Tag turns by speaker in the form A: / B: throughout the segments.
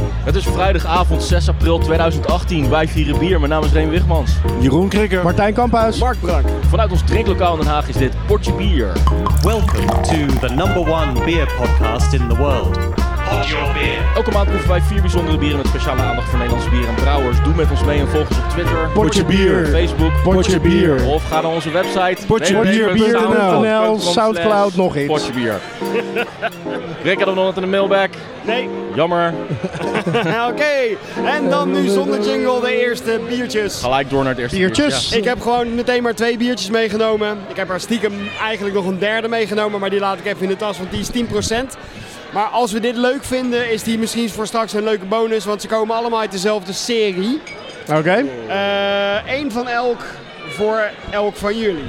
A: Het is vrijdagavond 6 april 2018. Wij vieren bier. Mijn naam is Reen Wigmans.
B: Jeroen Krikker.
C: Martijn Kamphuis.
D: Mark Brak.
A: Vanuit ons drinklokaal in Den Haag is dit Potje Bier.
E: Welcome to the number one beer podcast in the world. Pod your beer.
A: Elke maand proeven wij vier bijzondere bieren met speciale aandacht voor Nederlandse bier en brouwers. Doe met ons mee en volg ons op Twitter,
B: Potje Bier.
A: Facebook,
B: Potje Bier.
A: Of ga naar onze website.
B: Potjebier.nl,
A: nederlandsbier.nl,
C: Soundcloud, nog iets.
A: Potje Bier. Rick had hem nog net in de mailback.
D: Nee, Nou,
A: Jammer.
D: oké. En dan nu zonder jingle de eerste biertjes.
A: Gelijk door naar het eerste
C: Biertjes.
A: biertje.
D: Ik heb gewoon meteen maar twee biertjes meegenomen. Ik heb er stiekem eigenlijk nog een derde meegenomen, maar die laat ik even in de tas, want die is 10%. Maar als we dit leuk vinden, is die misschien voor straks een leuke bonus, want ze komen allemaal uit dezelfde serie.
C: Oké.
D: Eén van elk voor elk van jullie.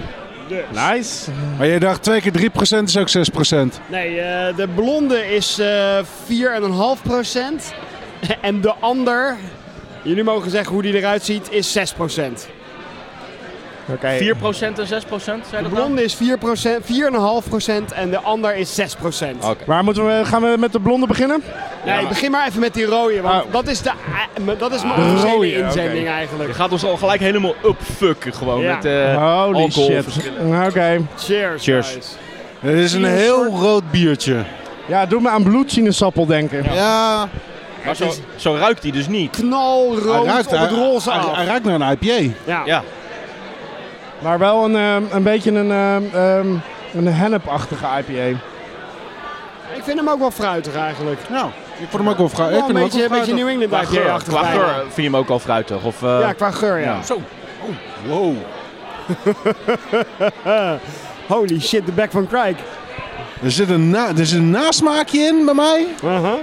C: Nice.
B: Maar jij dacht twee keer 3% is ook 6%.
D: Nee, eh, de blonde is eh 4,5%. En de ander, jullie mogen zeggen hoe die eruit ziet, is 6%.
C: Oké.
A: 4% en 6% zei
D: De
A: dat nou?
D: blonde is 4%, 4,5% en de ander is 6%.
A: Oké.
C: Waar moeten we, gaan we met de blonde beginnen?
D: Nee, begin maar even met die rode, want
C: Oh.
D: dat is, de, eh, dat is mijn officiële
C: rode,
D: inzending
C: oké.
A: Je
D: eigenlijk.
A: gaat ons al gelijk helemaal upfucken gewoon
D: Ja.
A: met eh
C: Holy
A: alcohol.
C: shit. Oké.
D: Cheers.
A: Cheers.
D: guys.
B: Het is een heel rood biertje.
C: Ja, doe me aan bloedsinesappel denken.
B: Ja,
A: Maar zo, zo ruikt hij dus niet.
D: Knalrood op het roze
B: hij,
D: af. Nou,
B: hij ruikt naar een IPA.
D: Ja.
A: Ja.
C: Maar wel een, ehm, een beetje een, ehm, ehm, een hennepachtige IPA.
D: Ik vind hem ook wel fruitig eigenlijk.
B: Nou, ik vond hem ook wel fra-
D: Wel
B: ik
D: Oh, een
B: vind hem ook
D: beetje,
B: wel
D: een beetje
B: fruitig.
D: New England
A: Qua
D: IPA
A: geur, qua geur
D: achter.
A: vind je hem ook al fruitig? Of, eh,
D: Ja, qua geur, ja.
A: ja.
B: Zo. Oh, wow.
D: Holy shit, de back van Crike.
B: Er zit, een na, er zit een nasmaakje in bij mij.
D: Aha. Nou,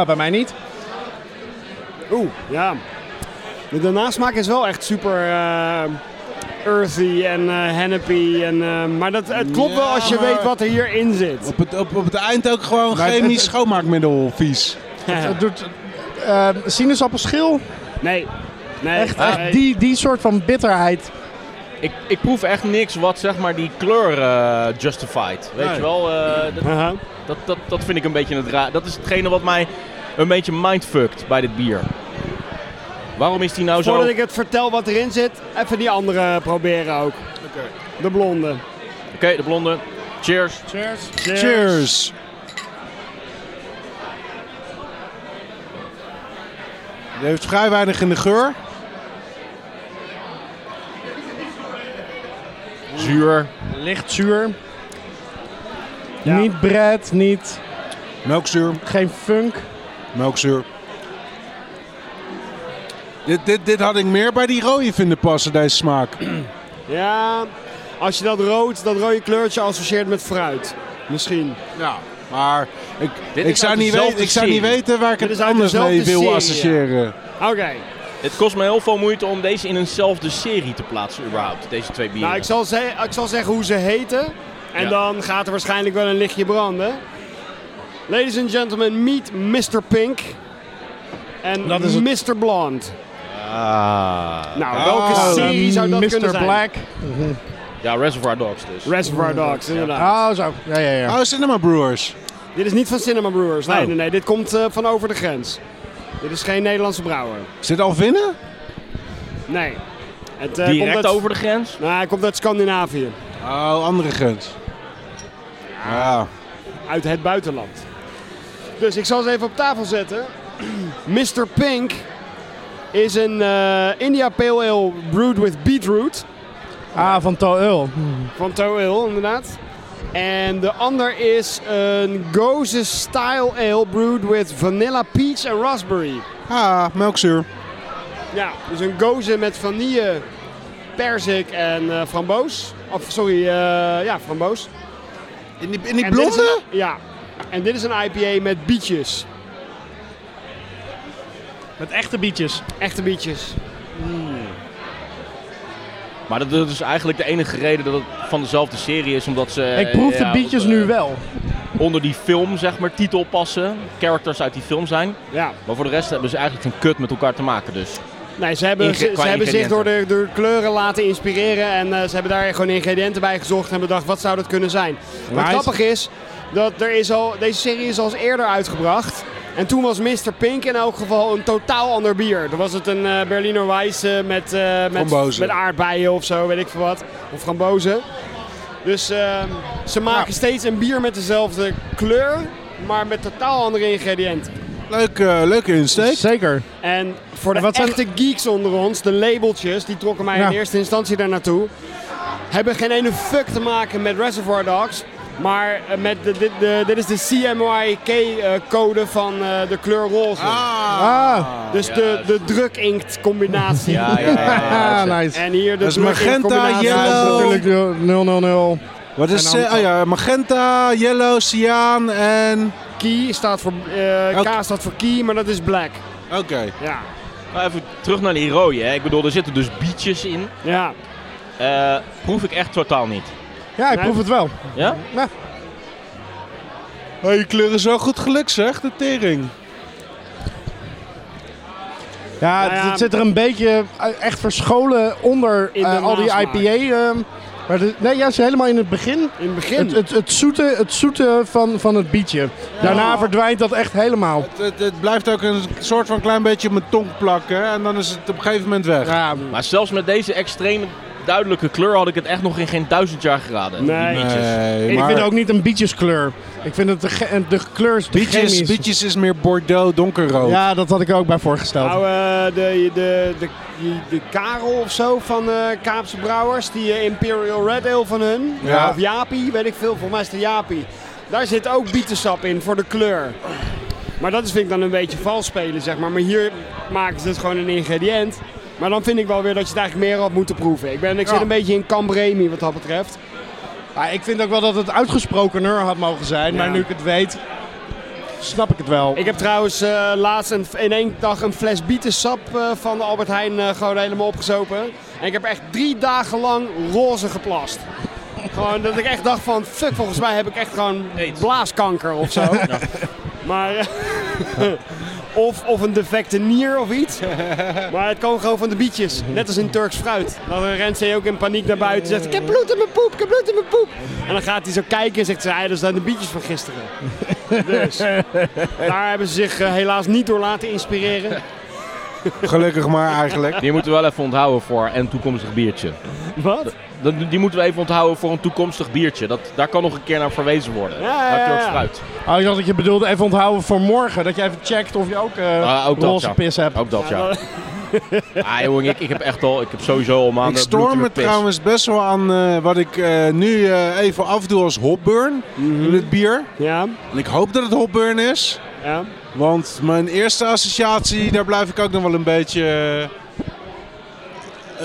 C: Ah, bij mij niet.
D: Oeh, ja. De, de nasmaak is wel echt super eh, earthy en eh hennepy. En, eh, maar dat, het klopt wel
B: Ja,
D: als je
B: maar-
D: weet wat er hierin zit.
B: Op het, op, op het eind ook gewoon
C: Maar het-
B: chemisch
C: het-
B: schoonmaakmiddel vies.
C: Het doet eh, sinaasappelschil.
D: Nee. Nee.
C: Echt,
D: nee.
C: echt die, die soort van bitterheid.
A: Ik, ik proef echt niks wat zeg maar die kleur eh, justified. Weet
B: Nee.
A: je wel, eh, dat,
D: Aha.
A: dat, dat, dat vind ik een beetje het raar. Dat is hetgene wat mij een beetje mindfuckt bij dit bier. Waarom is die nou zo...
D: Voordat ik het vertel wat erin zit, even die andere proberen ook. De blonde.
A: Oké, de blonde. Cheers.
C: Cheers.
B: Cheers. Die heeft vrij weinig in de geur.
A: Zuur.
C: Licht zuur.
D: Ja.
C: Niet bread, niet,
B: Melkzuur.
C: geen funk.
B: Melkzuur. Dit, dit, dit had ik meer bij die rode vinden passen, deze smaak.
D: Ja, als je dat rood, dat rode kleurtje associeert met fruit. Misschien.
B: Ja. Maar ik,
A: Dit
B: ik,
A: is
B: zou
A: uit
B: niet,
A: dezelfde
B: weten, ik zou niet
A: serie.
B: weten waar ik
D: Dit
B: het
D: is uit
B: anders mee
D: dezelfde
B: wil
D: serie, ja.
B: associëren.
D: Oké. nou,
A: Het kost me heel veel moeite om deze in eenzelfde serie te plaatsen überhaupt. Deze twee bieren.
D: Nou, ik zal, ze- ik zal zeggen hoe ze heten. En
A: Ja.
D: dan gaat er waarschijnlijk wel een lichtje branden. Ladies and gentlemen, meet Mr. Pink. En
C: Dat is het-
D: Mr. Blonde.
A: Ah.
D: Nou,
B: Ah,
D: welke serie zou dat kunnen
C: Mr.
D: zijn?
C: um, Black.
A: Ja, Reservoir Dogs dus.
D: Reservoir Dogs, inderdaad.
C: Oh, zo. Ja, ja, ja.
B: Oh, Cinema Brewers.
D: Dit is niet van Cinema Brewers. Nee,
B: Oh.
D: nee, nee. Dit komt eh, van over de grens. Dit is geen Nederlandse brouwer.
B: Is dit al winnen?
D: Nee. Het, eh,
A: Direct
D: komt uit,
A: over de grens.
D: Nou, hij komt uit Scandinavië.
B: Oh, andere grens. Ja.
D: Uit het buitenland. Dus ik zal ze even op tafel zetten. Mr. Pink is een eh, India Pale Ale brewed with beetroot.
C: Ah, van Toil. Eul.
D: Van Toil, inderdaad. En de ander is een Goose Style Ale brewed with vanilla, peach en raspberry.
B: Ah, melkzuur.
D: Ja, dus een gozen met vanille, perzik en eh, framboos. Of sorry, eh, ja, framboos.
B: In die, in die
D: En dit is
B: blonde?
D: een- ja. En dit is een IPA met bietjes.
C: Met echte bietjes.
D: Echte bietjes.
A: Maar dat, dat is eigenlijk de enige reden dat het van dezelfde serie is, omdat ze...
C: Ik proef
A: ja,
C: de bietjes
A: eh,
C: nu wel.
A: Onder die film, zeg maar, titel passen. Characters uit die film zijn.
D: Ja.
A: Maar voor de rest hebben ze eigenlijk geen kut met elkaar te maken dus.
D: Nee, ze hebben,
A: Inge-
D: ze,
A: qua
D: ze hebben zich door
A: ingrediënten.
D: de, door de kleuren laten inspireren. En eh, ze hebben daar gewoon ingrediënten bij gezocht en bedacht wat zou dat kunnen zijn. Wat
C: Nice.
D: grappig is, dat er is al, deze serie is al eens eerder uitgebracht. En toen was Mr. Pink in elk geval een totaal ander bier. Dan was het een eh, Berliner Weisse met, eh, met,
B: Frambozen.
D: met aardbeien of zo, weet ik veel wat. Of frambozen. Dus eh, ze maken
B: Nou.
D: steeds een bier met dezelfde kleur, maar met totaal andere ingrediënten.
B: Leuk, eh, leuke insteek.
C: Zeker.
D: En voor de
C: En wat zijn-
D: echte geeks onder ons, de labeltjes, die trokken mij
C: Ja.
D: in eerste instantie daar naartoe, hebben geen ene fuck te maken met Reservoir Dogs. Maar eh, met de, dit- de- dit is de CMYK-code van eh, de kleur roze.
C: Ah,
D: dus de, de druk-inkt combinatie.
A: Ja, ja, ja, ja, ja.
C: nice.
D: En hier de
B: Dat is
D: druk-inkt
B: magenta,
D: combinatie.
C: Ja, dat is
B: Yellow.
C: natuurlijk 000.
B: Wat is
C: En dan-
B: eh, oh ja, magenta, yellow, cyan en...
D: Key staat voor, eh,
B: Oké.
D: K staat voor key, maar dat is black.
B: Oké.
D: Ja.
A: Maar Nou, even terug naar die rode. Hè. Ik bedoel, er zitten dus bietjes in.
D: ja.
A: Eh, proef ik echt totaal niet.
C: Ja, ik
D: Nee.
C: proef het wel.
A: Ja?
B: Oh, je kleur is wel goed gelukt zeg, de tering.
C: Ja,
D: Nou
C: het,
D: ja.
C: het zit er een beetje eh, echt verscholen onder
D: In de
C: eh, al die
D: nasmaak.
C: IPA. ehm, maar de- nee, juist helemaal in het begin.
D: In het begin.
C: Het, het, het, zoete, het zoete van, van het bietje. Daarna verdwijnt dat echt helemaal.
B: Het, het, het blijft ook een soort van klein beetje op mijn tong plakken en dan is het op een gegeven moment weg.
C: Ja,
A: Maar zelfs met deze extreem duidelijke kleur had ik het echt nog in geen duizend jaar geraden.
D: Nee.
A: Die bietjes.
B: Nee,
C: ik
B: maar
C: vind ook niet een bietjeskleur. Ik vind het de, ge- de kleur is te
B: bietjes,
C: chemisch.
B: bietjes is meer bordeaux, donkerrood.
C: Ja, dat had ik er ook bij voorgesteld.
D: Nou, eh, de, de, de, die- de Karel of zo van eh Kaapse Brouwers, die eh, Imperial Red Ale van hun.
B: Ja.
D: Of Japie, weet ik veel, volgens mij is het de Japie. Daar zit ook bietensap in voor de kleur. Maar dat is, vind ik dan een beetje vals spelen, zeg maar. Maar hier maken ze het gewoon een ingrediënt. Maar dan vind ik wel weer dat je het eigenlijk meer had moeten proeven. Ik, ben, ik zit
C: Ja.
D: een beetje in Cambremi wat dat betreft.
C: Maar ik vind ook wel dat het uitgesprokener had mogen zijn. Maar
D: Ja.
C: nu ik het weet, snap ik het wel.
D: Ik heb trouwens eh, laatst een, in één dag een fles bietensap eh, van de Albert Heijn eh, gewoon helemaal opgezopen. En ik heb echt drie dagen lang roze geplast. Gewoon Oh, dat ik echt dacht van, fuck, volgens mij heb ik echt gewoon
A: Aids.
D: blaaskanker of zo. Maar, eh, of, of een defecte nier of iets. Maar het kwam gewoon van de bietjes. Net als in Turks fruit. Dan rent zij ook in paniek naar buiten en zegt, ik heb bloed in mijn poep, ik heb bloed in mijn poep. En dan gaat hij zo kijken en zegt ze, "Ah, dat zijn de bietjes van gisteren. Dus, daar hebben ze zich eh, helaas niet door laten inspireren.
B: Gelukkig maar eigenlijk.
A: Die moeten we wel even onthouden voor een toekomstig biertje.
D: Wat?
A: Dat- Die moeten we even onthouden voor een toekomstig biertje. Dat, daar kan nog een keer naar verwezen worden.
D: Ja, ja,
A: Naar Turks
D: ja.
A: fruit.
C: Oh, ik dacht dat je bedoelde even onthouden voor morgen. Dat je even checkt of je ook, eh
A: Ah, ook dat,
C: roze
A: ja.
C: pis hebt.
A: Ook dat, ja. Ah, jongen, ik, ik heb echt al, ik heb sowieso al maanden
B: Ik storm
A: bloed in
B: me
A: mijn pis.
B: trouwens best wel aan eh, wat ik eh, nu eh, even afdoe als hopburn
C: Mhm.
B: in het bier.
D: Ja,
B: En ik hoop dat het hopburn is,
D: ja.
B: want mijn eerste associatie, daar blijf ik ook nog wel een beetje eh,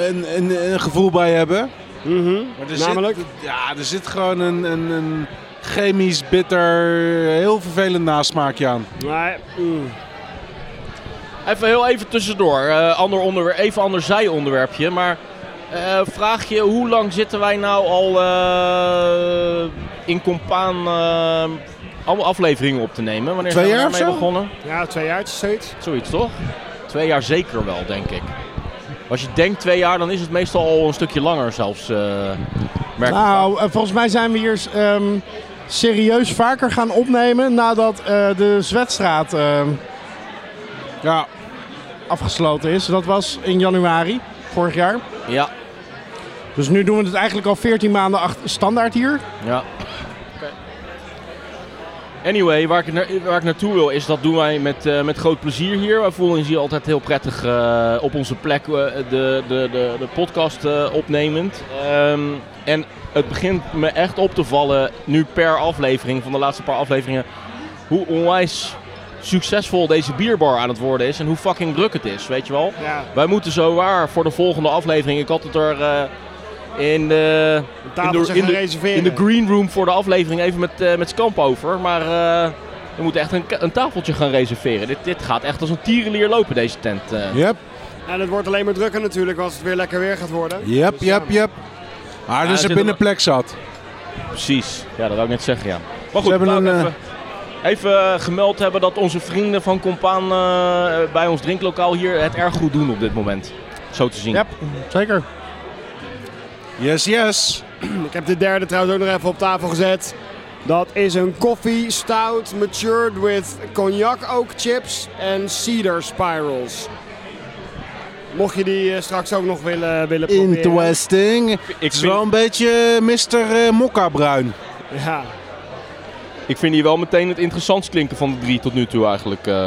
B: een, een, een gevoel bij hebben.
D: Mhm.
B: Maar
D: Namelijk?
B: Zit, ja, er zit gewoon een, een, een chemisch, bitter, heel vervelend nasmaakje aan.
D: Maar, mm.
A: Even heel even tussendoor. eh, ander onderwerp, even ander zijonderwerpje. Maar eh, vraag je, hoe lang zitten wij nou al eh, in Compaan eh, allemaal afleveringen op te nemen? Wanneer
B: Twee
A: zijn we
B: jaar of
A: daarmee
B: zo?
A: begonnen?
D: ja, twee jaartjes zoiets.
A: Zoiets toch? Twee jaar zeker wel, denk ik. Als je denkt twee jaar, dan is het meestal al een stukje langer zelfs. eh, merk ik wel.
C: Nou, eh, volgens mij zijn we hier ehm, serieus vaker gaan opnemen nadat eh, de Zwetstraat ehm,
B: Ja,
C: afgesloten is. Dat was in januari vorig jaar.
A: Ja,
C: Dus nu doen we het eigenlijk al 14 maanden achter, standaard hier.
A: ja. Anyway, waar ik, het naar- waar ik naartoe wil is dat doen wij met, eh, met groot plezier hier. Wij voelen ons hier altijd heel prettig eh, op onze plek eh, de, de, de, de podcast eh, opnemend. Ehm, en het begint me echt op te vallen nu per aflevering van de laatste paar afleveringen hoe onwijs succesvol deze bierbar aan het worden is en hoe fucking druk het is, weet je wel?
D: Ja,
A: Wij moeten zo waar voor de volgende aflevering. Ik had het er eh, in de
D: een tafeltje
A: in
D: gaan
A: de-
D: reserveren.
A: in de green room voor de aflevering even met, eh, met Skamp over. Maar eh, we moeten echt een, ka- een tafeltje gaan reserveren. Dit, dit gaat echt als een tierenlier lopen, deze tent. eh.
B: yep,
D: En het Nou, wordt alleen maar drukker natuurlijk als het weer lekker weer gaat worden.
B: yep,
D: Dus ja.
B: yep, yep. Ah,
A: er
B: dus
A: zit
B: een
A: er-
B: binnenplek zat.
A: Precies. Ja, dat wou ik net zeggen, ja. Maar
B: Ze
A: goed,
B: hebben
A: we
B: een,
A: even, even eh, gemeld hebben dat onze vrienden van Compaan eh, bij ons drinklokaal hier het erg goed doen op dit moment. Zo te zien.
C: Yep, zeker.
B: Yes, yes.
D: Ik heb de derde trouwens ook nog even op tafel gezet. Dat is een koffie stout matured with cognac oak chips en cedar spirals. Mocht je die eh, straks ook nog willen, eh, willen proberen.
B: Interesting. Het is
A: vind-
B: wel een beetje Mr. eh, Mokka bruin.
D: Ja.
A: Ik vind die wel meteen het interessantst klinken van de drie tot nu toe eigenlijk. eh.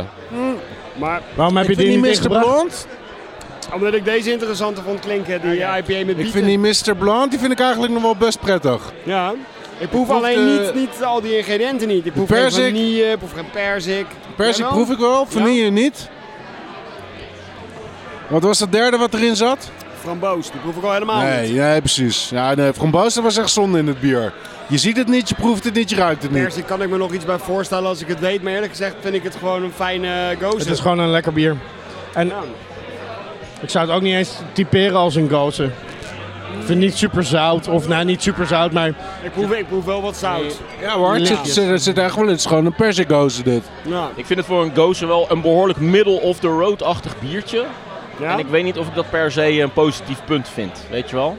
D: Maar
C: Waarom heb je
B: Ik
C: die
B: vind
C: niet
B: die Mr.
C: ingebracht?
B: Blond.
D: omdat ik deze interessanter vond klinken, die IPA met
B: Ah, Ik
D: bieten.
B: vind die Mr. Blond, die vind ik eigenlijk nog wel best prettig.
D: Ja. Ik proef
B: proef
D: alleen
B: de-
D: niet, niet al die ingrediënten niet. Ik proef geen
B: perzik.
D: vanille, ik proef geen perzik.
B: Persie
D: Jij wel?
B: proef ik wel, vanille niet. Wat was dat derde wat erin zat?
D: Framboos, die proef ik al helemaal
B: Nee,
D: niet.
B: nee, precies. Ja, nee, framboos, dat was echt zonde in het bier. Je ziet het niet, je proeft het niet, je ruikt het niet.
D: Perzik kan ik me nog iets bij voorstellen als ik het weet, maar eerlijk gezegd vind ik het gewoon een fijne eh, gozer. Nou,
C: Het is gewoon een lekker bier. En
D: Ja.
C: ik zou het ook niet eens typeren als een gozer. Ik vind het niet super zout, of nou niet super zout, maar
D: Ik proef, ik proef wel wat zout.
B: Ja hoor, het
D: Ja.
B: zit, zit, zit echt wel in. Het is gewoon een persigozer dit.
D: Ja.
A: Ik vind het voor een gozer wel een behoorlijk middle-of-the-road-achtig biertje.
D: Ja?
A: En ik weet niet of ik dat per se een positief punt vind, weet je wel?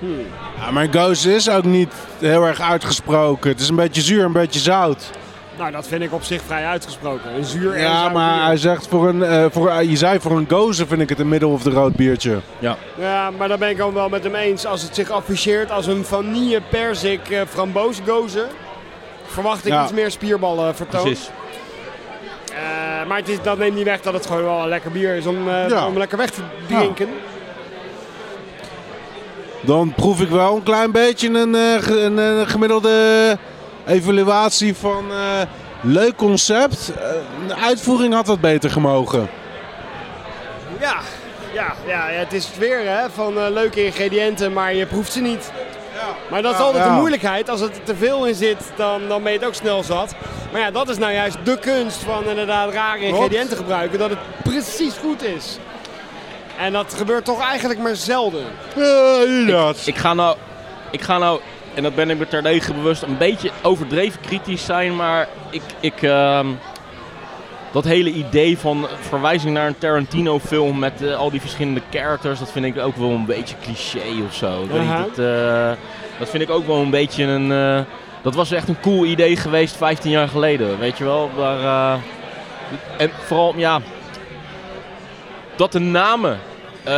B: Ja, maar gozer is ook niet heel erg uitgesproken. Het is een beetje zuur, een beetje zout.
D: Nou, dat vind ik op zich vrij uitgesproken. Een zuur en
B: Ja,
D: zout
B: maar hij
D: bier.
B: zegt voor een, eh, voor, je zei voor een gozer vind ik het een middel of de rood biertje.
D: Ja, maar daar ben ik al wel met hem eens. Als het zich afficheert als een vanille perzik eh, framboos gozer, verwacht ik
B: Ja.
D: iets meer spierballen vertoon.
A: Precies.
D: Eh, maar het is, dat neemt niet weg dat het gewoon wel een lekker bier is om, eh,
B: Ja.
D: om lekker weg te drinken.
B: Dan proef ik wel een klein beetje een, eh, ge- een, eh, gemiddelde evaluatie van eh, leuk concept. Eh, de uitvoering had wat beter gemogen.
D: Ja. Ja, ja, ja, het is weer hè, van eh, leuke ingrediënten, maar je proeft ze niet. Maar dat is
B: Ja,
D: altijd
B: ja.
D: de moeilijkheid. Als het er te veel in zit, dan, dan ben je het ook snel zat. Maar ja, dat is nou juist de kunst van inderdaad rare ingrediënten gebruiken. Dat het precies goed is. En dat gebeurt toch eigenlijk maar zelden.
B: Ja, inderdaad.
A: Ik ga nou, ik ga nou en dat ben ik me terdege bewust, een beetje overdreven kritisch zijn, maar ik, ik ehm, dat hele idee van verwijzing naar een Tarantino-film met eh, al die verschillende characters, dat vind ik ook wel een beetje cliché of zo. Ik weet niet,
D: Aha.
A: dat, eh, dat vind ik ook wel een beetje een. eh, dat was echt een cool idee geweest 15 jaar geleden, weet je wel. Maar, eh, en vooral, ja, dat de namen eh,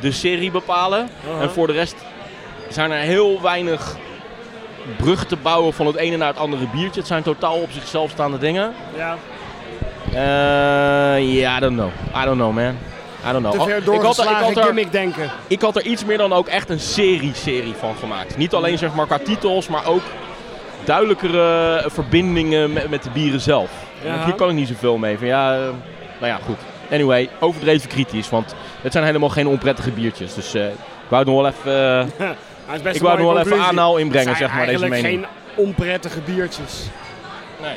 A: de serie bepalen. En voor de rest zijn er heel weinig brug te bouwen van het ene naar het andere biertje. Het zijn totaal op zichzelf staande dingen.
D: Ja.
A: Eh yeah, I don't know. I don't know, man. I don't know.
D: Te
A: Oh,
D: ver
A: ik, had er, ik,
D: doorgeslagen
A: had er,
D: gimmick denken. Nou,
A: ik had er iets meer dan ook echt een serie-serie van gemaakt. Niet alleen zeg maar qua titels, maar ook duidelijkere verbindingen met, met de bieren zelf.
D: Ja.
A: Hier kan ik niet zoveel mee. Van, ja, eh, nou ja, goed. Anyway, overdreven kritisch, want het zijn helemaal geen onprettige biertjes. Dus eh, ik wou het nog wel even... eh,
D: Maar het is best
A: ik
D: een
A: wou er nog wel
D: mooie
A: even
D: conclusie.
A: aanhaal inbrengen,
D: Het zijn
A: zeg maar, deze
D: eigenlijk
A: mening.
D: geen onprettige biertjes.
A: Nee.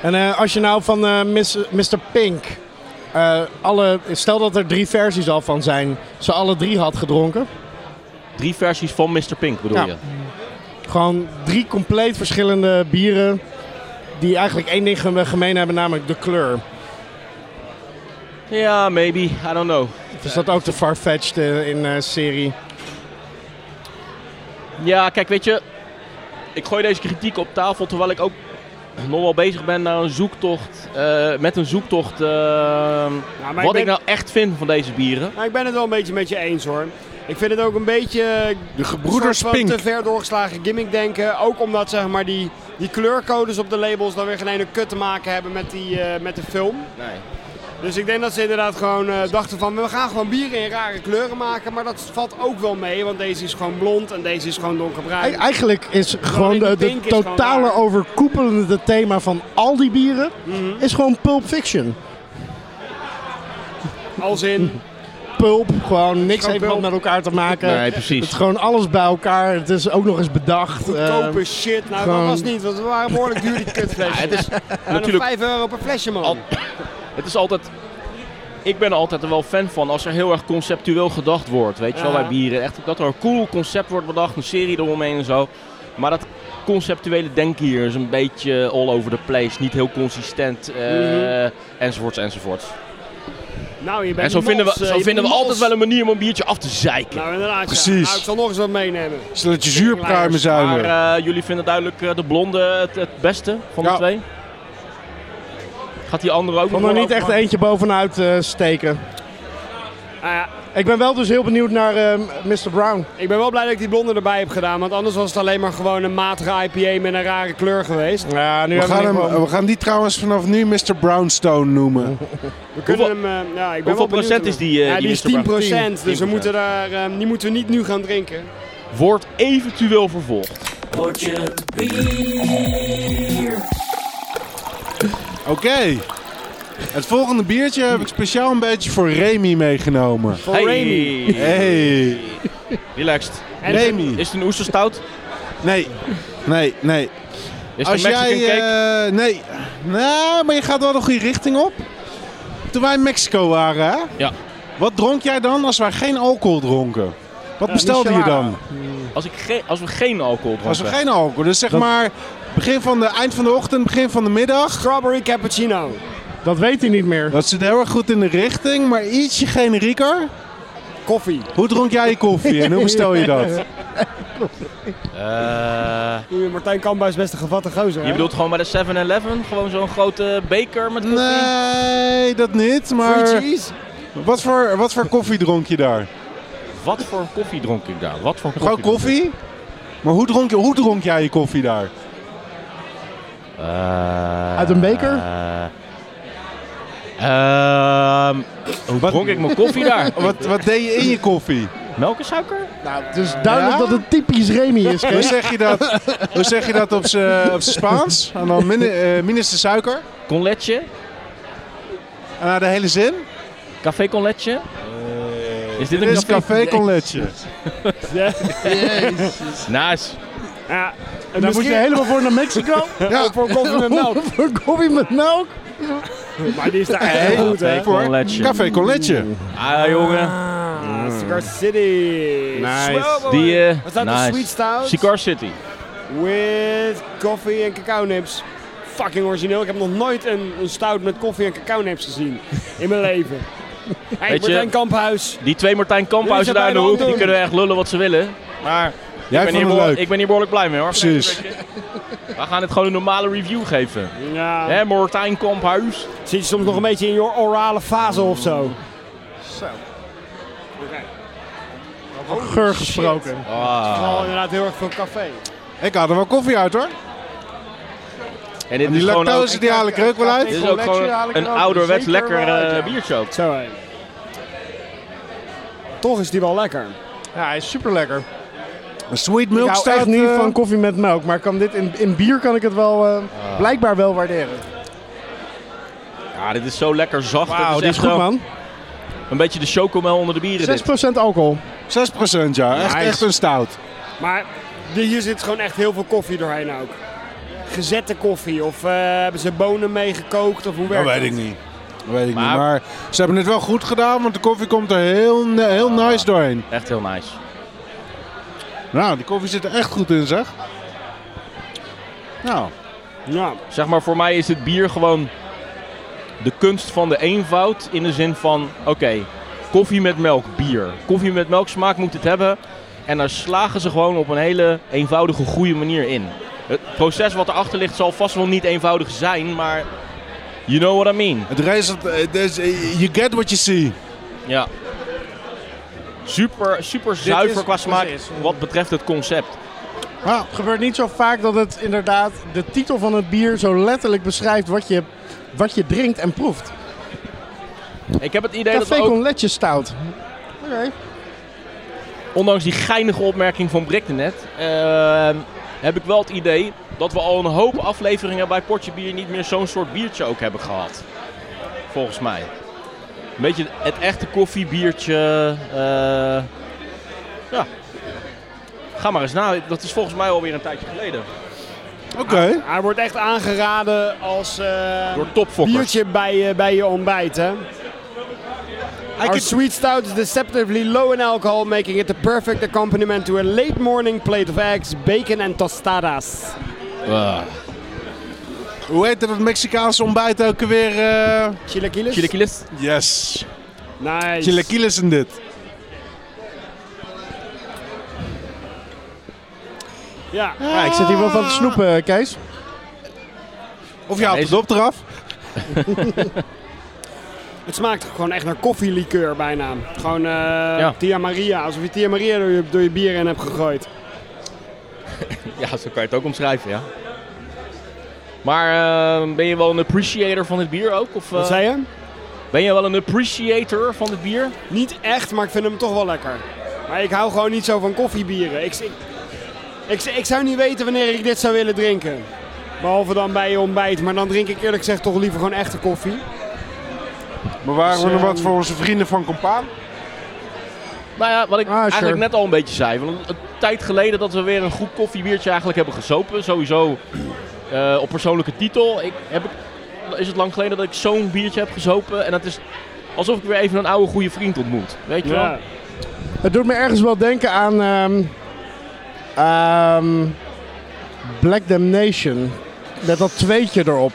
C: En eh, als je nou van eh, Miss- Mr. Pink, eh, alle, stel dat er drie versies al van zijn, ze alle drie had gedronken.
A: Drie versies van Mr. Pink bedoel
C: Ja.
A: je?
C: Gewoon drie compleet verschillende bieren die eigenlijk één ding geme- gemeen hebben, namelijk de kleur.
A: Ja, maybe. I don't know.
C: Is Dus dat ook de farfetched eh, in eh, serie?
A: Ja, kijk, weet je, ik gooi deze kritiek op tafel terwijl ik ook nog wel bezig ben naar een zoektocht, eh, met een zoektocht, eh,
D: Nou, maar
A: wat
D: ben-
A: ik nou echt vind van deze bieren.
D: Nou, ik ben het wel een beetje met je eens hoor. Ik vind het ook een beetje eh,
B: De gebroeders
D: soort van
B: Pink.
D: te ver doorgeslagen gimmick denken. Ook omdat zeg maar, die, die kleurcodes op de labels dan weer geen ene kut te maken hebben met, die, eh, met de film.
A: Nee.
D: Dus ik denk dat ze inderdaad gewoon eh, dachten van we gaan gewoon bieren in rare kleuren maken. Maar dat valt ook wel mee, want deze is gewoon blond en deze is gewoon donkerbruin.
C: Ei- Eigenlijk is gewoon
D: alleen
C: de,
D: die
C: de
D: pink is gewoon
C: totale
D: raar.
C: overkoepelende thema van al die bieren
D: Mhm.
C: is gewoon Pulp Fiction.
D: Als in,
C: Pulp, gewoon niks
D: Gewoon
C: heeft
D: pulp.
C: wat met elkaar te maken.
A: Nee,
C: Het is
A: precies.
C: gewoon alles bij elkaar. Het is ook nog eens bedacht.
D: goedkope
C: Eh,
D: shit. Nou,
C: gewoon-
D: dat was niet, want we waren behoorlijk duur die kutflesjes.
A: het is
D: Ja,
A: natuurlijk-
D: 5 euro per flesje man.
A: Al- Het is altijd, ik ben er altijd er wel fan van als er heel erg conceptueel gedacht wordt, weet je wel,
D: Ja.
A: bij bieren. Echt dat er een cool concept wordt bedacht, een serie eromheen en zo. Maar dat conceptuele denken hier is een beetje all over the place, niet heel consistent, eh, enzovoorts enzovoorts.
D: Nou, je bent
A: En zo
D: mals.
A: vinden we,
D: Eh,
A: zo
D: je
A: vinden we
D: bent
A: altijd
D: mals.
A: wel een manier om een biertje af te zeiken.
D: Nou, inderdaad. ja.
B: Precies.
D: Nou, ik zal nog eens wat meenemen.
B: Zodat je zuurpruimen zijn
A: maar
B: er.
A: eh, jullie vinden duidelijk eh, de blonde het, het beste van de
B: Ja.
A: twee? Gaat die andere ook
C: Ik kon
A: nog
C: er
A: wel
C: niet echt
A: overmaken?
C: eentje bovenuit eh, steken.
D: Nou ja,
C: Ik ben wel dus heel benieuwd naar eh, Mr. Brown.
D: ik ben wel blij dat ik die blonde erbij heb gedaan. Want anders was het alleen maar gewoon een matige IPA met een rare kleur geweest.
C: Ja, nu
B: We
C: hebben
B: gaan,
C: we
B: hem,
C: niet gewoon-
B: we gaan die trouwens vanaf nu Mr. Brownstone noemen.
D: We kunnen hem, eh, ja, ik ben
A: Hoeveel
D: wel benieuwd
A: procent
D: naar-
A: is die, eh,
D: ja,
A: die
D: die, is 10%.
A: Mr. Brown? 10%.
D: Dus we moeten daar, eh, die moeten we niet nu gaan drinken.
A: Wordt eventueel vervolgd.
B: Oké. Het volgende biertje heb ik speciaal een beetje voor Remy meegenomen.
D: Van Remy.
B: Hey.
A: Relaxed.
D: En-
B: Remy.
A: Is het een oesterstout?
B: Nee. Nee, nee.
A: Is het een Mexican cake?
B: eh, nee. Nou, maar je gaat wel de goede richting op. Toen wij in Mexico waren, hè?
A: Ja.
B: Wat dronk jij dan als wij geen alcohol dronken? Wat bestelde je
D: michelada.
B: dan?
A: Als, ik geen- als we geen alcohol drinken.
B: eh, Als we geen alcohol. Dus zeg
C: Dat-
B: maar begin van de eind van de ochtend, begin van de middag.
D: Strawberry cappuccino.
C: Dat weet hij niet meer.
B: Dat zit heel erg goed in de richting, maar ietsje generieker.
D: Koffie.
B: Hoe dronk jij je koffie en hoe bestel je dat?
A: Eh,
D: Oei, Martijn Kamba is best een gevatte gozer.
A: je
D: hè?
A: bedoelt gewoon bij de 7-Eleven? Gewoon zo'n grote beker met koffie?
B: Nee, dat niet.
D: Free
B: Maar
D: cheese?
B: wat voor, wat voor koffie dronk je daar?
A: Wat voor koffie dronk ik daar? Wat voor koffie?
B: Gewoon
A: dronk ik?
B: koffie? Maar hoe dronk, je, hoe dronk jij je koffie daar?
A: Eh,
C: Uit een beker?
A: eh, ehm, hoe
B: Wat-
A: dronk ik mijn koffie daar?
B: Wat, wat deed je in je koffie?
A: Melk en suiker?
C: Nou, het is duidelijk
B: Ja?
C: dat het typisch Remy is.
B: Hoe
C: Kees.
B: zeg je dat, hoe zeg je dat op z'n op z'n Spaans? En dan min, eh, minister suiker.
A: Con leche?
B: En naar de hele zin.
A: Café con leche? is dit
B: Dit
A: een
B: Eh, is café con leche.
A: Nice.
D: Ja. En
C: Daar moet je
D: misschien
C: helemaal voor naar Mexico.
B: Ja.
D: voor koffie met melk.
C: voor koffie met melk.
D: Maar die is daar echt
B: Hey.
D: heel goed, hè?
A: Café con leche.
B: Café con leche.
A: Ah, jongen.
D: Ah, Cigar City. Swell, boy.
A: Die, eh,
D: Wat staat de
A: nice.
D: Sweet Stout?
A: Cigar City.
D: With koffie en cacao nips. Fucking origineel. Ik heb nog nooit een, een stout met koffie en cacao nips gezien. In mijn leven. Hey,
A: Weet je-
D: Martijn Kamphuis.
A: Die twee Martijn Kamphuizen
D: Jullie zijn
A: daar in de
D: bijna
A: hoek, die
D: aan het
A: kunnen echt lullen wat ze willen. Maar ik
B: Jij
A: ben,
B: vond
A: hier
B: het
A: behoor-
B: leuk.
A: ik ben hier behoorlijk blij mee hoor.
B: Precies.
A: We gaan het gewoon een normale review geven.
D: Ja.
A: Hè, Martijn Kamphuis.
D: Zit je soms nog een beetje in je orale fase of zo?
C: Geur gesproken.
D: Vooral Oh, inderdaad heel erg veel café.
B: Ik had er wel koffie uit hoor.
A: En dit
B: En die
A: is gewoon ook,
B: lactose die haal ik er ook wel uit.
A: dit is ook gewoon een ouderwets lekker eh, biertje ook.
D: Zo hé. Toch is die wel lekker.
C: Ja, hij is super lekker.
B: Een Sweet
C: Ik
B: milk
C: hou
B: stout.
C: echt niet
B: eh,
C: van koffie met melk, maar kan dit in, in bier kan ik het wel eh,
A: Ah.
C: blijkbaar wel waarderen.
A: Ja, dit is zo lekker zacht.
C: Wauw,
A: dit
C: dit is
A: echt
C: goed
A: wel
C: man.
A: Een beetje de chocomel onder de bieren dit.
C: 6% alcohol.
B: 6% ja. Echt,
C: Nice.
B: echt een stout.
D: Maar die- hier zit gewoon echt heel veel koffie doorheen ook. Gezette koffie of eh, hebben ze bonen meegekookt of hoe werkt dat?
B: niet. Dat weet ik
A: Maar-
B: niet. Maar ze hebben het wel goed gedaan, want de koffie komt er heel, ne- heel nice doorheen.
A: Echt heel nice.
B: Nou, die koffie zit er echt goed in zeg. Nou,
D: Ja.
A: Zeg maar, voor mij is het bier gewoon de kunst van de eenvoud. In de zin van, oké, koffie met melk, bier. Koffie met melk smaak moet het hebben. En daar slagen ze gewoon op een hele eenvoudige, goede manier in. Het proces wat erachter ligt zal vast wel niet eenvoudig zijn, maar you know what I mean.
B: het result, eh, dus, eh, you get what you see.
A: Ja. Super, super zuiver
C: is-
A: qua smaak
C: precies.
A: wat betreft het concept.
B: Nou,
C: Het gebeurt niet zo vaak dat het inderdaad de titel van het bier zo letterlijk beschrijft wat je, wat je drinkt en proeft.
A: Ik heb het idee dat we
C: Café
A: ook,
C: con leche stout. Oké.
A: ondanks die geinige opmerking van Brikte net, ehm, heb ik wel het idee dat we al een hoop afleveringen bij Potje Bier niet meer zo'n soort biertje ook hebben gehad. Volgens mij. Een beetje het echte koffiebiertje. eh, ja. Ga maar eens na. Dat is volgens mij alweer een tijdje geleden.
B: oké.
D: Hij wordt echt aangeraden als eh,
A: Door topfokkers.
D: biertje bij, je- bij je ontbijt. Hè? Our
B: could-
D: sweet stout is deceptively low in alcohol, making it the perfect accompaniment to a late morning plate of eggs, bacon en tostadas.
A: Uh,
B: Ah, Hoe heet dat Mexicaanse ontbijt eh? ook weer?
D: Chilaquiles?
A: Chilaquiles.
B: Yes.
D: Nice.
B: Chilaquiles en dit.
D: Ja.
C: Ja, ik zit hier wel van te snoepen, Kees.
B: Of je haalt
A: deze-
B: het op eraf.
D: Het smaakt gewoon echt naar koffielikeur bijna. Gewoon eh Tia Maria. Alsof je Tia Maria door je, door je bier in hebt gegooid.
C: Eh,
A: Ja, zo kan je het ook omschrijven, ja. Maar eh, ben je wel een appreciator van dit bier ook? Of, eh,
D: Wat zei je?
A: ben je wel een appreciator van dit bier?
D: Niet echt, maar ik vind hem toch wel lekker. Maar ik hou gewoon niet zo van koffiebieren. Ik, ik, ik, ik zou niet weten wanneer ik dit zou willen drinken. Behalve dan bij je ontbijt. Maar dan drink ik eerlijk gezegd toch liever gewoon echte koffie.
B: Maar waren we
D: Dus,
B: er wat
D: ehm,
B: voor onze vrienden van Compaan?
A: Nou ja, wat ik
C: Ah, sure.
A: eigenlijk net al een beetje zei. Want een tijd geleden dat we weer een goed koffiebiertje eigenlijk hebben gezopen. Sowieso eh, op persoonlijke titel. Ik, heb ik, is het lang geleden dat ik zo'n biertje heb gezopen. En het is alsof ik weer even een oude goede vriend ontmoet. Weet je wel?
C: Het doet me ergens wel denken aan ehm, ehm, Black Damnation. Met dat tweetje erop.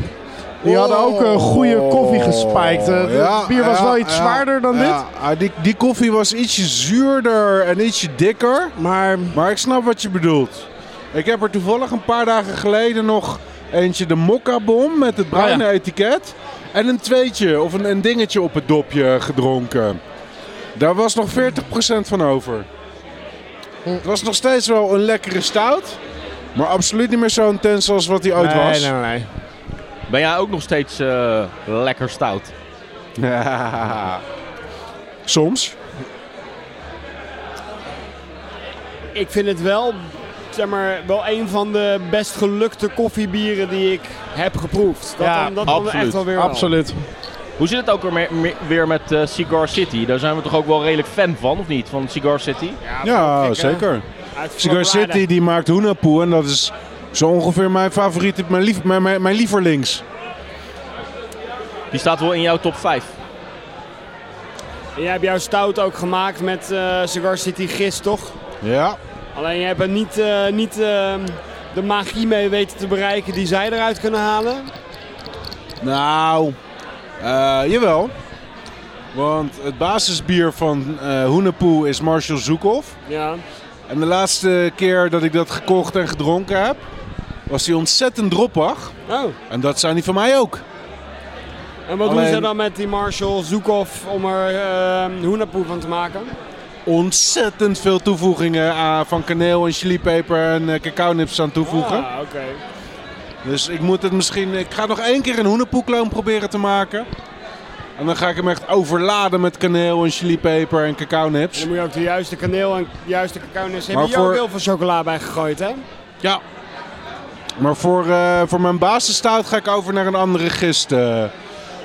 C: Die hadden ook een goede
B: Oh.
C: koffie gespiked. Eh, het bier was wel iets zwaarder dan dit.
B: ah, die, die koffie was ietsje zuurder en ietsje dikker.
C: Maar
B: Maar ik snap wat je bedoelt. Ik heb er toevallig een paar dagen geleden nog eentje de mokka-bom met het bruine
C: Oh
B: etiket. En een tweetje of een, een dingetje op het dopje gedronken. Daar was nog 40% van over. Het was nog steeds wel een lekkere stout. Maar absoluut niet meer zo intens als wat die ooit
C: nee,
B: was.
C: nee, nee.
A: Ben jij ook nog steeds eh, lekker stout?
B: Soms.
D: Ik vind het wel, zeg maar, wel een van de best gelukte koffiebieren die ik heb geproefd. Dat
C: Ja,
D: dan, dat dan
A: absoluut.
D: echt wel weer wel.
C: Absoluut.
A: Hoe zit het ook weer me- me- weer met eh, Cigar City? Daar zijn we toch ook wel redelijk fan van, of niet? Van Cigar City?
B: Ja,
D: gek, hè?
B: zeker.
D: Uit
B: Cigar
D: Vlaanderen.
B: City die maakt hoenapoe en dat is zo ongeveer mijn favoriete, mijn, lief, mijn, mijn, mijn lieverlings.
A: Die staat wel in jouw top 5.
D: En Jij hebt jouw stout ook gemaakt met eh, Cigar City gist, toch?
B: Ja.
D: Alleen je hebt er niet, eh, niet eh, de magie mee weten te bereiken die zij eruit kunnen halen.
B: Nou, eh, jawel. Want het basisbier van eh Hoenepoe is Marshall Zoekhoff.
D: Ja.
B: En de laatste keer dat ik dat gekocht en gedronken heb, was die ontzettend droppig.
D: Oh,
B: En dat zijn die van mij ook.
D: en wat doen
B: Alleen-
D: ze dan met die Marshall Zoekhoff om er eh hoenapoe van te maken?
B: Ontzettend veel toevoegingen ah, van kaneel en chilipeper en eh, cacaonips aan toevoegen.
D: Ah, oké.
B: Dus ik moet het misschien. Ik ga nog één keer een hoenepoekloon proberen te maken. En dan ga ik hem echt overladen met kaneel en chilipeper en
D: En
B: cacaonips.
D: dan moet je ook de juiste kaneel en de juiste cacao neus hebben.
B: Maar
D: Hier ook
B: voor-
D: heel veel chocola bij gegooid, hè?
B: Ja. Maar voor, eh, voor mijn basisstout ga ik over naar een andere gist. eh.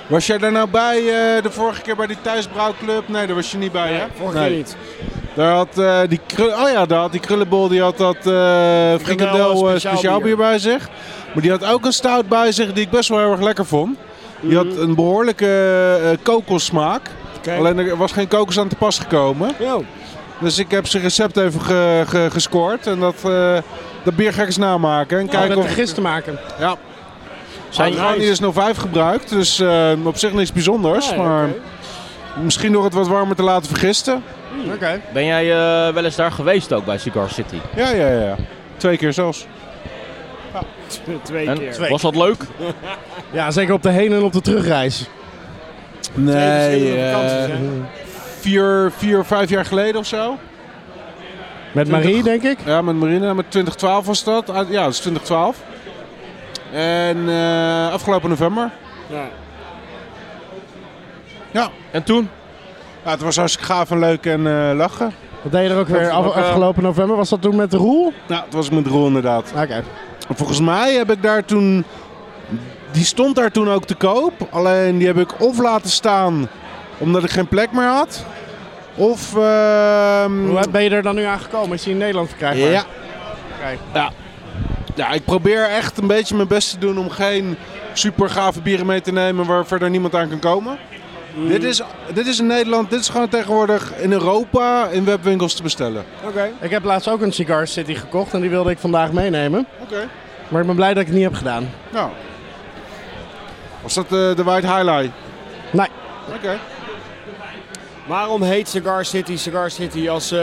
B: Was jij daar nou bij eh, de vorige keer bij die thuisbrouwclub? Nee, daar was je niet bij, hè?
D: Vorige
B: Nee.
D: keer niet.
B: Daar had eh, die krul- oh ja, daar had die krullenbol die had dat eh frikandel eh,
D: speciaal
B: speciaal,
D: bier.
B: bier. bij zich. Maar die had ook een stout bij zich die ik best wel heel erg lekker vond. Die had een behoorlijke eh, kokossmaak.
D: Oké.
B: Alleen er was geen kokos aan te pas gekomen.
D: Yo.
B: Dus ik heb zijn recept even ge- ge- gescoord. En dat, eh, dat bier ga ik eens namaken. En
C: Kijk,
B: kijken
C: met
B: of
C: de gist te maken.
B: ja,
A: Zijn,
B: Adriaan die is 05 gebruikt, dus eh, op zich niks bijzonders.
D: Ah, ja,
B: maar
D: oké.
B: misschien door het wat warmer te laten vergisten.
C: Oké.
A: ben jij eh, wel eens daar geweest ook bij Cigar City?
B: Ja, ja, ja. Twee keer zelfs.
D: Twee
A: En
D: keer.
A: was dat leuk?
C: Ja, zeker op de heen en op de terugreis.
D: verschillende
B: Nee, eh,
D: vakanties, hè?
B: vier, vier, vijf jaar geleden of zo.
C: Met Marie, denk ik.
B: Ja, met Marina, met 2012 was dat. Uit- Ja, dat is 2012. En eh, afgelopen november.
D: Ja.
B: Ja.
A: En toen?
B: ja, het was hartstikke gaaf en leuk en eh, lachen.
C: Dat deed je er ook weer
A: is
C: af-
A: ook, eh,
C: afgelopen november. Was dat toen met Roel? Oké.
B: Nou, het was met Roel inderdaad. Volgens mij heb ik daar toen. Die stond daar toen ook te koop. Alleen die heb ik of laten staan omdat ik geen plek meer had. Of. ehm,
C: Hoe ben je er dan nu aan gekomen? Is hij in Nederland verkrijgbaar?
B: ja.
C: Oké.
B: ja. Ja, ik probeer echt een beetje mijn best te doen om geen super gave bieren mee te nemen waar verder niemand aan kan komen.
D: Mm.
B: Dit, is, dit is in Nederland, dit is gewoon tegenwoordig in Europa in webwinkels te bestellen.
D: Oké.
C: Ik heb laatst ook een Cigar City gekocht en die wilde ik vandaag meenemen.
B: Oké.
C: Maar ik ben blij dat ik het niet heb gedaan.
B: Nou. Was dat eh, de White Highlight?
C: Nee.
B: Oké.
D: Waarom heet Cigar City Cigar City als ze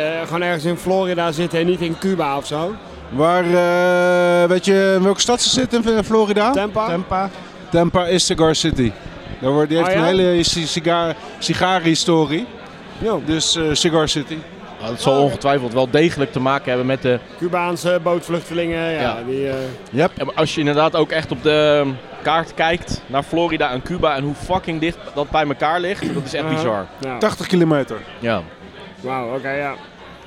D: eh, gewoon ergens in Florida zitten en niet in Cuba of zo?
B: Waar, eh, weet je, in welke stad ze zitten in Florida?
D: Tampa?
C: Tempa.
B: Tampa is Cigar City. Daar wordt, die heeft
D: Oh, ja?
B: een hele ci- cigaar- sigarenhistorie. Dus eh, Cigar City.
A: Nou, dat zal ongetwijfeld wel degelijk te maken hebben met de...
D: Cubaanse bootvluchtelingen. Ja,
A: Ja.
D: Die, eh,
A: Ja, maar als je inderdaad ook echt op de ehm, kaart kijkt naar Florida en Cuba en hoe fucking dicht dat bij elkaar ligt, dat is echt
D: Aha.
A: bizar.
D: nou,
B: 80 kilometer.
A: Ja.
D: Wauw, oké, ja.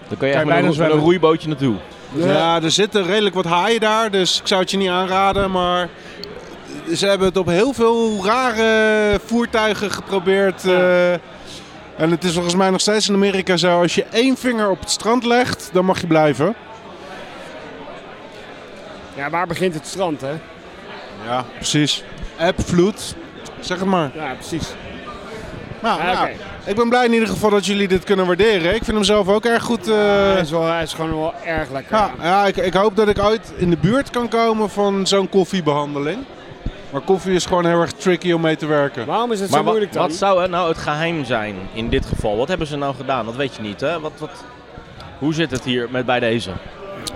A: Dan kan je echt
C: bijna
A: met een, met
C: zwemmen.
A: een roeibootje naartoe.
B: Ja, er zitten redelijk wat haaien daar, dus ik zou het je niet aanraden. Maar ze hebben het op heel veel rare voertuigen geprobeerd. eh, en het is volgens mij nog steeds in Amerika zo, als je één vinger op het strand legt, dan mag je blijven.
D: Ja, waar begint het strand, hè?
B: Ja, precies. App, vloed, zeg het maar.
D: Ja, precies.
B: Nou,
D: Ah,
B: nou,
D: oké.
B: ik ben blij in ieder geval dat jullie dit kunnen waarderen. Ik vind hem zelf ook erg goed. eh,
D: Hij is, wel, hij is gewoon wel erg lekker.
B: ja,
D: ja.
B: ja, ik, ik hoop dat ik ooit in de buurt kan komen van zo'n koffiebehandeling. Maar koffie is gewoon heel erg tricky om mee te werken.
D: Waarom is het zo
A: Maar wa-
D: moeilijk dan?
A: wat zou hè, nou het geheim zijn in dit geval? Wat hebben ze nou gedaan? Dat weet je niet, hè? Wat, wat... Hoe zit het hier met bij deze?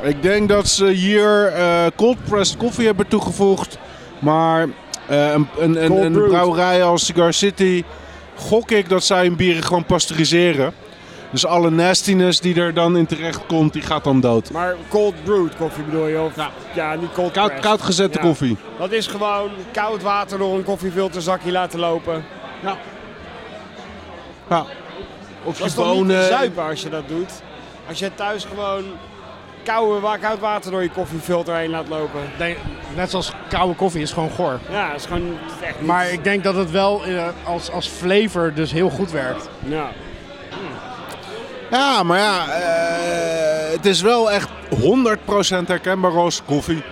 B: Ik denk dat ze hier eh, cold pressed koffie hebben toegevoegd. Maar eh, een, een,
D: Cold
B: een, een
D: brewed.
B: brouwerij als Cigar City gok ik dat zij hun bieren gewoon pasteuriseren. Dus alle nastiness die er dan in terecht komt, die gaat dan dood.
D: Maar cold brewed koffie bedoel je? Of, ja. niet cold
B: Koud,
D: pressed.
B: koud gezette
D: Ja.
B: koffie.
D: Dat is gewoon koud water door een koffiefilterzakje laten lopen.
B: Ja. Of
D: Dat
B: je
D: is toch niet te
B: bonen.
D: zuipen als je dat doet? Als je thuis gewoon koude, wa- koud water door je koffiefilter heen laat lopen.
C: Nee, Net zoals koude koffie is gewoon goor.
D: Ja, dat is gewoon dat is echt niet...
C: Maar ik denk dat het wel eh, als, als flavor dus heel goed werkt.
D: Ja.
B: Ja, maar ja, eh, het is wel echt 100% herkenbaar als koffie.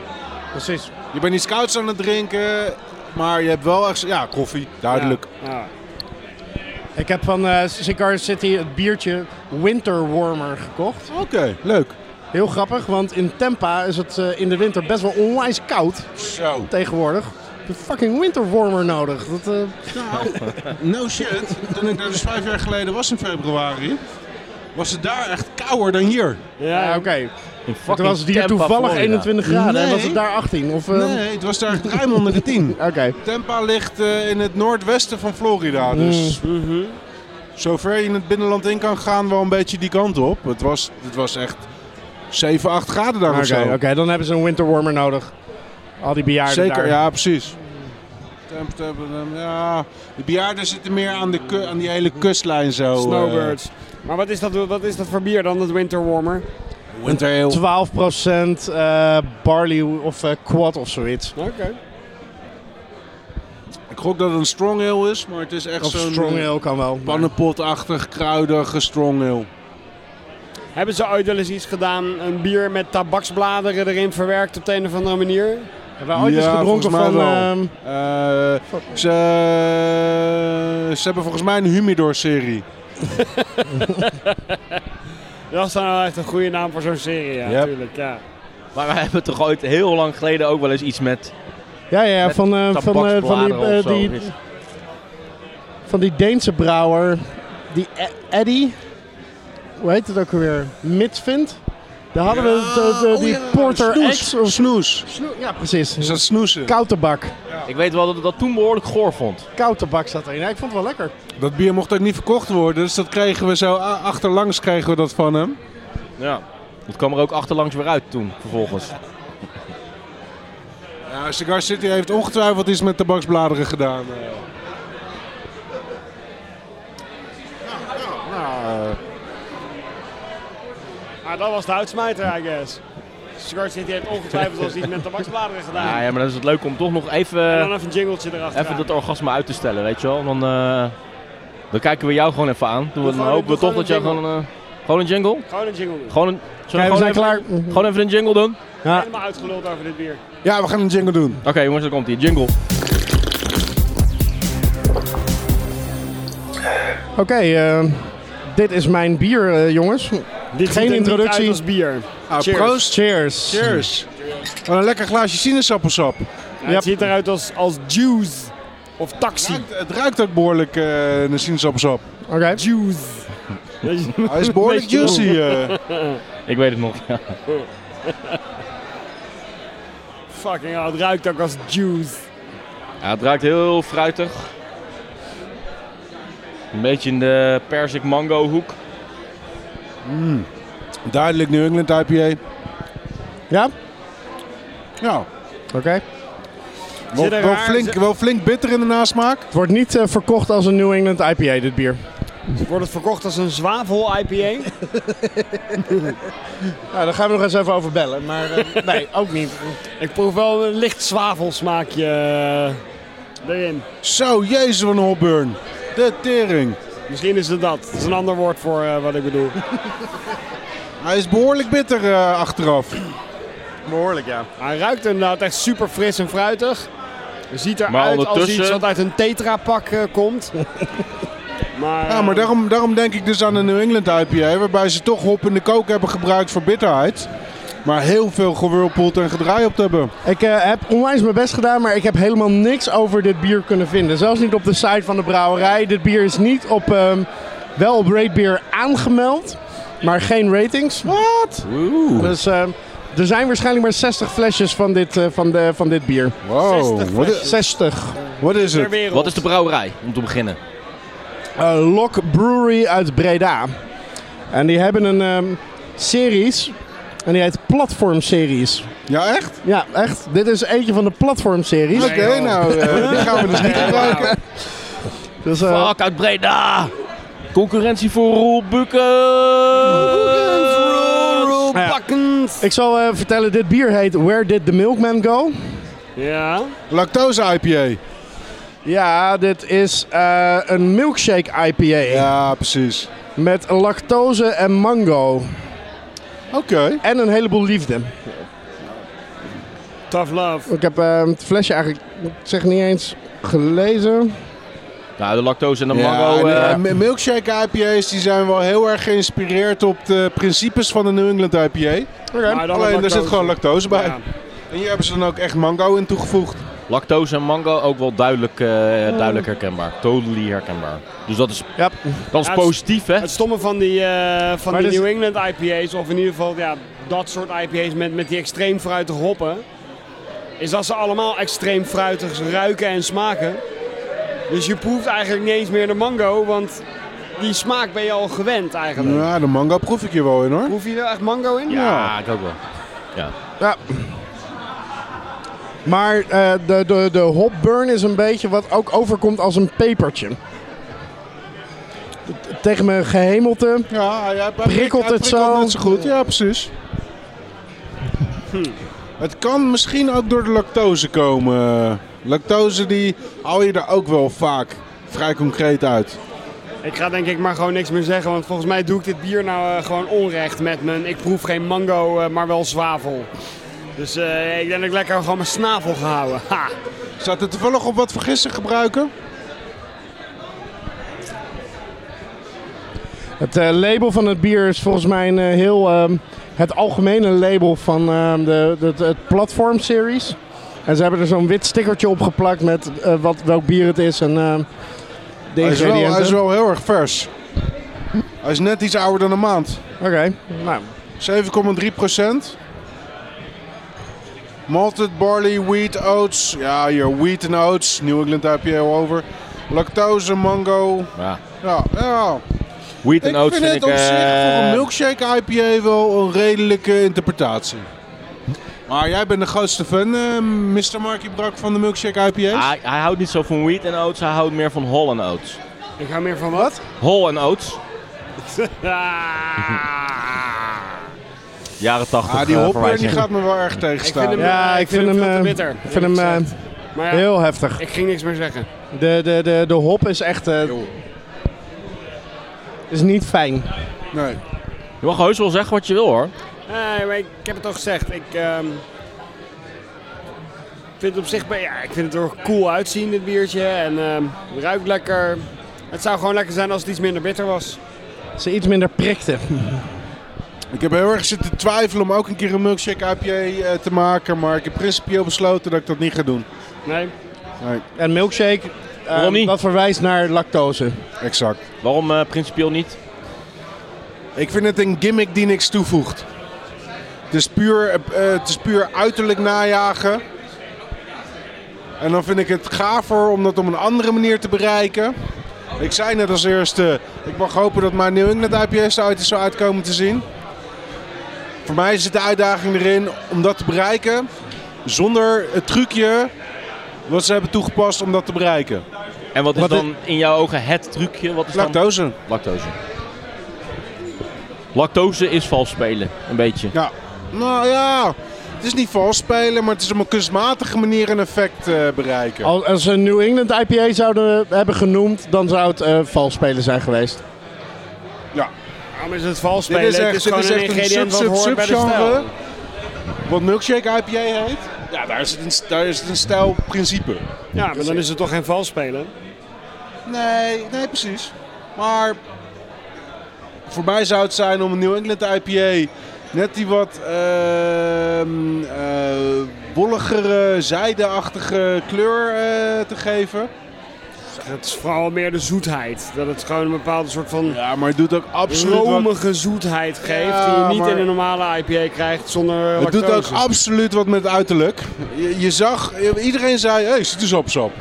C: Precies.
B: Je bent iets kouds aan het drinken, maar je hebt wel echt... Ja, koffie, duidelijk.
D: Ja.
C: Ik heb van eh, Cigar City het biertje Winter Warmer gekocht.
B: Oké, leuk.
C: Heel grappig, want in Tampa is het eh, in de winter best wel onwijs koud
B: Zo.
C: tegenwoordig. Heb je fucking Winter Warmer nodig. Dat, eh,
B: No shit. Toen ik daar dus vijf jaar geleden was in februari, was het daar echt kouder dan hier.
D: Ja,
C: ja, oké.
A: In
C: Het
A: fucking
C: was het hier
A: Tampa,
C: toevallig
A: Florida.
C: 21 graden en was
B: Nee.
C: het daar 18? Of, eh,
B: Nee, het was daar echt ruim onder de 10.
C: Oké.
B: Tampa ligt eh, in het noordwesten van Florida,
C: Mm.
B: dus zover je in het binnenland in kan gaan, wel een beetje die kant op. Het was, het was echt 7, 8 graden daar of
C: Oké,
B: zo.
C: oké, dan hebben ze een Winter Warmer nodig. Al die bejaarden
B: Zeker,
C: daar.
B: ja, precies. Tampa, Tampa, Tampa, ja. De bejaarden zitten meer aan, de ku- aan die hele kustlijn zo. eh,
D: Snowbirds. Maar wat is, dat, wat is dat voor bier dan, dat winter warmer?
B: eh, winter ale.
C: 12% eh, barley of eh, quad of zoiets.
D: Oké.
B: Ik gok dat het een strong ale is, maar het is echt
C: Of
B: zo'n
C: strong ale kan wel. maar-
B: pannenpotachtig, kruidige strong ale.
D: Hebben ze ooit wel eens iets gedaan, een bier met tabaksbladeren erin verwerkt op de een of andere manier?
C: Hebben we ooit eens
B: Ja,
C: gedronken
B: volgens
C: van...
B: mij wel.
C: ehm,
B: Eh, ze, ze hebben volgens mij een humidor-serie.
D: Dat is dan wel echt een goede naam voor zo'n serie, ja,
B: Yep.
D: natuurlijk. Ja.
A: Maar wij hebben toch ooit heel lang geleden ook wel eens iets met
C: ja, ja,
A: Met
C: van, eh, van, eh, van, die,
A: tabaksbladeren
C: eh,
A: of zo.
C: die, van die Deense brouwer, die E- Eddy, hoe heet het ook alweer, Midvind. Daar hadden we de,
B: Oh,
C: de- die Porter X.
B: nou, Snoes.
C: Of,
B: Snoes.
C: oh Snoe- ja, precies.
B: Is dat snoesen?
C: Koud tabak.
A: Ik weet wel dat ik dat toen behoorlijk goor vond.
C: Koud tabak zat erin. Ja, ik vond het wel lekker.
B: Dat bier mocht ook niet verkocht worden, dus dat kregen we zo a- achterlangs kregen we dat van hem.
A: Ja. Dat kwam er ook achterlangs weer uit toen, vervolgens.
B: Ja, Cigar City heeft ongetwijfeld iets met tabaksbladeren gedaan. eh.
D: Maar dat was de uitsmijter, I guess. Cigar City heeft ongetwijfeld wel eens iets met tabaksbladeren gedaan.
A: Ah, Ja, ja, maar dan is het leuk om toch nog even,
D: En dan even een jingletje erachter.
A: even dat orgasme uit te stellen, weet je wel. Dan, eh, dan kijken we jou gewoon even aan. Doen we, dan
D: gewoon-
A: hopen we
D: doe
A: toch
D: gewoon
A: dat jij
D: een
A: gewoon... een, eh, gewoon een jingle?
D: Gewoon een jingle doen.
A: Gewoon een... Zullen
C: Kijk,
A: we
C: we
A: gewoon
C: zijn
A: even,
C: klaar.
A: gewoon even een jingle doen?
C: Ja.
D: Helemaal uitgeluld over dit bier.
B: Ja, we gaan een jingle doen.
A: Oké jongens, daar komt die jingle.
C: Oké, eh, dit is mijn bier, eh, jongens.
D: Dit
C: Geen introductie.
D: als bier.
B: Ah,
D: Cheers.
B: proost.
C: Cheers.
B: Cheers. Wat een lekker glaasje sinaasappelsap.
D: Ja, Het ziet eruit als, als juice. Of taxi.
B: ruikt- het ruikt ook behoorlijk eh naar sinaasappelsap.
C: Oké.
D: Juice.
B: Hij is behoorlijk
D: Beetje
B: juicy. eh.
A: Ik weet het nog. ja.
D: Fucking hell, het ruikt ook als juice.
A: Ja, het ruikt heel fruitig. Een beetje in de persik mango hoek.
B: Duidelijk New England IPA.
C: Ja?
B: Ja,
C: Oké.
B: wel,
D: Zit er
B: wel
D: raar-
B: flink,
D: zit-
B: wel flink bitter in de nasmaak.
C: Het wordt niet eh, verkocht als een New England IPA, dit bier.
D: Wordt het verkocht als een zwavel IPA?
C: Nou, daar gaan we nog eens even over bellen. Maar eh, nee, ook niet.
D: Ik proef wel een licht zwavelsmaakje eh, erin.
B: Zo, jezus van Holburn. De tering.
D: Misschien is het dat. Dat is een ander woord voor eh, wat ik bedoel.
B: Hij is behoorlijk bitter eh, achteraf.
C: Behoorlijk, ja.
D: Hij ruikt inderdaad echt super fris en fruitig. Hij Ziet eruit
A: Maar
D: als
A: ondertussen-
D: iets wat uit een tetrapak pak eh, komt. maar, eh,
B: Ja, maar daarom, daarom denk ik dus aan de New England IPA, waarbij ze toch hop in de kook hebben gebruikt voor bitterheid. Maar heel veel gewurpeld en gedraaid hebben.
C: Ik eh, heb onwijs mijn best gedaan, maar ik heb helemaal niks over dit bier kunnen vinden. Zelfs niet op de site van de brouwerij. Dit bier is niet op, ehm, wel op Rate Beer aangemeld, maar geen ratings. Wat?
A: Oeh.
C: Dus ehm, er zijn waarschijnlijk maar 60 flesjes van dit, eh, van de, van dit bier.
B: Wow,
D: 60
B: wat i-
D: flesjes.
C: 60.
B: wat is
D: ter
B: het?
D: wereld.
A: Wat is de brouwerij, om te beginnen?
C: eh Lok Brewery uit Breda. En die hebben een ehm, series. En die heet Platform Series.
B: Ja, echt?
C: Ja, echt. Dit is eentje van de Platform Series.
B: Oké, nou, eh, die gaan we dus niet gebruiken.
C: Dus, eh,
A: Fuck uit Breda! Concurrentie voor Roel Bukken!
C: ja.
D: Pakkend.
C: ik zal eh, vertellen, dit bier heet Where Did the Milkman Go?
D: Ja.
B: Lactose IPA.
C: Ja, dit is eh, een milkshake IPA
B: Ja, precies.
C: met lactose en mango.
B: Oké.
C: En een heleboel liefde.
D: Tough love.
C: Ik heb eh, het flesje eigenlijk, ik zeg niet eens, gelezen.
A: Nou, de lactose en de
B: Ja,
A: mango.
B: en,
A: eh,
B: eh, mi- milkshake IPA's die zijn wel heel erg geïnspireerd op de principes van de New England IPA.
D: Maar dan
B: Alleen
D: met
B: er zit gewoon lactose bij.
D: Ja.
B: En hier hebben ze dan ook echt mango in toegevoegd.
A: Lactose en mango ook wel duidelijk, eh, duidelijk herkenbaar. Totally herkenbaar. Dus dat is,
C: Ja.
A: dat is
D: Ja, het-
A: positief, hè?
D: Het stomme van die, eh, van
C: Maar
D: die
C: dus-
D: New England IPA's, of in ieder geval ja, dat soort IPA's met, met die extreem fruitige hoppen, is dat ze allemaal extreem fruitig ruiken en smaken. Dus je proeft eigenlijk niet eens meer de mango, want die smaak ben je al gewend eigenlijk.
B: Ja, de mango proef ik hier wel in hoor.
D: Proef je er echt mango in?
A: Ja, ik ook wel.
C: Ja. Maar eh, de, de, de hopburn is een beetje wat ook overkomt als een pepertje. T- Tegen mijn gehemelte.
B: Ja, hij, hij
C: Prikkelt
B: hij
C: het zo?
B: net zo goed. Ja, precies. Het kan misschien ook door de lactose komen. Lactose die haal je er ook wel vaak vrij concreet uit.
D: Ik ga denk ik maar gewoon niks meer zeggen, want volgens mij doe ik dit bier nou eh, gewoon onrecht met mijn. Ik proef geen mango, eh, maar wel zwavel. Dus eh, ik denk dat ik lekker gewoon mijn snavel ga houden. Ha!
B: Staat er toevallig op wat vergissen gebruiken?
C: Het eh, label van het bier is volgens mij een eh, heel. ehm, het algemene label van ehm, de, de, de- het Platform Series. En ze hebben er zo'n wit stickertje op geplakt met eh, wat, welk bier het is en ehm, de
B: Hij is, wel,
C: ingrediënten.
B: hij is wel heel erg vers. Hij is net iets ouder dan een maand.
C: Oké, nou.
B: 7,3 procent. Malted barley, wheat, oats. Ja, hier wheat en oats. New England IPA al over. Lactose, mango.
A: Ja.
B: Ja, ja.
A: Wheat
B: Ik
A: en oats
B: vind
A: vind
B: het
A: ik...
B: op zich voor
A: eh,
B: een milkshake IPA wel een redelijke interpretatie. Maar jij bent de grootste fan, eh, Mr. Marky Brak, van de milkshake IPA's?
A: hij, hij houdt niet zo van wheat en oats, hij houdt meer van hol en oats.
D: Ik hou meer van wat?
A: Hol en oats,
D: Ah.
A: jaren 80
B: Ah, die
A: eh,
B: hopper die
A: verwijzing.
B: gaat me wel erg
D: Ik
B: tegenstaan.
D: vind hem-
C: Ja,
D: eh,
C: ik vind hem.
D: veel te
C: eh,
D: bitter,
C: Ik vind hem
D: eerlijk
C: eh,
D: gezegd. Maar ja,
C: heel heftig.
D: ik ging niks meer zeggen.
C: De, de, de, de hop is echt. eh, is niet fijn.
B: Nee.
A: Je mag heus wel zeggen wat je wil hoor.
D: Nee, maar ik, ik heb het al gezegd. Ik ehm, vind het op zich bij, ja, ik vind het er cool uitzien, dit biertje. En ehm, het ruikt lekker. Het zou gewoon lekker zijn als het iets minder bitter was.
C: Ze iets minder prikte.
B: Ik heb heel erg zitten twijfelen om ook een keer een milkshake IPA eh, te maken. Maar ik heb principieel besloten dat ik dat niet ga doen.
D: Nee?
B: Nee.
C: En milkshake Ehm,
A: Waarom niet?
C: Dat verwijst naar lactose.
B: Exact.
A: Waarom eh, principieel niet?
B: Ik vind het een gimmick die niks toevoegt. Het is puur, eh, eh, het is puur uiterlijk najagen. En dan vind ik het gaver om dat op een andere manier te bereiken. Ik zei net als eerste, ik mag hopen dat mijn New England IPS uit is zo uitkomen te zien. Voor mij zit de uitdaging erin om dat te bereiken zonder het trucje wat ze hebben toegepast om dat te bereiken.
A: En wat is
B: Wat
A: dan in jouw ogen het trucje? Wat is dan-
B: Lactose.
A: Lactose. Lactose is vals spelen, een beetje.
B: Ja. Nou ja, het is niet vals spelen, maar het is op een kunstmatige manier een effect eh, bereiken.
C: Als, als ze een New England IPA zouden hebben genoemd, dan zou het eh vals spelen zijn geweest.
D: Waarom is het vals
B: dit
D: spelen?
B: is echt,
D: het is
B: dit
D: gewoon
B: is echt een
D: een
B: sub,
D: ingrediënt wat
B: sub,
D: hoort bij de
B: subgenre.
D: stijl.
B: Wat milkshake IPA heet. Ja, daar is het een, daar is het een stijlprincipe.
D: Ja, maar dan is het toch geen vals spelen?
B: Nee, nee, precies. Maar voor mij zou het zijn om een New England IPA net die wat ehm eh, wolligere, zijdeachtige kleur eh, te geven.
D: Het is vooral meer de zoetheid. Dat het gewoon een bepaalde soort van
B: Ja, maar het doet ook absoluut wat
D: romige zoetheid geeft.
B: Ja,
D: die je niet
B: maar-
D: in een normale IPA krijgt zonder
B: Het doet ook
D: lactose.
B: absoluut wat met het uiterlijk. Je, je zag, iedereen zei, hé, hey, zit dus op sap.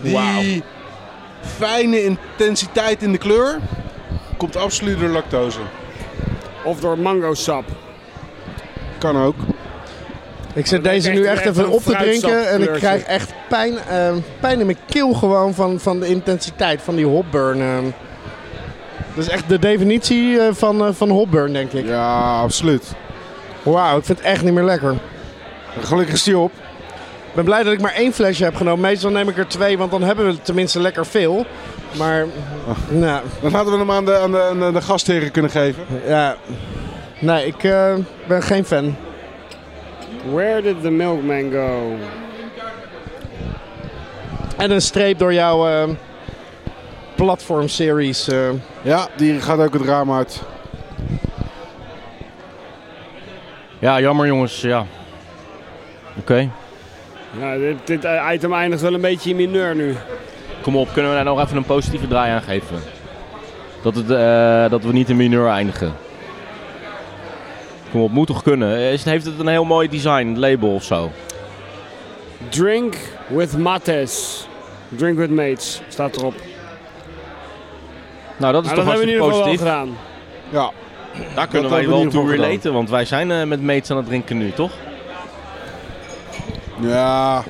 B: Die
A: Wauw.
B: fijne intensiteit in de kleur komt absoluut door lactose.
D: Of door mango sap.
B: Kan ook.
C: Ik zit
D: lijkt
C: deze
D: echt-
C: nu echt
D: echt
C: even
D: een
C: op te drinken en ik
D: fruitsapkleurtje.
C: krijg echt pijn, eh, pijn in mijn keel gewoon van, van de intensiteit, van die hopburn. eh. Dat is echt de definitie eh, van, eh, van hopburn, denk ik.
B: Ja, absoluut.
C: Wauw, ik vind het echt niet meer lekker.
B: Gelukkig is die op.
C: Ik ben blij dat ik maar één flesje heb genomen. Meestal neem ik er twee, want dan hebben we het tenminste lekker veel. Maar, nou,
B: Dan hadden we hem aan de, aan de, aan de, de gastheren kunnen geven.
C: ja. Nee, ik eh, ben geen fan.
D: Where did the milkman go?
C: En een streep door jouw eh, platform-series. eh.
B: Ja, die gaat ook het raam uit.
A: Ja, jammer jongens, ja. Oké,
D: Ja, dit, dit eh, item eindigt wel een beetje in mineur nu.
A: kom op. Kunnen we daar nog even een positieve draai aan geven? Dat, het, eh, dat we niet in mineur eindigen. Kom op, moet toch kunnen? Is, heeft het een heel mooi design, label of zo?
D: Drink with mates. Drink with mates staat erop.
A: Nou, dat is
D: Nou,
A: toch
D: dat hebben we in
A: hartstikke
D: ieder geval wel
A: positief.
D: gedaan.
B: Ja.
A: Daar kunnen
B: Dat
A: wij
B: hebben
A: wel
B: we in
A: toe
B: ieder geval
A: relaten, want wij zijn eh, met mates aan het drinken nu, toch?
B: Ja.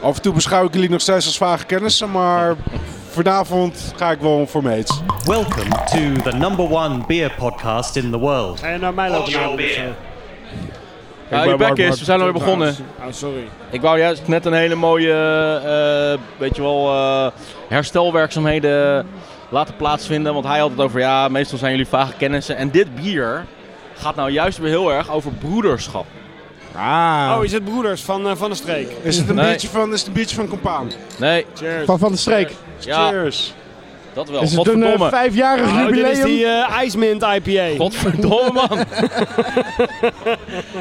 B: Af en toe beschouw ik jullie nog steeds als vage kennissen, maar vanavond ga ik wel voor mates.
E: Welcome to the number one beer podcast in the world.
D: En naar mij lopen
E: Hold your
D: namen, dus,
E: beer.
D: eh.
A: Ja, je bek is, we zijn alweer begonnen.
D: Oh, sorry.
A: Ik wou juist net een hele mooie, eh, eh, weet je wel, eh, herstelwerkzaamheden laten plaatsvinden. Want hij had het over, ja, meestal zijn jullie vage kennissen. En dit bier gaat nou juist weer heel erg over broederschap.
C: Ah.
D: Oh, is het broeders van, eh, van de streek?
B: Is het een
A: Nee.
B: biertje van, is het een biertje van Compaan?
A: Nee,
D: Cheers.
C: van Van de Streek.
A: ja,
B: Cheers.
A: dat wel.
C: Is het een eh,
A: Godverdomme.
C: vijfjarig
D: Oh, dit
C: jubileum?
D: is die eh, IJsmint IPA.
A: Godverdomme, man.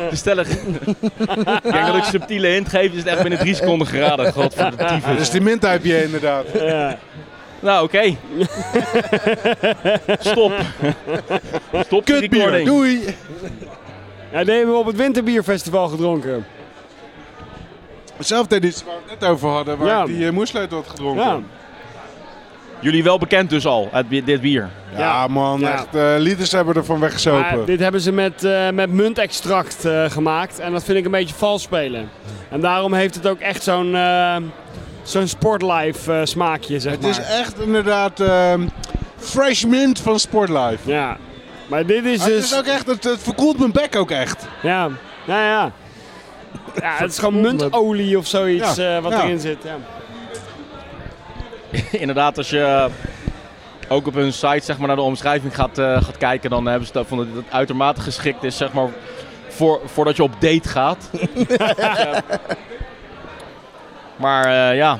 A: De stellig. Ik denk dat ik subtiele hint geef, is het echt binnen drie seconden geraden. Godverdomme.
B: Dat is die mint IPA inderdaad.
A: Nou, oké. Stop. Stop de
B: Kutbier,
A: recording.
B: doei!
D: Ja, die hebben we op het Winterbierfestival gedronken.
B: Hetzelfde editie waar we het net over hadden, waar
D: Ja.
B: ik die uh, moesleutel had gedronken.
D: Ja.
B: Ja,
A: Jullie wel bekend dus al, het, bi- dit bier.
D: Ja.
B: man,
D: Ja.
B: echt, eh leaders hebben ervan weggezopen.
D: Maar dit hebben ze met, eh, met muntextract eh, gemaakt. En dat vind ik een beetje vals spelen. En daarom heeft het ook echt zo'n eh, zo'n sportlife eh, smaakje, zeg
B: het
D: maar.
B: is echt inderdaad ehm, fresh mint van Sportlife.
D: Ja. Maar dit is
B: Maar
D: dus...
B: het, Ah, is ook echt, het, het verkoelt mijn bek ook echt.
D: Ja, nou ja. Ja, het is gewoon muntolie of zoiets
B: Ja,
D: eh, wat
B: ja.
D: erin zit. Ja.
A: Inderdaad, als je eh, ook op hun site zeg maar, naar de omschrijving gaat, eh, gaat kijken, dan hebben ze het over dat het uitermate geschikt is zeg maar, voor, voordat je op date gaat. Ja. Maar eh, ja,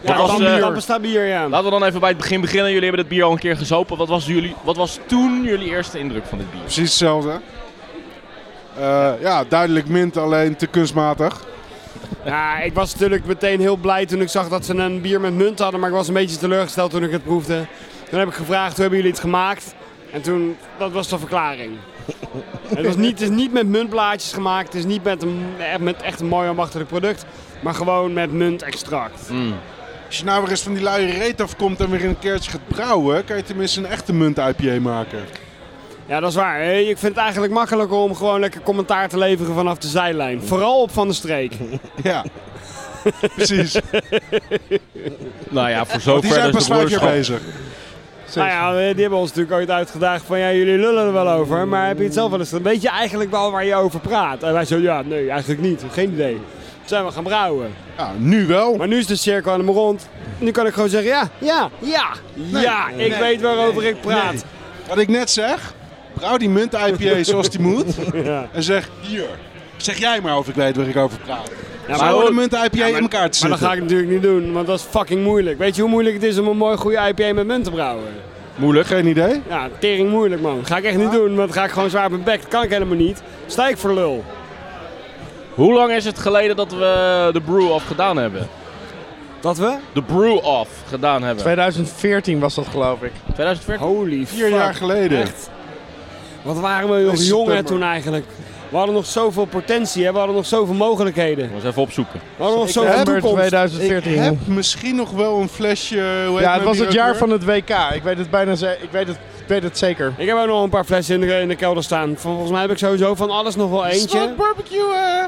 D: Ja,
A: was,
D: dan,
A: eh,
D: dan bestaat bier, ja.
A: laten we dan even bij het begin beginnen. Jullie hebben dit bier al een keer gezopen. Wat was, jullie, wat was toen jullie eerste indruk van dit bier?
B: Precies hetzelfde. Eh, ja, duidelijk mint, alleen te kunstmatig.
D: Ja, ik was natuurlijk meteen heel blij toen ik zag dat ze een bier met munt hadden. Maar ik was een beetje teleurgesteld toen ik het proefde. Toen heb ik gevraagd, hoe hebben jullie het gemaakt? En toen, dat was de verklaring. het, was niet, het is niet met muntblaadjes gemaakt. Het is niet met, een, met echt een mooi ambachtelijk product. Maar gewoon met muntextract.
B: Als je nou weer eens van die luie reet afkomt en weer een keertje gaat brouwen, kan je tenminste een echte munt-IPA maken.
D: Ja, dat is waar. hè. Ik vind het eigenlijk makkelijker om gewoon lekker commentaar te leveren vanaf de zijlijn. Vooral op Van de Streek.
B: Ja, precies.
A: Nou ja, voor
B: Want
A: zover
B: die zijn
A: dus
B: pas
A: de
B: vijf jaar
A: woordenschat.
B: bezig.
D: Nou ja, die hebben ons natuurlijk ooit uitgedaagd van ja, jullie lullen er wel over, maar heb je het zelf wel eens gedaan? Weet je eigenlijk wel waar je over praat? En wij zo, ja, nee, eigenlijk niet. Geen idee. Toen zijn we gaan brouwen.
B: Ja, Nou, nu wel.
D: Maar nu is de cirkel aan hem rond. Nu kan ik gewoon zeggen, ja, ja, ja, ja, ik
B: nee,
D: weet waarover ik praat.
B: Wat ik net zeg, brouw die munt-IPA zoals die moet.
D: Ja.
B: En zeg, hier, zeg jij maar of ik weet waar ik over praat.
D: Ja,
B: Zo
D: maar,
B: de munt-IPA in elkaar te
D: maar dat
B: zetten.
D: ga ik natuurlijk niet doen, want dat is fucking moeilijk. Weet je hoe moeilijk het is om een mooi goede IPA met munt te brouwen?
B: Moeilijk, geen idee.
D: Ja, tering moeilijk man. Ga ik echt niet doen, want dan ga ik gewoon zwaar op mijn bek. Dat kan ik helemaal niet. Sta ik voor lul.
A: Hoe lang is het geleden dat we de brew-off gedaan hebben?
D: Dat we?
A: De brew-off gedaan hebben.
C: 2014 was dat geloof ik.
A: 2014?
D: Holy
B: Vier jaar geleden.
D: Echt. Wat waren we nog
B: In
D: jong hè,
B: september.
D: toen eigenlijk. We hadden nog zoveel potentie, hè? we hadden nog zoveel mogelijkheden.
A: Moet eens even opzoeken.
D: We hadden nog zoveel
C: September
D: toekomst.
C: 2014.
B: Ik heb misschien nog wel een flesje... Hoe heet
C: ja, het
B: nou
C: was
B: die
C: het
B: ook
C: jaar
B: weer?
C: van het WK. Ik weet het bijna ze- ik weet het, ik weet het zeker.
D: Ik heb ook nog een paar flessen in de, in de kelder staan. Volgens mij heb ik sowieso van alles nog wel eentje.
B: Smaak barbecue, hè?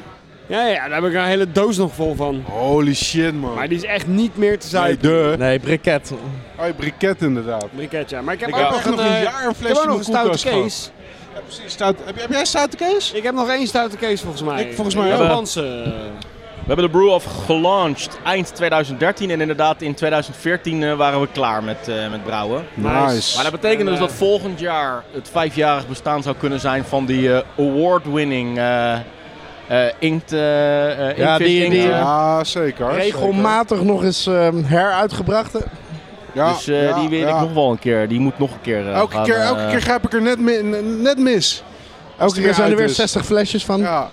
D: Ja, ja, daar heb ik een hele doos nog vol van.
B: Holy shit, man.
D: Maar die is echt niet meer te
B: Nee,
D: zuipen.
B: de.
C: Nee, briket.
B: Oh, je briket inderdaad.
D: Briket, ja. Maar ik heb
B: Ik
D: ook
B: heb
D: nog
B: echt nog
D: een,
B: een
D: eh,
B: jaar een
D: ik heb ook
B: flesje
D: nog
B: in
D: een
B: mijn
D: stoute
B: koelkast gehad.
D: case.
B: Ja, precies. Stout- heb, heb jij stoute kees?
D: Ik heb nog één stoute case volgens mij.
B: Ik volgens mij
D: Een
B: ook.
D: Japanse.
A: We hebben de brew-off gelanceerd eind 2013 en inderdaad in 2014 eh, waren we klaar met, eh, met brouwen.
D: Nice.
A: Maar dat betekent
D: En,
A: dus
D: eh,
A: dat volgend jaar het vijfjarig bestaan zou kunnen zijn van die eh, award-winning eh eh, inkt, eh, eh,
C: Ja,
A: inktvis
C: die-
A: inkt,
C: die-
A: eh.
B: Ja, zeker.
C: Regelmatig nog eens ehm, heruitgebracht.
B: zeker. Ja,
A: dus eh,
B: ja,
A: die wil
B: ja.
A: ik nog wel een keer. Die moet nog een keer. eh,
B: Elke
A: gaan,
B: keer,
A: eh,
B: elke keer grijp ik er net, mi- net mis. Als
C: Elke
B: die
C: keer zijn er
B: uit
C: weer
B: is.
C: 60 flesjes van.
B: Ja.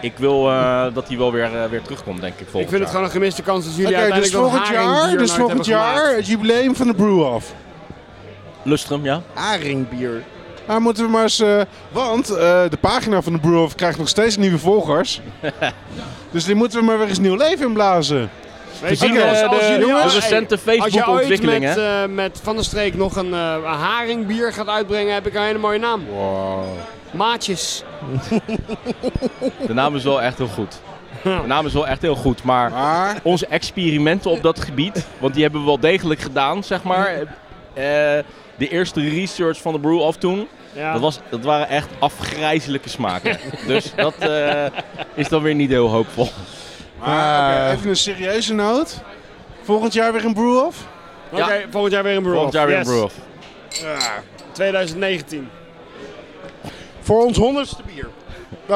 A: Ik wil eh, dat die wel weer, eh, weer terugkomt, denk ik. Volgend
D: Ik vind het
A: jaar.
D: gewoon een gemiste kans dat
B: Oké,
D: jullie
B: dus
D: uiteindelijk dat
B: volgend
D: haringbier
B: jaar, dus
D: nooit
B: volgend
D: hebben gemaakt.
B: jaar het jubileum van de brew off.
A: Lustrum, ja.
C: Haringbier.
B: Daar moeten we maar eens, eh, want eh, de pagina van de brew off krijgt nog steeds nieuwe volgers. dus die moeten we maar weer eens nieuw leven inblazen.
D: Weet
A: Gezien
D: je, eh,
A: de-
D: als- als
A: de-
D: jullie-
A: de
D: als-
A: recente
D: hey,
A: Facebook-ontwikkelingen,
D: Als je ooit met, eh, met Van der Streek nog een, eh, een haringbier gaat uitbrengen, heb ik een hele mooie naam.
B: Wow.
D: Maatjes.
A: De naam is wel echt heel goed. De naam is wel echt heel goed, maar
B: Maar,
A: onze experimenten op dat gebied, want die hebben we wel degelijk gedaan, zeg maar. Eh, eh, de eerste research van de brew af toen,
D: Ja.
A: dat, was, dat waren echt afgrijzelijke smaken. dus dat eh, is dan weer niet heel hoopvol.
B: maar
C: Eh.
B: Ah, oké, even een serieuze noot. Volgend jaar weer een brew off?
D: Oké, volgend jaar weer een brew
A: Volgend jaar weer een
D: Yes.
A: brew off.
D: 2019.
C: Voor ons honderdste bier.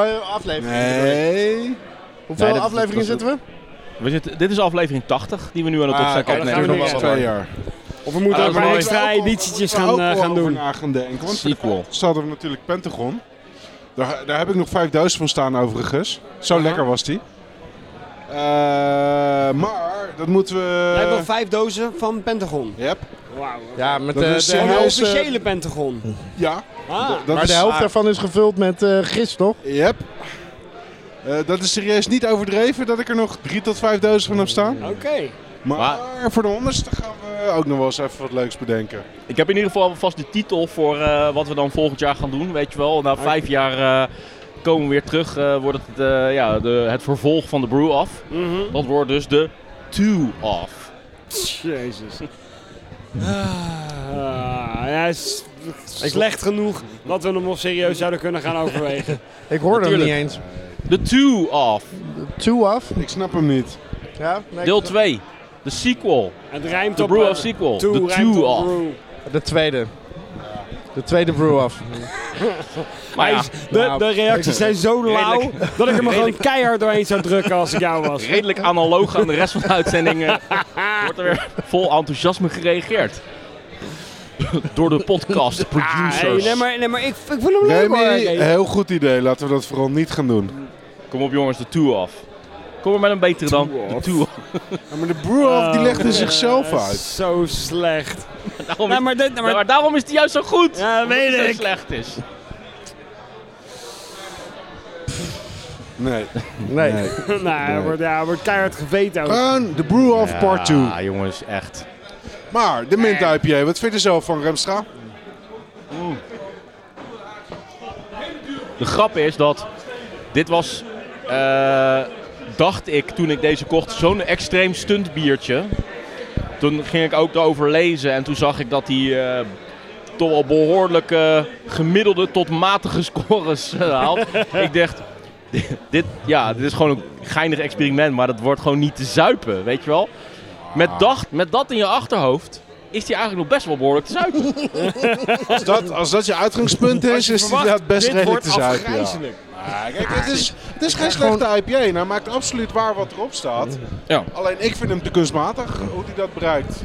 C: Eh, aflevering.
B: Nee.
C: Hoeveel
A: Nee, dat-
C: afleveringen
A: dat-
C: zitten we?
A: We zitten, dit is aflevering 80 die we nu aan het
B: Ah,
A: opzetten Oh,
B: oké,
D: dan
A: opnemen.
D: gaan we
B: Nog
D: nog wel
B: twee jaar.
D: Of we moeten
A: Ah,
D: ook
A: dat
D: maar
A: is
D: extra
B: Daar
D: editietjes
B: moeten we
D: gaan,
B: ook
D: eh,
B: wel
D: gaan doen.
B: over na gaan denken, want
A: Sequel.
B: Ze hadden we natuurlijk Pentagon. Daar, daar heb ik nog vijf dozen van staan overigens. Zo
D: Aha.
B: lekker was die. Eh, maar dat moeten we...
D: Jij hebt wel vijf dozen van Pentagon.
B: Yep.
D: Wauw.
C: Ja, met
B: Dat
C: eh,
B: is
C: de,
B: serieus.
D: Van de
C: helft, eh,
D: officiële Pentagon.
B: Ja.
D: Ah.
B: dat
C: maar
B: is
C: de helft
B: zwaar.
C: daarvan is gevuld met eh gist, toch?
B: Yep. Eh, dat is serieus niet overdreven dat ik er nog drie tot vijf dozen van heb staan.
D: Oké.
B: Maar, voor de honderdste gaan we ook nog wel eens even wat leuks bedenken.
A: Ik heb in ieder geval alvast de titel voor eh, wat we dan volgend jaar gaan doen. Weet je wel, na vijf jaar eh, komen we weer terug. eh, wordt het eh, ja, de, het vervolg van de brew af.
D: Mhm.
A: Dat wordt dus de two off.
D: Jezus. Ah, ja, is slecht genoeg dat we hem nog serieus zouden kunnen gaan overwegen.
C: Ik hoorde hem niet
A: Natuurlijk.
C: eens.
A: De two off.
C: Two af.
B: Ik snap hem niet.
C: Ja, nee,
A: Deel
C: ik-
A: 2. De sequel.
D: Het rijmt
A: De
D: op...
A: brew
D: eh,
A: off sequel.
D: Two
A: De
D: rijmt
A: two
D: op
A: off.
D: brew.
C: De tweede. De tweede brew af.
A: Maar ja,
D: De, de reacties zijn zo lauw dat ik hem er gewoon keihard doorheen zou drukken als ik jou was.
A: redelijk analoog aan de rest van de uitzendingen wordt er weer vol enthousiasme gereageerd. Door de podcast
D: Ah,
A: producers.
D: hey, nee, maar, nee, maar ik, ik vind hem leuk hoor.
B: Remy,
D: Hey.
B: heel goed idee. Laten we dat vooral niet gaan doen.
A: Kom op jongens, de two off. Kom er met een betere dan.
D: Two
A: De
D: off.
A: Two off.
B: Ja, maar de Brewer die legde zichzelf
D: Eh,
B: uit.
D: Zo slecht.
A: Daarom
D: Nou,
A: is,
D: maar dit,
A: maar,
D: maar,
A: daarom is die juist zo goed.
D: ja,
A: Omdat het
D: weet
A: zo
D: ik.
A: slecht is.
B: Nee.
C: Nee.
B: nee.
D: Nou, hij wordt, ja, hij wordt keihard geveten. ook.
B: Gewoon de Brew of Part 2.
A: Ja, Ah, jongens, echt.
B: Maar de Mint IPA, wat vind je zelf van Remstra?
A: De grap is dat dit was, eh, dacht ik toen ik deze kocht, zo'n extreem stunt biertje. Toen ging ik ook erover lezen en toen zag ik dat hij eh, toch wel behoorlijk eh, gemiddelde tot matige scores eh, haalt. ik dacht, dit, dit- ja, dit is gewoon een geinig experiment, maar dat wordt gewoon niet te zuipen, weet je wel. Met, dacht, met dat in je achterhoofd is hij eigenlijk nog best wel behoorlijk te zuipen.
B: Als dat, als dat je uitgangspunt
D: Als
B: is,
D: je
B: is het
D: verwacht,
B: inderdaad best
D: dit
B: redelijk
D: wordt
B: te zuipen. ja.
D: afgrijzelijk.
B: Ja, kijk, het is, het is geen slechte IPA. en Hij maakt absoluut waar wat erop staat.
A: Ja.
B: Alleen ik vind hem te kunstmatig, hoe hij dat bereikt.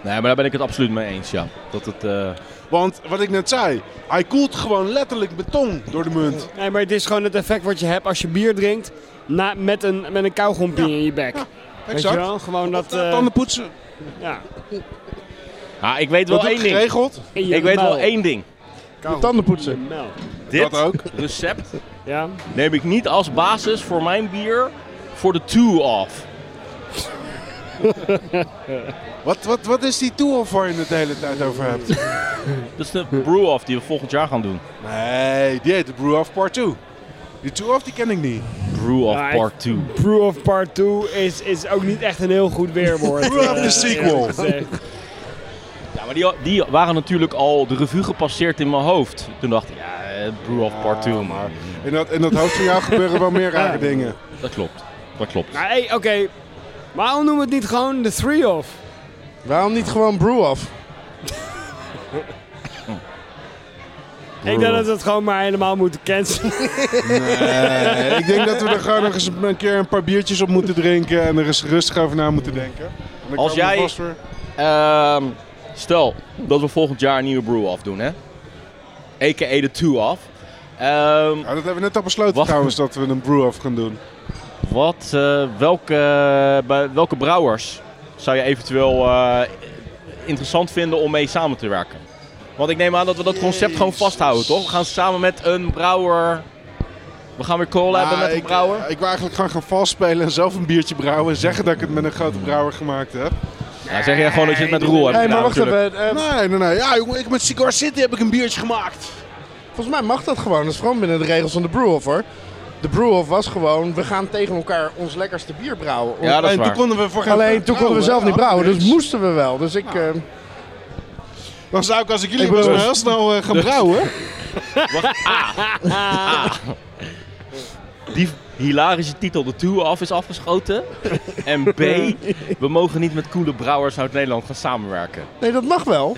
A: Nee, maar daar ben ik het absoluut mee eens, ja. Dat het... eh,
B: Want wat ik net zei, hij koelt gewoon letterlijk beton door de munt.
D: Nee, maar het is gewoon het effect wat je hebt als je bier drinkt na, met een, met een kauwgompier in je bek. Weet je
B: Exact.
D: wel? Gewoon dat... eh,
B: Tanden poetsen,
D: ja,
A: ah, ik weet wel
B: dat heb
A: één
B: ik
A: ding.
B: geregeld.
D: in je
A: Ik weet
D: muil.
A: wel één ding.
D: Kauwgom-
C: tanden poetsen.
D: in je muil.
A: Dit
B: Dat ook.
A: recept
D: Ja.
A: neem ik niet als basis voor mijn bier voor de two-off.
B: Wat, wat, wat is die tool waar je het de hele tijd over hebt?
A: Dat is de
B: Hm.
A: brew-off die we volgend jaar gaan doen.
B: Nee, die heet de Brew Off Part 2. Die Two Off die ken ik niet.
A: Brew-off
D: Ja, ik-
A: part 2.
D: Brew of Part 2 is, is ook niet echt een heel goed weerwoord.
B: Brew of
D: eh,
B: the sequel.
D: eerlijk gezegd.
A: Ja, maar die, die waren natuurlijk al de revue gepasseerd in mijn hoofd. Toen dacht ik, ja, eh, brew-off part 2, maar
B: In dat, in dat hoofd van jou gebeuren wel meer rare dingen.
A: dat klopt. Dat
B: Nou,
A: klopt.
D: maar Nou, hey, oké. Waarom noemen we het niet gewoon de three of?
C: Waarom niet gewoon brew af?
D: Ik denk dat we het gewoon maar helemaal moeten cancelen.
B: Nee, Eh, ik denk dat we er gewoon nog eens een keer een paar biertjes op moeten drinken en er eens rustig over na moeten denken. En dan
A: Als
B: komen we
A: jij-
B: vast weer-
A: Ehm, stel dat we volgend jaar een nieuwe brew-off doen, hè? A.k.a. de two-off. Ehm,
B: Ja, dat hebben we net al besloten
A: Wacht.
B: trouwens, dat we een brew-off gaan doen.
A: Wat, eh, welke, eh, bij welke brouwers zou je eventueel eh, interessant vinden om mee samen te werken? Want ik neem aan dat we dat concept gewoon vasthouden, toch? We gaan samen met een brouwer. We gaan weer collaben
C: Nou,
B: Ja,
A: met een
B: Nou, ik- eh,
A: brouwer.
B: Ik, wil eigenlijk gewoon gaan valspelen en zelf een biertje brouwen en zeggen dat ik het met een grote brouwer gemaakt heb.
A: Ja, Nou, zeg je gewoon dat je het met Roel hebt
C: Hé,
A: gedaan,
C: maar wacht
A: natuurlijk.
C: even. eh,
B: Nee, nee, nee. Ja, jongen, ik met Cigar City heb ik een biertje gemaakt.
C: Volgens mij mag dat gewoon. Dat is gewoon binnen de regels van de Brewhof hoor. De Brewhof was gewoon, we gaan tegen elkaar ons lekkerste bier brouwen.
A: Ja, dat is
B: Alleen toen
A: waar.
B: konden we voor geen
C: Alleen toen konden we zelf niet brouwen, dus
B: moest.
C: moesten we wel. Dus ik, eh,
B: Dan zou ik als ik jullie
C: Ik
B: was
C: bedoel-
B: wel heel snel eh, gaan brouwen.
A: Die hilarische titel, de Two Off, is afgeschoten. en B, we mogen niet met coole brouwers uit Nederland gaan samenwerken.
C: nee, dat mag wel.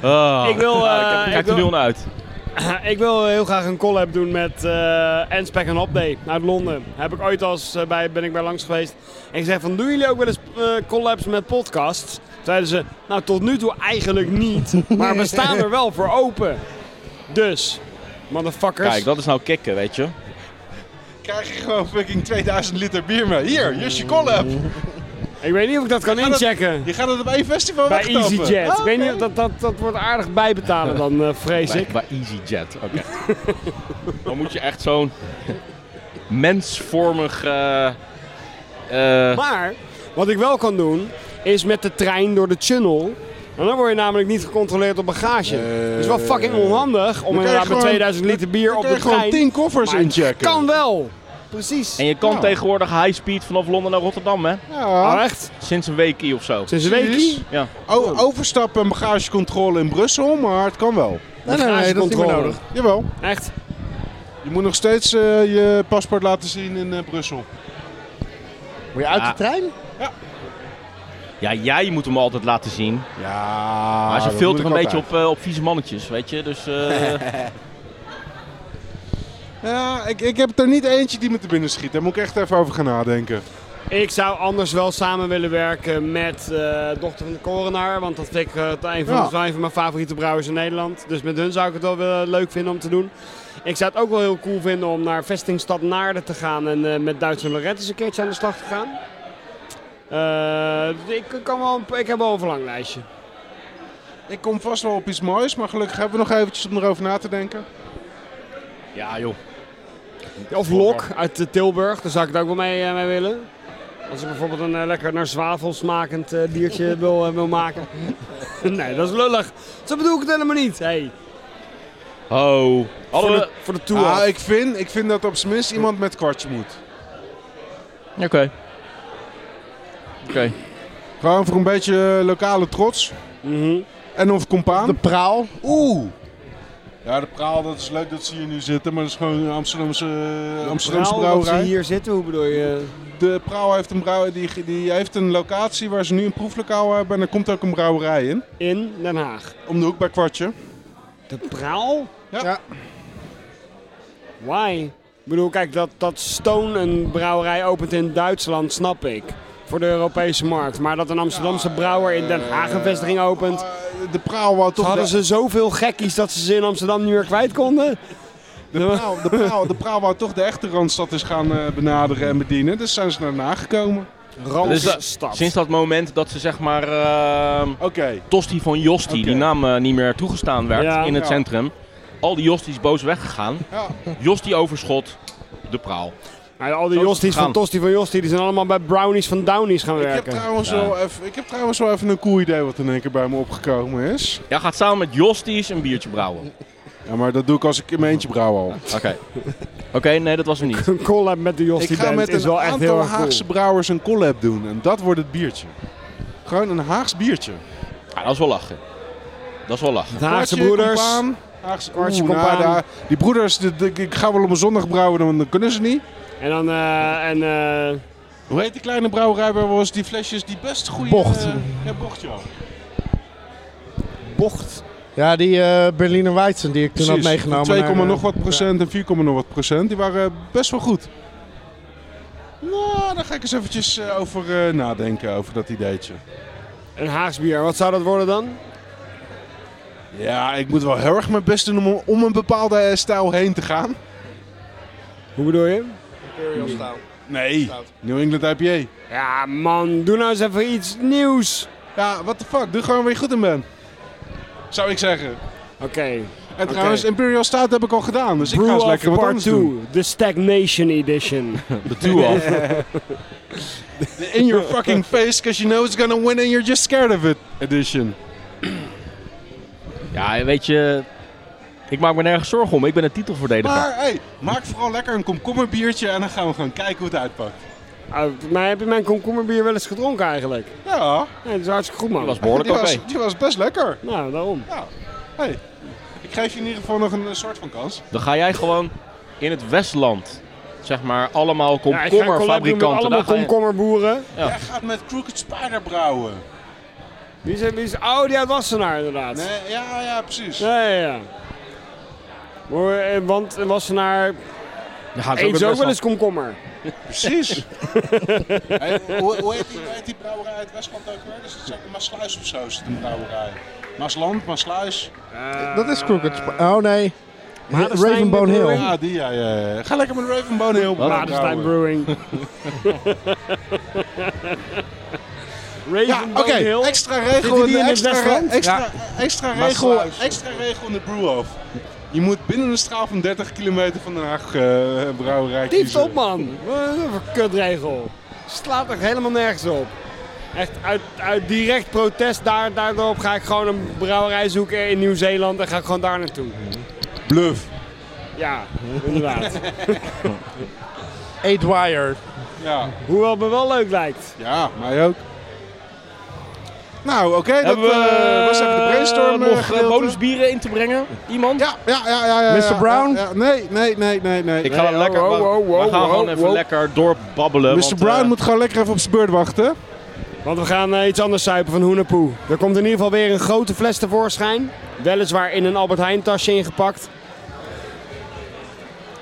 A: Ah,
D: Ik wil,
A: nou,
D: eh,
A: ik kijk
D: ik
A: er nu
D: wil-
A: al uit.
D: Ik wil heel graag een collab doen met eh Anspec Hop Day uit Londen. Heb ik ooit als eh, bij, ben ik bij langs geweest. En ik zei van, doen jullie ook wel eens eh, collabs met podcasts? Toen zeiden ze, nou tot nu toe eigenlijk niet. Maar we staan er wel voor open. Dus, motherfuckers.
A: Kijk, dat is nou kicken, weet je.
B: Krijg je gewoon fucking 2000 liter bier mee. Hier, Jusje Collab.
D: Ik weet niet of ik dat kan
B: Gaat het-
D: inchecken.
B: Je gaat het op één festival
D: Bij
B: wegtappen.
D: EasyJet.
B: Ah,
D: Ik weet
B: oké.
D: niet, of dat, dat, dat wordt aardig bijbetalen dan, eh, vrees
A: Bij,
D: ik.
A: bij EasyJet, oké. Dan moet je echt zo'n mensvormig... eh, eh,
D: Maar wat ik wel kan doen, is met de trein door de tunnel. En dan word je namelijk niet gecontroleerd op bagage.
C: Eh,
D: Het is wel fucking onhandig om
B: je
D: inderdaad met
B: gewoon-
D: 2000 liter bier
B: Dan
D: op
B: kun
D: de
B: je gewoon
D: trein.
B: 10 koffers
D: Maar
B: inchecken.
D: Kan wel. Precies.
A: en je kan
B: Ja.
A: tegenwoordig high speed vanaf Londen naar Rotterdam, hè?
B: Ja.
C: Ah.
D: Oh, echt?
A: Sinds een weekie of zo.
D: Sinds een week?
B: Precies.
A: Ja.
B: O- overstappen en bagagecontrole in Brussel, maar het kan wel.
C: Nee, nee, nee, dat is niet meer
D: Garagecontrole.
C: nodig.
B: Jawel.
D: Echt?
B: Je moet nog steeds eh, je paspoort laten zien in eh, Brussel.
C: Moet je uit
A: Ja.
C: de trein?
A: Ja, jij moet hem altijd laten zien.
B: Ja.
A: Maar ze
B: Ah, dat
A: filteren een
B: moet ik
A: beetje
B: altijd.
A: op, eh, op vieze mannetjes, weet je. Dus eh,
B: Ja, ik, ik heb er niet eentje die me te binnen schiet. Daar moet ik echt even over gaan nadenken.
D: Ik zou anders wel samen willen werken met eh, Dochter van de Korenaar. Want dat vind ik eh, een, van,
C: Ja.
D: dat is een van mijn favoriete brouwers in Nederland. Dus met hun zou ik het wel eh, leuk vinden om te doen. Ik zou het ook wel heel cool vinden om naar vestingstad Naarden te gaan. En eh, met Duitse Lorette eens een keertje aan de slag te gaan. Eh, ik, kan wel, een- ik heb wel een verlanglijstje.
B: Ik kom vast wel op iets moois, maar gelukkig hebben we nog eventjes om erover na te denken.
A: Ja, joh.
D: Of Lok uit eh, Tilburg, daar zou ik het ook wel mee, eh, mee willen. Als ik bijvoorbeeld een eh, lekker naar zwavel smakend eh, biertje wil, eh, wil maken. nee, dat is lullig. Zo bedoel ik het helemaal niet. Hey,
A: Oh.
D: voor,
A: Hadden
D: de,
A: we...
D: voor de tour.
B: Ah, ik, vind, ik vind dat op zijn minst iemand met kwartje moet.
A: Oké. Oké.
B: Gewoon voor een beetje eh, lokale trots.
D: Mhm.
B: En of compaan.
C: De praal.
B: Oeh! Ja, de praal, dat is leuk dat ze hier nu zitten, maar dat is gewoon een Amsterdamse, eh, Amsterdamse
D: Verhaal dat
B: brouwerij.
D: ze hier zitten, hoe bedoel je?
B: De praal heeft een, brouwer, die, die heeft een locatie waar ze nu een proeflokaal eh, hebben en er komt ook een brouwerij in.
D: In Den Haag.
B: Om de hoek bij kwartje.
D: De praal?
B: Ja.
C: Ja.
D: Why? Ik bedoel, kijk, dat, dat Stone een brouwerij opent in Duitsland, snap ik. Voor de Europese markt. Maar dat een Amsterdamse brouwer in Den Haag een vestiging opent.
B: Eh, de praal wou toch...
D: hadden
B: de-
D: ze zoveel gekkies dat ze ze in Amsterdam niet meer kwijt konden?
B: De praal, de, praal, de praal wou toch de echte Randstad is gaan eh, benaderen en bedienen. Dus zijn ze naar Den Haag gekomen.
A: Dus dat-
D: Randstad.
A: Sinds dat moment dat ze zeg maar ehm,
B: Oké.
A: Tosti van Josti,
B: Oké.
A: die naam eh, niet meer toegestaan werd
D: Ja.
A: in het
B: Ja.
A: centrum. Al die Josties boos weggegaan.
B: Ja.
A: Josti overschot, de praal.
D: Nou, al
A: Zo
D: die
A: is het
D: Josties van
A: gegaan.
D: Tosti van Josti die zijn allemaal bij Brownies van Downies gaan
B: Ik heb,
D: werken.
B: trouwens
A: Ja.
B: wel even, ik heb trouwens wel even een cool idee wat in één keer bij me opgekomen is.
A: Jij gaat samen met Josties een biertje brouwen.
B: Ja, maar dat doe ik als ik in mijn eentje brouw al.
A: Oké. Oké, nee, dat was hem niet.
D: Een collab met de Josti
B: Ik ga
D: band
B: met
D: is
B: een
D: wel echt heel
B: aantal
D: erg cool.
B: Haagse brouwers een collab doen. En dat wordt het biertje. Gewoon een Haags biertje.
A: Ja, dat is wel lachen. Dat is wel lachen.
D: De Haagse
B: Kwartje,
D: broeders.
B: Compaan. Haagse
D: Kwartje,
B: Oeh, nou,
D: Compaan.
B: daar- die broeders, de- de- ik ga wel op een zondag brouwen, dan, dan kunnen ze niet.
D: En dan, eh, en, eh,
B: Hoe heet die kleine brouwerij waar was die flesjes die best goede...
C: Bocht.
B: eh, ja, bocht, joh.
D: bocht.
C: Ja, die eh Berliner Weizen die ik toen had meegenomen.
B: Van 2,
C: naar, eh,
B: nog wat procent en 4, nog wat procent. Die waren eh, best wel goed. Nou, daar ga ik eens eventjes eh, over eh, nadenken, over dat ideetje.
D: Een Haags bier. Wat zou dat worden dan?
B: Ja, ik moet wel heel erg mijn best doen om, om een bepaalde eh, stijl heen te gaan.
D: Hoe bedoel je?
F: Imperial Stout.
B: Nee, New England IPA.
D: Ja, man, doe nou eens even iets nieuws.
B: Ja, what the fuck, doe gewoon waar je goed in bent. Zou ik zeggen.
D: Oké.
B: En trouwens, Imperial Stout heb ik al gedaan, dus ik
D: Brew
B: ga eens
D: of
B: lekker wat
D: Part
B: anders doen.
D: 2, de Stagnation Edition.
A: De toe af.
B: In your fucking face, because you know it's gonna win and you're just scared of it edition.
A: Ja, weet je, ik maak me nergens zorgen om. Ik ben een titelverdediger.
B: Maar hey, maak vooral lekker een komkommerbiertje en dan gaan we gewoon kijken hoe het uitpakt.
D: Ah, maar heb je mijn komkommerbier wel eens gedronken eigenlijk?
B: Ja,
D: Nee, dat is hartstikke goed, man.
A: Die was behoorlijk
B: die
A: oké.
B: was, die was best lekker.
D: Nou, daarom.
B: Hey, ik geef je in ieder geval nog een eh, soort van kans.
A: Dan ga jij gewoon in het Westland, zeg maar, allemaal
D: Ja, ik ga een collab doen met
A: komkommerfabrikanten.
D: allemaal
A: Daar ga je-
D: komkommerboeren.
B: Jij gaat met Crooked Spider brouwen.
D: Wie is, wie is, oh, die uit Wassenaar inderdaad. Nee.
B: Nee, ja, ja, precies.
D: Ja, ja, ja. Maar, eh, Want in Wassenaar
A: Ja, dat is ook
D: eet
A: het
D: ze ook wel
A: Westland.
D: eens komkommer.
B: Precies. Hey, hoe, hoe, heet die, hoe heet die brouwerij uit Westland ook weer? Dus dat is ook in Maasluis of zo, is het een brouwerij. Maasland, Maasluis.
C: Dat is Crooked Sp- Oh nee.
D: Madenstein
C: Ravenbone
D: bedoel
C: Hill.
D: je?
B: Ja, die, ja, ja. ja. Ga lekker met Ravenbone heel
D: Madenstein Brewing. Raven
B: Ja, oké.
D: Bone Hill.
B: Extra
D: Zitten
B: regel
D: die
B: de
D: in het
B: extra,
D: Westland?
B: extra,
D: Ja.
B: extra,
F: Maar
B: regel,
F: sluis.
B: extra regel in de brew-off. Je moet binnen een straal van 30 kilometer van Den Haag eh brouwerij
D: Dieft
B: kiezen.
D: op, man. Wat een kutregel. Slaat echt helemaal nergens op. Echt uit, uit direct protest daar, daarop ga ik gewoon een brouwerij zoeken in Nieuw-Zeeland en ga ik gewoon daar naartoe.
B: Bluff.
D: Ja, inderdaad.
C: Eight Wire.
B: Ja,
D: Hoewel het me wel leuk lijkt.
B: ja mij ook. Nou, oké. dat
A: Hebben we
B: eh, was even de brainstorm eh,
A: nog eh,
B: gedeelte.
A: bonusbieren in te brengen? Iemand?
B: Ja, ja, ja, ja. ja,
C: Mr.
B: ja,
C: Brown?
B: ja, ja. Nee, nee, nee, nee, nee.
A: Ik ga
D: Nee,
A: wel lekker.
D: wow,
A: we-
D: wow,
A: we
D: wow,
A: gaan gewoon
D: wow,
A: even
D: wow.
A: lekker doorbabbelen.
B: Mr.
A: want,
B: Brown
A: eh,
B: moet gewoon lekker even op zijn beurt wachten.
D: Want we gaan eh, iets anders zuipen van Hoenepoe. Er komt in ieder geval weer een grote fles tevoorschijn. Weliswaar in een Albert Heijn tasje ingepakt.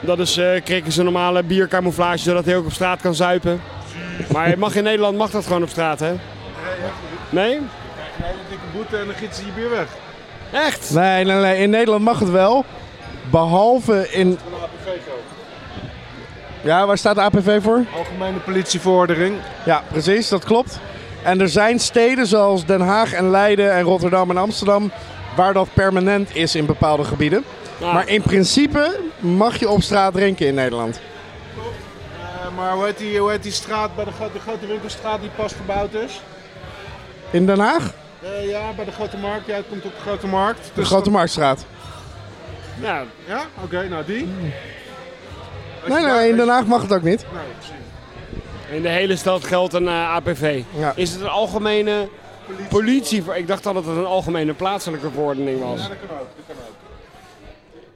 D: Dat is eh, krikken ze normale biercamouflage, zodat hij ook op straat kan zuipen. Maar je mag in Nederland mag dat gewoon op straat, hè? Nee?
B: Krijg je een dikke boete en dan giet ze je bier weg.
D: Echt?
C: Nee, nee, nee. In Nederland mag het wel. Behalve in...
B: Van de APV ook.
C: Ja, waar staat de APV voor?
B: Algemene politievordering.
C: Ja, precies. Dat klopt. En er zijn steden zoals Den Haag en Leiden en Rotterdam en Amsterdam... waar dat permanent is in bepaalde gebieden.
D: Nou,
C: Maar in principe mag je op straat drinken in Nederland.
B: Eh, maar hoe heet, die, hoe heet die straat, bij de, gro- de grote winkelstraat die pas verbouwd is?
C: In Den Haag?
B: Eh, ja, bij de grote markt. Jij komt op de grote markt. Dus
C: De Grote Marktstraat.
D: ja,
B: Ja, oké, nou die. Als
C: Hmm.
B: je
C: Nee, nee,
B: daar-
C: in Den Haag mag het ook niet.
B: Nee, precies.
D: in de hele stad geldt een eh, APV.
C: Ja.
D: Is het een algemene politie? Ik dacht al dat het een algemene plaatselijke verordening was.
B: Ja, dat kan ook, dat kan ook.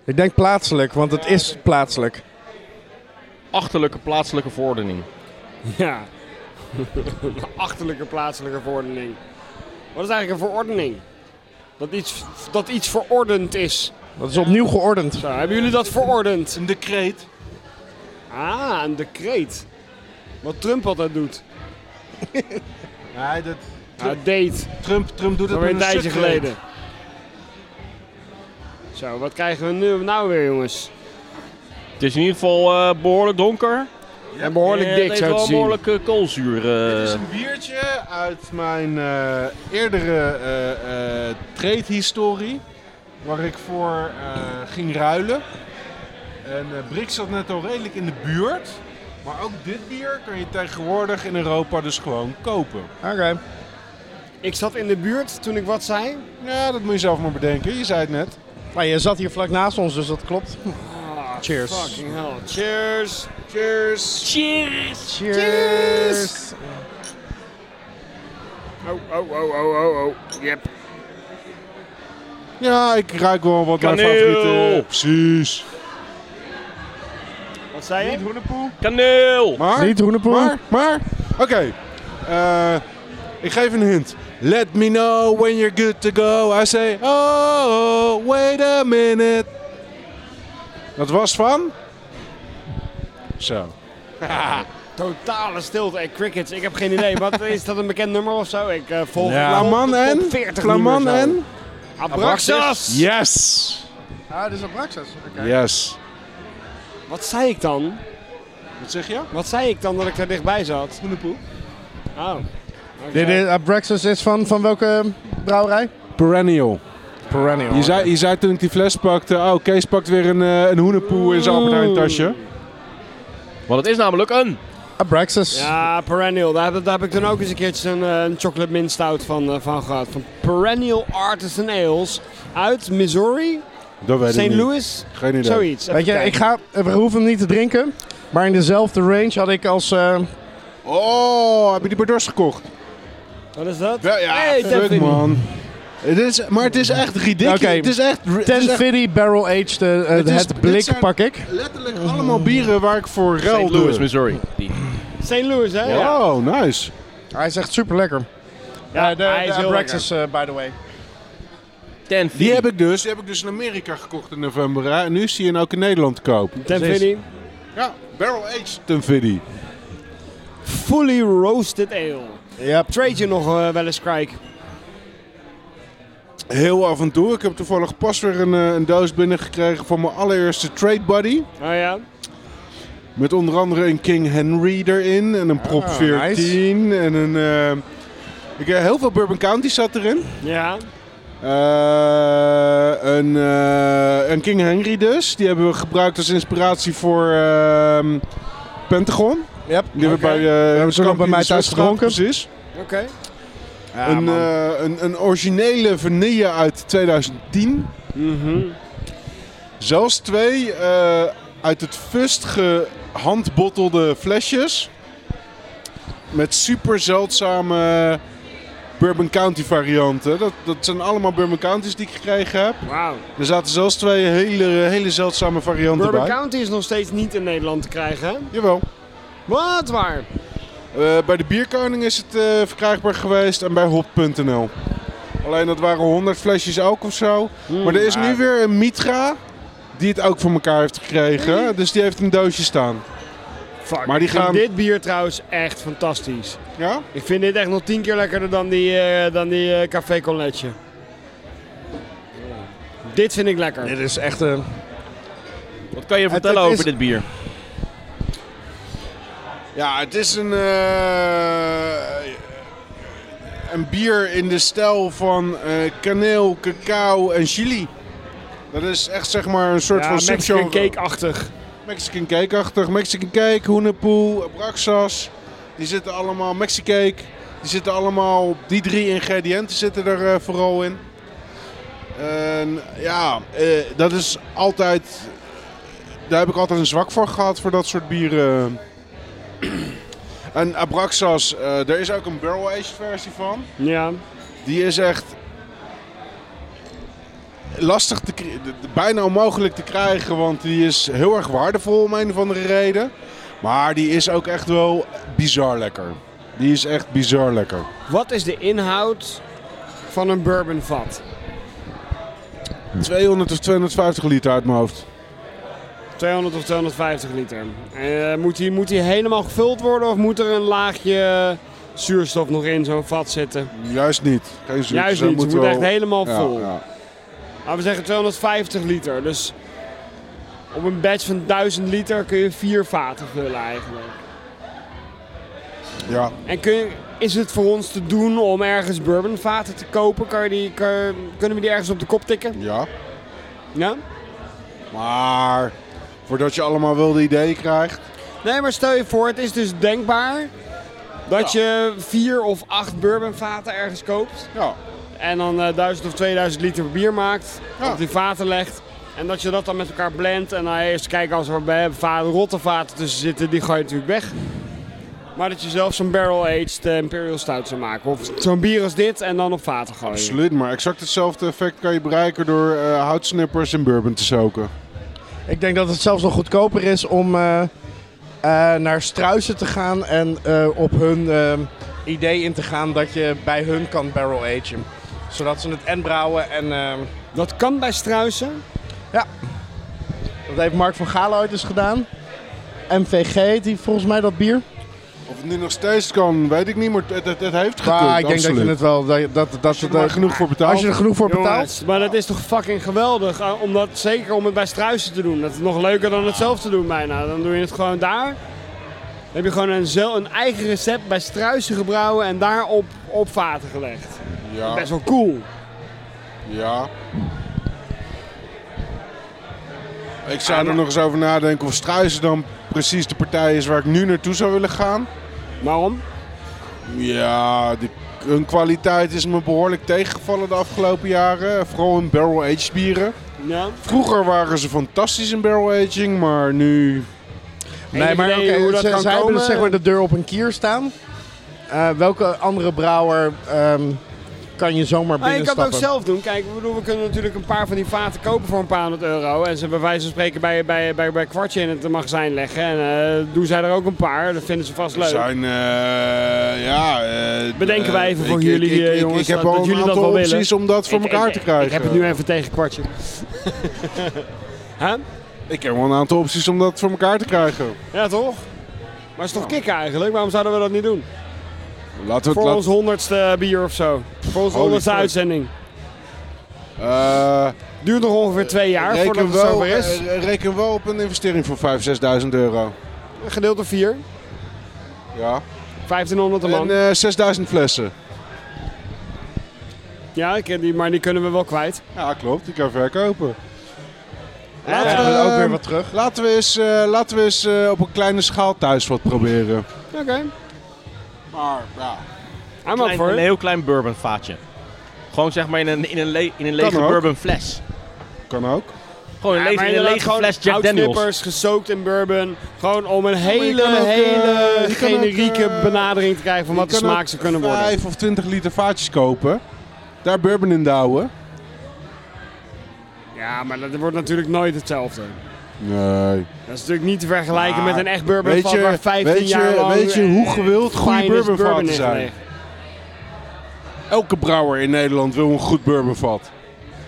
C: Ik denk plaatselijk, want het is plaatselijk.
A: Achterlijke plaatselijke verordening.
D: Ja. Een achterlijke plaatselijke verordening. Wat is eigenlijk een verordening? Dat iets, dat iets verordend is.
C: Dat is opnieuw geordend.
D: Zo, hebben jullie dat verordend?
B: Een decreet.
D: Ah, een decreet. Wat Trump altijd doet.
B: Nee, dat,
D: Hij deed.
B: Trump, Trump doet
D: Dat
B: het
D: weer
B: met
D: een tijdje
B: subcreet.
D: geleden. Zo, wat krijgen we nu nou weer, jongens?
A: Het is in ieder geval eh, behoorlijk donker.
D: En behoorlijk
A: Eh,
D: dik,
A: het
D: zo
A: heeft
D: te
A: wel
D: zien.
A: behoorlijk eh, koolzuur. eh.
B: Dit is een biertje uit mijn eh, eerdere eh eh trade-historie. Waar ik voor eh, ging ruilen. En eh Brix zat net al redelijk in de buurt. Maar ook dit bier kan je tegenwoordig in Europa dus gewoon kopen.
C: Oké.
D: Ik zat in de buurt toen ik wat zei.
B: Ja, dat moet je zelf maar bedenken. Je zei het net.
C: Maar je zat hier vlak naast ons, dus dat klopt.
D: Ah,
C: Cheers.
D: Fucking hell. Cheers.
B: Cheers!
C: Cheers!
D: Oh, oh, oh, oh, oh, oh. Yep.
B: Ja, ik ruik wel wat mijn
A: Kaneel.
B: favoriete... Precies.
D: Wat zei je?
B: Hoenepoel.
A: Kaneel!
B: Maar...
C: Niet Hoenepoel.
B: Maar, maar, oké. Eh, ik geef een hint. Let me know when you're good to go. I say, oh, wait a minute. Dat was van? Zo.
D: Totale stilte. en crickets, ik heb geen idee. Wat is dat een bekend nummer of zo? Ik eh, volg
B: Ja.
D: ja.
B: Klaman en? Klaman en?
D: Abraxas.
B: Yes.
C: Ah, dit is op Raxas.
B: Yes.
D: Wat zei ik dan?
B: Wat zeg je?
D: Wat zei ik dan dat ik daar dichtbij zat?
B: Hoenepoel.
D: Oh.
C: Dit is, Abraxas is van, van welke brouwerij?
B: Perennial. Oh,
C: Perennial.
B: Je zei, je zei toen ik die fles pakte, oh, Kees pakt weer een, eh, een hoenepoel in zijn Albert Heijn tasje.
A: Want het is namelijk een.
C: Abraxas.
D: Ja, Perennial. Daar heb, daar heb ik dan ook eens een keertje een, eh, een chocolate mint stout van, eh, van gehad. Van Perennial Artisan Ales uit Missouri,
B: Dat weet ik
D: St.
B: niet.
D: Louis,
B: Geen idee.
D: zoiets.
C: Weet je,
D: Even
C: ik
D: kijken.
C: ga, we hoeven hem niet te drinken. Maar in dezelfde range had ik als... eh,
B: Oh, heb je die Bardos gekocht?
D: Wat is dat?
B: Wel, ja,
D: Hey,
B: fuck,
D: Tiffany.
B: man. Het is, maar het is echt ridiculous.
C: Oké.
B: Het is echt... Het is
C: Ten
B: echt
C: Fiddy Barrel Aged, eh, eh,
B: Het
C: het,
B: is- dit
C: blik
B: zijn-
C: pak ik.
B: letterlijk allemaal bieren waar ik voor
A: St. Louis,
B: ruilde.
A: Missouri.
D: St. Louis, hè?
B: Oh, nice.
C: Hij is echt super lekker.
D: Ja,
C: de
D: hij is heel
C: Abraxas, eh, by the way.
A: Ten
B: Die heb ik dus, die heb ik dus in Amerika gekocht in november. hè. En nu zie je hem ook in Nederland te koop.
D: Ten
C: Precies.
D: Vinnie.
B: Ja, Barrel Aged Tenfiddy.
D: Fully roasted ale.
C: Ja,
D: Trade je nog eh, wel eens, Krijk?
B: Heel af en toe. Ik heb toevallig pas weer een, eh, een doos binnengekregen van mijn allereerste Trade Buddy.
D: Oh ja?
B: Met onder andere een King Henry erin en een Prop
C: Ah,
B: 14 en een... eh, ik, eh, heel veel Bourbon County zat erin.
D: Ja.
B: Eh, een, eh, een King Henry dus. Die hebben we gebruikt als inspiratie voor ehm, Pentagon.
C: yep.
B: Die hebben we bij, eh,
C: hebben ze ook
B: Kamp
C: bij
B: in
C: mij
B: de
C: thuis
B: Zuidstraat,
C: gedronken.
B: Precies.
D: Oké.
B: een, eh, een, een originele vanille uit 2010.
D: Mhm.
B: Zelfs twee eh, uit het fust gehandbottelde flesjes. Met super zeldzame Bourbon County varianten. Dat, dat zijn allemaal Bourbon Counties die ik gekregen heb.
D: Wauw.
B: Er zaten zelfs twee hele, hele zeldzame varianten
D: Bourbon
B: bij.
D: County is nog steeds niet in Nederland te krijgen, hè?
B: Jawel.
D: Wat waar?
B: Eh, bij de Bierkoning is het eh, verkrijgbaar geweest en bij hop.nl. Alleen dat waren 100 flesjes elk of zo.
D: Hmm,
B: maar er is
D: nou.
B: nu weer een Mitra die het ook voor elkaar heeft gekregen. Dus die heeft een doosje staan.
D: Hmm. Fuck,
B: Maar
D: maar
B: die
D: die
B: gaan-
D: dit bier trouwens echt fantastisch.
B: Ja?
D: Ik vind dit echt nog tien keer lekkerder dan die, eh, dan die eh, Café Con Leche. Dit vind ik lekker.
C: Dit is echt een...
A: Wat kan je
B: Het-
A: vertellen
B: het
A: over
B: is-
A: dit bier?
B: Ja, het is een, eh, een bier in de stijl van eh, kaneel, cacao en chili. Dat is echt zeg maar een soort
D: ja,
B: van
D: Mexican
B: subgenre.
D: cake-achtig.
B: Mexican cake-achtig. Mexican cake, hoenepoel, braxas. Die zitten allemaal, Mexicake. Die zitten allemaal, die drie ingrediënten zitten er eh, vooral in. En ja, eh, dat is altijd, daar heb ik altijd een zwak voor gehad, voor dat soort bieren. En Abraxas, eh, er is ook een barrel-aged versie van.
D: Ja.
B: Die is echt lastig te kri- de- de- bijna onmogelijk te krijgen, want die is heel erg waardevol om een of andere reden. Maar die is ook echt wel bizar lekker. Die is echt bizar lekker.
D: Wat is de inhoud van een bourbonvat?
B: 200 of 250 liter uit mijn hoofd.
D: 200 of 250 liter. Eh, moet, die, moet die helemaal gevuld worden of moet er een laagje zuurstof nog in zo'n vat zitten?
B: Juist niet. Geen zoet.
D: Juist niet, het moet echt helemaal vol.
B: Ja,
D: Laten we zeggen 250 liter. Dus op een batch van 1000 liter kun je vier vaten vullen eigenlijk.
B: ja.
D: En kun je- is het voor ons te doen om ergens bourbonvaten te kopen? Kan je die, kan- kunnen we die ergens op de kop tikken?
B: ja.
D: Ja?
B: Maar voordat je allemaal wilde ideeën krijgt.
D: Nee, maar stel je voor, het is dus denkbaar dat je vier of acht bourbonvaten ergens koopt.
B: Ja.
D: En dan eh 1000 of 2000 liter bier maakt,
B: Ja.
D: op die vaten legt. En dat je dat dan met elkaar blendt en dan eerst kijken als er bij vaten, rotte vaten tussen zitten, die ga je natuurlijk weg. Maar dat je zelf zo'n barrel-aged eh, imperial stout zou maken. Of zo'n bier als dit en dan op vaten gooien.
B: Absoluut, maar exact hetzelfde effect kan je bereiken door eh, houtsnippers en bourbon te soken.
C: Ik denk dat het zelfs nog goedkoper is om eh, eh, naar Struisen te gaan en eh, op hun ehm, idee in te gaan dat je bij hun kan barrel agen. Zodat ze het en brouwen en ehm,
D: Dat kan bij struisen.
C: dat heeft Mark van Galen ooit eens gedaan. MVG heet die volgens mij dat bier.
B: Of het nu nog steeds kan, weet ik niet, maar het, het, het heeft gekund,
C: Maar Ah, ik denk dat je
B: absoluut.
C: het wel dat, dat, dat,
B: Als je er maar genoeg voor betaalt.
C: als je er genoeg voor betaalt.
D: Jongens, maar dat is toch fucking geweldig. eh, Om dat, zeker om het bij struisen te doen. Dat is nog leuker dan het zelf te doen bijna. Dan doe je het gewoon daar. Dan heb je gewoon een, zel- een eigen recept bij struisen gebrouwen en daar op, op vaten gelegd.
C: Ah.
B: Ja,
D: Best wel cool.
B: ja. Ik zou er nog eens over nadenken of Struisen dan precies de partij is waar ik nu naartoe zou willen gaan.
D: Waarom?
B: Ja, die- hun kwaliteit is me behoorlijk tegengevallen de afgelopen jaren. Vooral in barrel-aged bieren.
D: Ja.
B: Vroeger waren ze fantastisch in barrel-aging, maar nu...
C: Nee, maar
D: idee
C: oké,
D: hoe dat
C: ze-
D: kan
C: zij hebben
D: komen?
C: dus zeg maar de deur op een kier staan. Eh, welke andere brouwer ehm, kan Ah, je zomaar
D: Maar Ah, je kan
C: binnenstappen?
D: het ook zelf doen. Kijk, ik bedoel, we kunnen natuurlijk een paar van die vaten kopen voor een paar honderd euro. En ze bij wijze van spreken bij, bij, bij, bij kwartje in het magazijn leggen. En eh, doen zij er ook een paar. Dat vinden ze vast
B: Er
D: leuk.
B: zijn, eh, ja... eh,
D: Bedenken wij even
B: eh,
D: voor
B: ik-
D: jullie,
B: ik, ik,
D: eh,
B: ik-
D: jongens,
B: Ik heb
D: dat-
B: al
D: dat
B: een
D: jullie dat
B: aantal
D: wel willen.
B: opties om dat voor
D: Ik-
B: elkaar
D: ik-
B: te krijgen.
D: Ik heb het nu even tegen kwartje. Hè?
B: Ik heb wel een aantal opties om dat voor elkaar te krijgen.
D: Ja, toch? Maar het is toch kicken eigenlijk? Waarom zouden we dat niet doen?
B: Laten we
D: Voor
B: het...
D: ons honderdste bier of zo. Voor onze
B: Holy
D: honderdste
B: fuck.
D: uitzending.
B: laat-
D: Duurt nog ongeveer twee
B: Eh,
D: jaar voordat
B: reken,
D: het
B: wel,
D: zover is.
B: eh, reken wel op een investering van 5.000, 6.000 euro.
D: Gedeeld door vier.
B: Ja.
D: 1500 een
B: En
D: man.
B: eh 6.000 flessen.
D: Ja, ik ken die, maar die kunnen we wel kwijt.
B: Ja, klopt. Die kan verkopen.
C: Laten we
B: Eh,
C: er ook weer wat terug.
B: Laten we eens, eh, laten we eens eh, op een kleine schaal thuis wat proberen.
D: Oké.
B: Maar, ja.
D: I'm up
A: Klein-
D: for
A: een
D: it.
A: heel klein bourbon vaatje. Gewoon zeg maar in een, in een, le- in een lege
B: ook.
A: bourbon fles.
B: Kan ook.
A: Gewoon een
D: Ja,
A: lege,
D: maar
A: in een
D: inderdaad
A: lege
D: gewoon
A: fles Jack Daniels.
D: houtsnippers, gesookt in bourbon. Gewoon om een
B: je
D: hele,
B: kan ook, eh, je
D: hele
B: kan ook,
D: generieke
B: eh,
D: benadering te krijgen van wat de
B: Je kan
D: smaak
B: ook
D: ze kunnen worden.
B: 5 of 20 liter vaatjes kopen. Daar bourbon in douwen.
D: Ja, maar dat wordt natuurlijk nooit hetzelfde.
B: Nee.
D: Dat is natuurlijk niet te vergelijken
B: Maar
D: met een echt bourbonvat
B: weet je-
D: waar 15
B: weet je-
D: jaar lang...
B: weet je hoe gewild goede
D: finest
B: bourbonvaten
D: bourbon is
B: zijn?
D: gelegen.
B: Elke brouwer in Nederland wil een goed bourbonvat.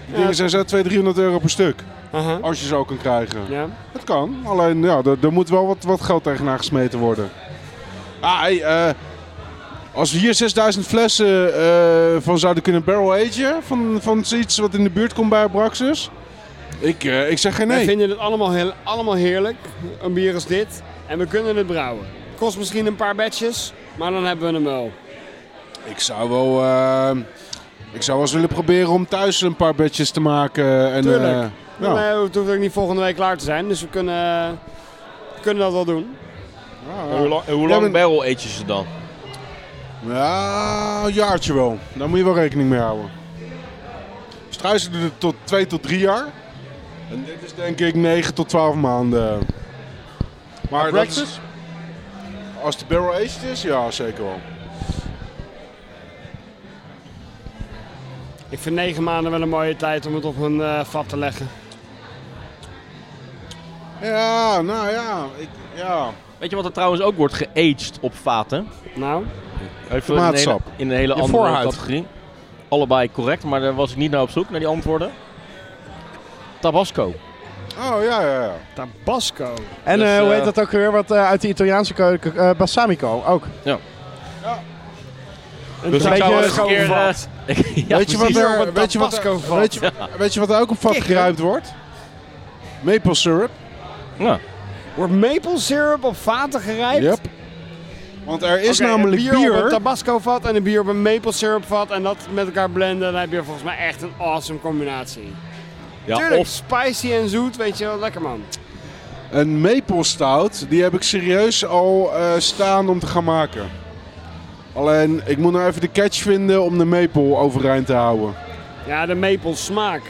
B: Die dingen zijn zo 200, 300 euro per stuk.
D: Aha.
B: Als je ze ook kan krijgen.
D: Ja.
B: Het kan, alleen ja, er, er moet wel wat, wat geld tegenaan gesmeten worden. Ah, hey, eh, als we hier 6000 flessen eh, van zouden kunnen barrel agen, van, van iets wat in de buurt komt bij Abraxas, ik, eh, ik zeg geen
D: Wij
B: nee.
D: vinden het allemaal, heel, allemaal heerlijk, een bier als dit. En we kunnen het brouwen. Kost misschien een paar batches, maar dan hebben we hem wel.
B: Ik zou wel, eh, ik zou wel eens willen proberen om thuis een paar bedjes te maken. En,
D: Tuurlijk.
B: eh, ja.
D: Nee, het hoeft ook niet volgende week klaar te zijn, dus we kunnen, we kunnen dat wel doen.
B: Ja,
A: Hoe
B: ja.
A: lang, hoe
B: Jij
A: lang
B: bent-
A: barrel eet je ze dan?
B: Ja, een jaartje wel. Daar moet je wel rekening mee houden. Struisen doen het tot 2 tot 3 jaar. En dit is denk ik 9 tot 12 maanden. Maar dat is,
C: Breakfast?
B: als de barrel aged is, ja zeker wel.
D: Ik vind negen maanden wel een mooie tijd om het op een eh, vat te leggen.
B: Ja, nou ja. Ik, ja.
A: Weet je wat er trouwens ook wordt geaged op vaten?
D: Nou,
A: Even in, een hele,
B: Tomaatsap.
A: in een hele
C: Je
A: andere
C: voorhuid.
A: categorie. Allebei correct, maar daar was ik niet naar op zoek, naar die antwoorden. Tabasco.
B: Oh ja, ja, ja.
D: Tabasco.
C: En
A: Dus,
C: eh, hoe
A: eh,
C: heet dat ook weer? Wat eh, uit de Italiaanse keuken? eh, balsamico ook.
D: Een
A: Dus ik zou wel eens een
D: Tabasco
A: keer... eh,
D: vat.
A: ja,
B: weet, je wat
A: precies.
D: precies. Op
B: er,
D: een
B: weet, je wat,
D: Tabasco-vat.
B: weet, je, weet je wat er ook op vat
D: Kikker.
B: geruimd wordt? Maple syrup.
A: Ja.
D: Wordt maple syrup op vaten gerijpt?
B: Yep. Want er is
D: Oké, een
B: namelijk bier.
D: op een tabasco vat en een bier op een maple syrup vat. En dat met elkaar blenden. Dan heb je volgens mij echt een awesome combinatie.
A: Ja,
D: Tuurlijk,
A: of
D: spicy en zoet. Weet je wel, lekker man.
B: Een maple stout, die heb ik serieus al eh, staan om te gaan maken. Alleen, ik moet nou even de catch vinden om de maple overeind te houden.
D: Ja, de maple smaak.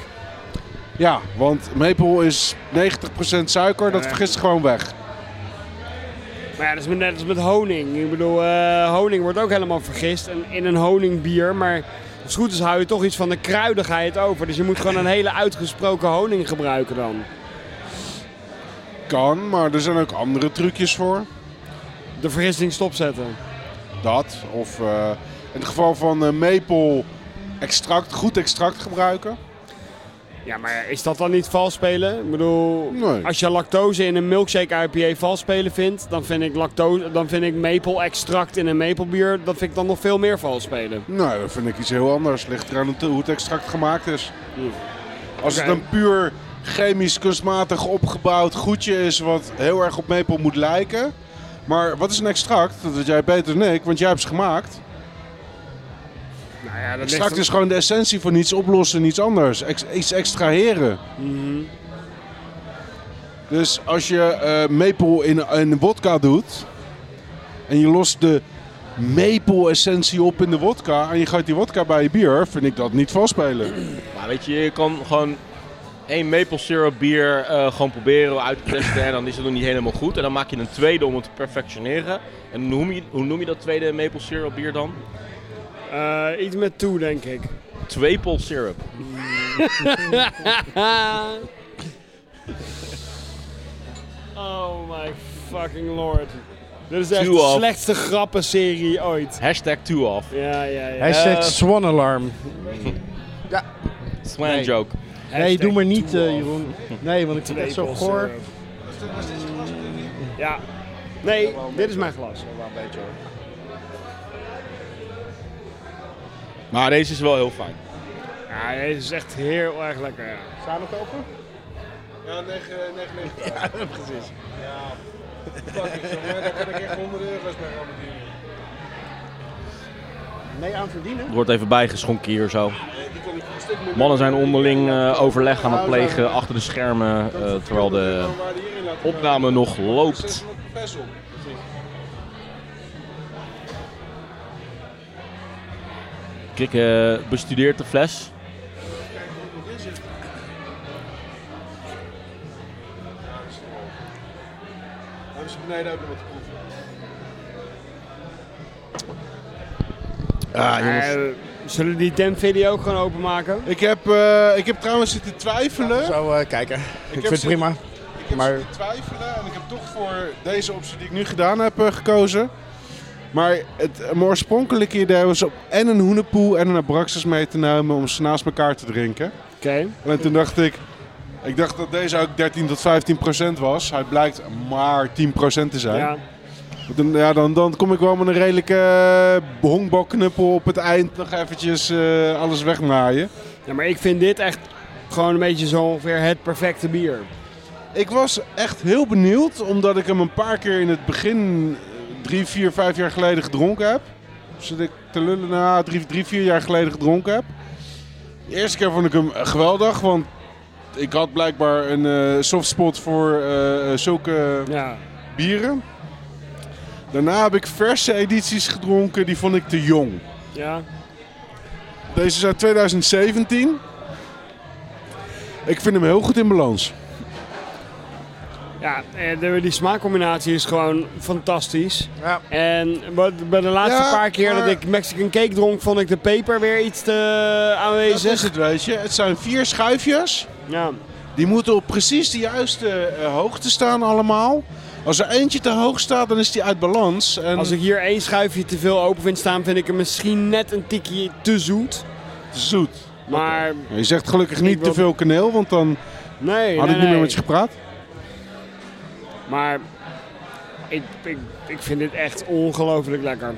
B: Ja, want maple is 90% suiker, dat
D: Ja.
B: vergist gewoon weg.
D: Maar ja, dat is met- net als met honing. Ik bedoel, eh, honing wordt ook helemaal vergist en in een honingbier. Maar als het goed is hou je toch iets van de kruidigheid over. Dus je moet gewoon een hele uitgesproken honing gebruiken dan.
B: Kan, maar er zijn ook andere trucjes voor.
D: De vergisting stopzetten.
B: Dat, of eh, in het geval van eh, maple extract, goed extract gebruiken.
D: Ja, maar is dat dan niet vals spelen? Ik bedoel,
B: Nee.
D: als je lactose in een milkshake IPA vals spelen vindt, dan vind ik lactose, dan vind ik maple extract in een maplebier, dat vind ik dan nog veel meer vals spelen.
B: Nou, dat vind ik iets heel anders. Ligt eraan hoe het extract gemaakt is. Als
D: Oké.
B: het een puur chemisch, kunstmatig opgebouwd goedje is wat heel erg op maple moet lijken. Maar wat is een extract? Dat weet jij beter dan ik, want jij hebt ze gemaakt.
D: Nou ja, dat
B: Extract is gewoon de essentie van iets oplossen, iets anders. Ex- iets extraheren. Mhm. Dus als je eh maple in, in wodka doet en je lost de maple essentie op in de wodka en je gooit die wodka bij je bier, vind ik dat niet valspelen.
A: Maar weet je, je kan gewoon één maple syrup bier eh, gewoon proberen uit te testen en dan is het nog niet helemaal goed. En dan maak je een tweede om het te perfectioneren. En hoe noem je, hoe noem je dat tweede maple syrup bier dan?
D: Eh, iets met toe, denk ik.
A: Tweepel syrup.
D: oh my fucking lord. Dit is echt
A: Doe
D: de
A: af.
D: slechtste grappenserie ooit.
A: Hashtag two off.
D: Ja, ja, ja.
C: Hashtag Swan Alarm.
A: Swan
C: Nee.
A: joke.
C: Nee, doe maar niet,
D: toe
C: eh,
D: af.
C: Jeroen. Nee, want ik vind het zo goor.
D: eh. Ja. Nee, dit is mijn glas.
A: Maar deze is wel heel fijn.
D: Ja, deze is echt heel erg lekker. Ja.
C: Samen kopen?
B: Ja, 9,99. Ja, precies. Ja, fuck it, jongen. Daar kan ik echt 100 euro's mee gaan verdienen.
C: Nee, aan verdienen.
A: Er wordt even bijgeschonken hier zo.
B: Die kan ik voor een stuk meer
A: Mannen zijn onderling eh, overleg aan het plegen achter de schermen, eh, terwijl de
B: dan waar die hierin laten
A: opname nog
B: gaan.
A: loopt.
B: 600 fles op.
A: Kik eh, bestudeert de fles.
B: Hebben ze beneden ook nog wat te proeven? Ah,
D: Eh, zullen we die temp-video ook gewoon openmaken?
B: Ik heb, eh, ik heb trouwens zitten twijfelen.
C: Zo eh, kijken. Ik, vind het
B: zin-
C: prima.
B: Ik heb
C: Maar-
B: zitten twijfelen en ik heb toch voor deze optie die ik nu gedaan heb eh, gekozen. Maar het eh, mijn oorspronkelijke idee was om en een hoenepoe en een abraxas mee te nemen om ze naast elkaar te drinken.
D: Oké.
B: En toen dacht ik, Ik dacht dat deze ook 13 tot 15 procent was. Hij blijkt maar 10 procent te zijn.
D: Ja.
B: Dan, ja, dan, dan kom ik wel met een redelijke eh, honkbalknuppel op het eind nog eventjes eh, alles wegmaaien.
D: ja, maar ik vind dit echt gewoon een beetje zo ongeveer het perfecte bier.
B: Ik was echt heel benieuwd, omdat ik hem een paar keer in het begin, eh, drie, vier, vijf jaar geleden gedronken heb. Zit ik te lullen na drie, drie, vier jaar geleden gedronken heb. De eerste keer vond ik hem geweldig, want ik had blijkbaar een eh softspot voor eh, zulke
D: Ja.
B: bieren. Daarna heb ik verse edities gedronken, die vond ik te jong.
D: Ja.
B: Deze is uit 2017. Ik vind hem heel goed in balans.
D: Ja, eh, de- die smaakcombinatie is gewoon fantastisch.
C: Ja.
D: En wat- bij de laatste
B: Ja,
D: paar keer
B: maar-
D: dat ik Mexican cake dronk, vond ik de peper weer iets te
B: Dat
D: aanwezig.
B: is het, weet je. Het zijn vier schuifjes.
D: Ja.
B: Die moeten op precies de juiste eh, hoogte staan allemaal. Als er eentje te hoog staat, dan is die uit balans. En
D: Als ik hier één schuifje te veel open vind staan, vind ik hem misschien net een tikje te zoet.
B: Zoet.
D: Maar
B: Je zegt gelukkig niet
D: Ik wil-
B: te veel kaneel, want dan
D: nee,
B: had ik
D: nee,
B: niet meer
D: nee.
B: met je gepraat.
D: Maar ik, ik, ik vind dit echt ongelooflijk lekker.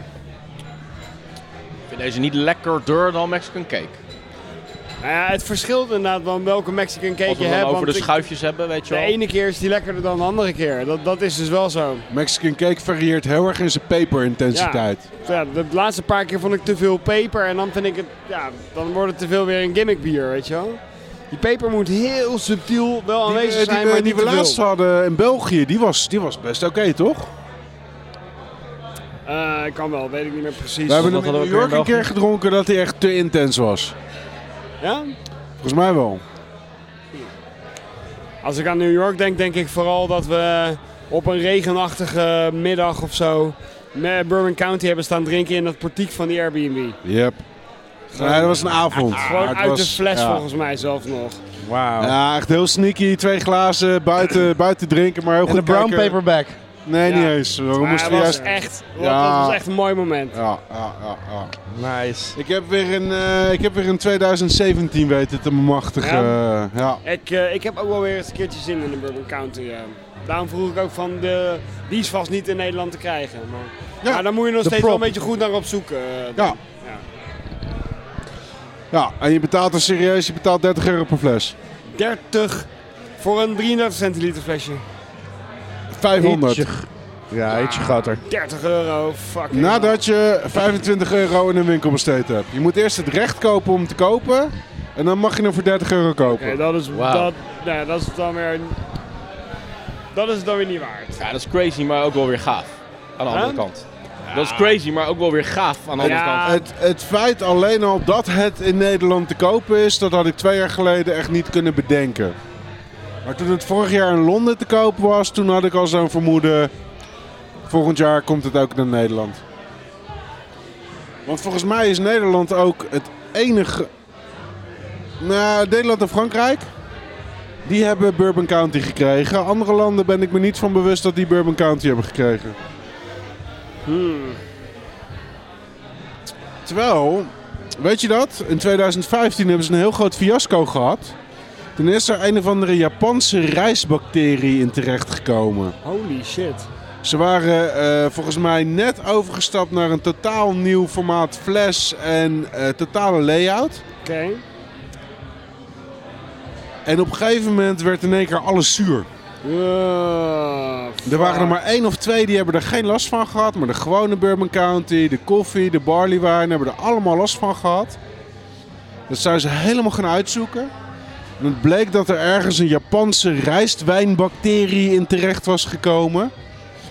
A: Ik vind deze niet lekkerder dan Mexican cake.
D: Nou ja, het verschilt inderdaad van welke Mexican cake
A: Als we
D: je
A: het
D: hebt.
A: dan over
D: want
A: de
D: ik-
A: schuifjes hebben, weet je
D: de
A: wel.
D: ene keer is die lekkerder dan de andere keer. Dat, dat is dus wel zo.
B: Mexican cake varieert heel erg in zijn peperintensiteit.
D: Ja, de laatste paar keer vond ik te veel peper en dan vind ik het, ja, dan wordt het te veel weer een gimmick bier, weet je wel. Die peper moet heel subtiel wel
B: Die,
D: aanwezig
B: eh, die,
D: zijn,
B: eh, die
D: maar niet
B: we
D: te veel.
B: laatst hadden in België, die was, die was best oké, toch?
D: Eh, kan wel, weet ik niet meer precies.
B: We hebben
A: dat
B: hem in
A: hadden we
B: New
A: ook weer in
B: York een keer
A: België.
B: gedronken dat hij echt te intens was.
D: Ja?
B: Volgens mij wel.
D: Als ik aan New York denk, denk ik vooral dat we op een regenachtige middag of zo met Bourbon County hebben staan drinken in dat portiek van die Airbnb.
B: Yep. Nee, dat was een avond.
D: Gewoon
B: Ja, Ah, het
D: uit de
B: was-
D: fles
B: ja.
D: volgens mij zelf nog.
C: Wauw.
B: Ja, echt heel sneaky. Twee glazen buiten, buiten drinken, maar heel
C: En
B: goed
C: de brown
B: kijken.
C: paperback.
B: Nee,
D: Ja.
B: niet eens. Waarom
D: Maar
B: moesten
D: het
B: we
D: was
B: juist...
D: echt,
B: Ja.
D: dat was echt een mooi moment.
B: Ja, ja, ja, ja.
C: Nice.
B: Ik heb weer een, eh, ik heb weer een 2017 weten te bemachtigen. Ja. ja.
D: Ik, eh, ik heb ook wel weer eens een keertje zin in de Bourbon County. eh. Daarom vroeg ik ook van, de, die is vast niet in Nederland te krijgen. Maar,
B: Ja,
D: maar daar moet je nog
C: de
D: steeds wel een
C: prop.
D: beetje goed naar op zoeken. eh,
B: Ja. Ja, en je betaalt er serieus, je betaalt 30 euro per fles.
D: 30 voor een 33 centiliter flesje.
B: 500.
C: Ietsje- Ja, ietsje groter.
D: 30 euro, fucking
B: Nadat je 25 euro in een winkel besteed hebt. Je moet eerst het recht kopen om te kopen. En dan mag je hem voor 30 euro kopen.
D: Oké, dat is
A: Wauw.
D: dat, nou ja, dat is dan weer dat is het dan weer niet waard.
A: Ja, dat is crazy, maar ook wel weer gaaf. Aan de andere
D: Huh?
A: kant. Dat is crazy, maar ook wel weer gaaf aan de andere
D: Ja.
A: kant.
B: Het, het feit alleen al dat het in Nederland te kopen is, dat had ik twee jaar geleden echt niet kunnen bedenken. Maar toen het vorig jaar in Londen te koop was, toen had ik al zo'n vermoeden. Volgend jaar komt het ook naar Nederland. Want volgens mij is Nederland ook het enige. Nou, Nederland en Frankrijk. Die hebben Bourbon County gekregen. Andere landen ben ik me niet van bewust dat die Bourbon County hebben gekregen. Terwijl, weet je dat? In 2015 hebben ze een heel groot fiasco gehad. Toen is er een of andere Japanse rijstbacterie in terechtgekomen.
D: Holy shit.
B: Ze waren eh, volgens mij net overgestapt naar een totaal nieuw formaat fles en eh, totale layout.
D: Oké.
B: En op een gegeven moment werd in één keer alles zuur.
D: Ja,
B: Er waren er
D: fuck.
B: maar één of twee die hebben er geen last van gehad. Maar de gewone Bourbon County, de koffie, de barleywijn hebben er allemaal last van gehad. Dat zijn ze helemaal gaan uitzoeken. En het bleek dat er ergens een Japanse rijstwijnbacterie in terecht was gekomen.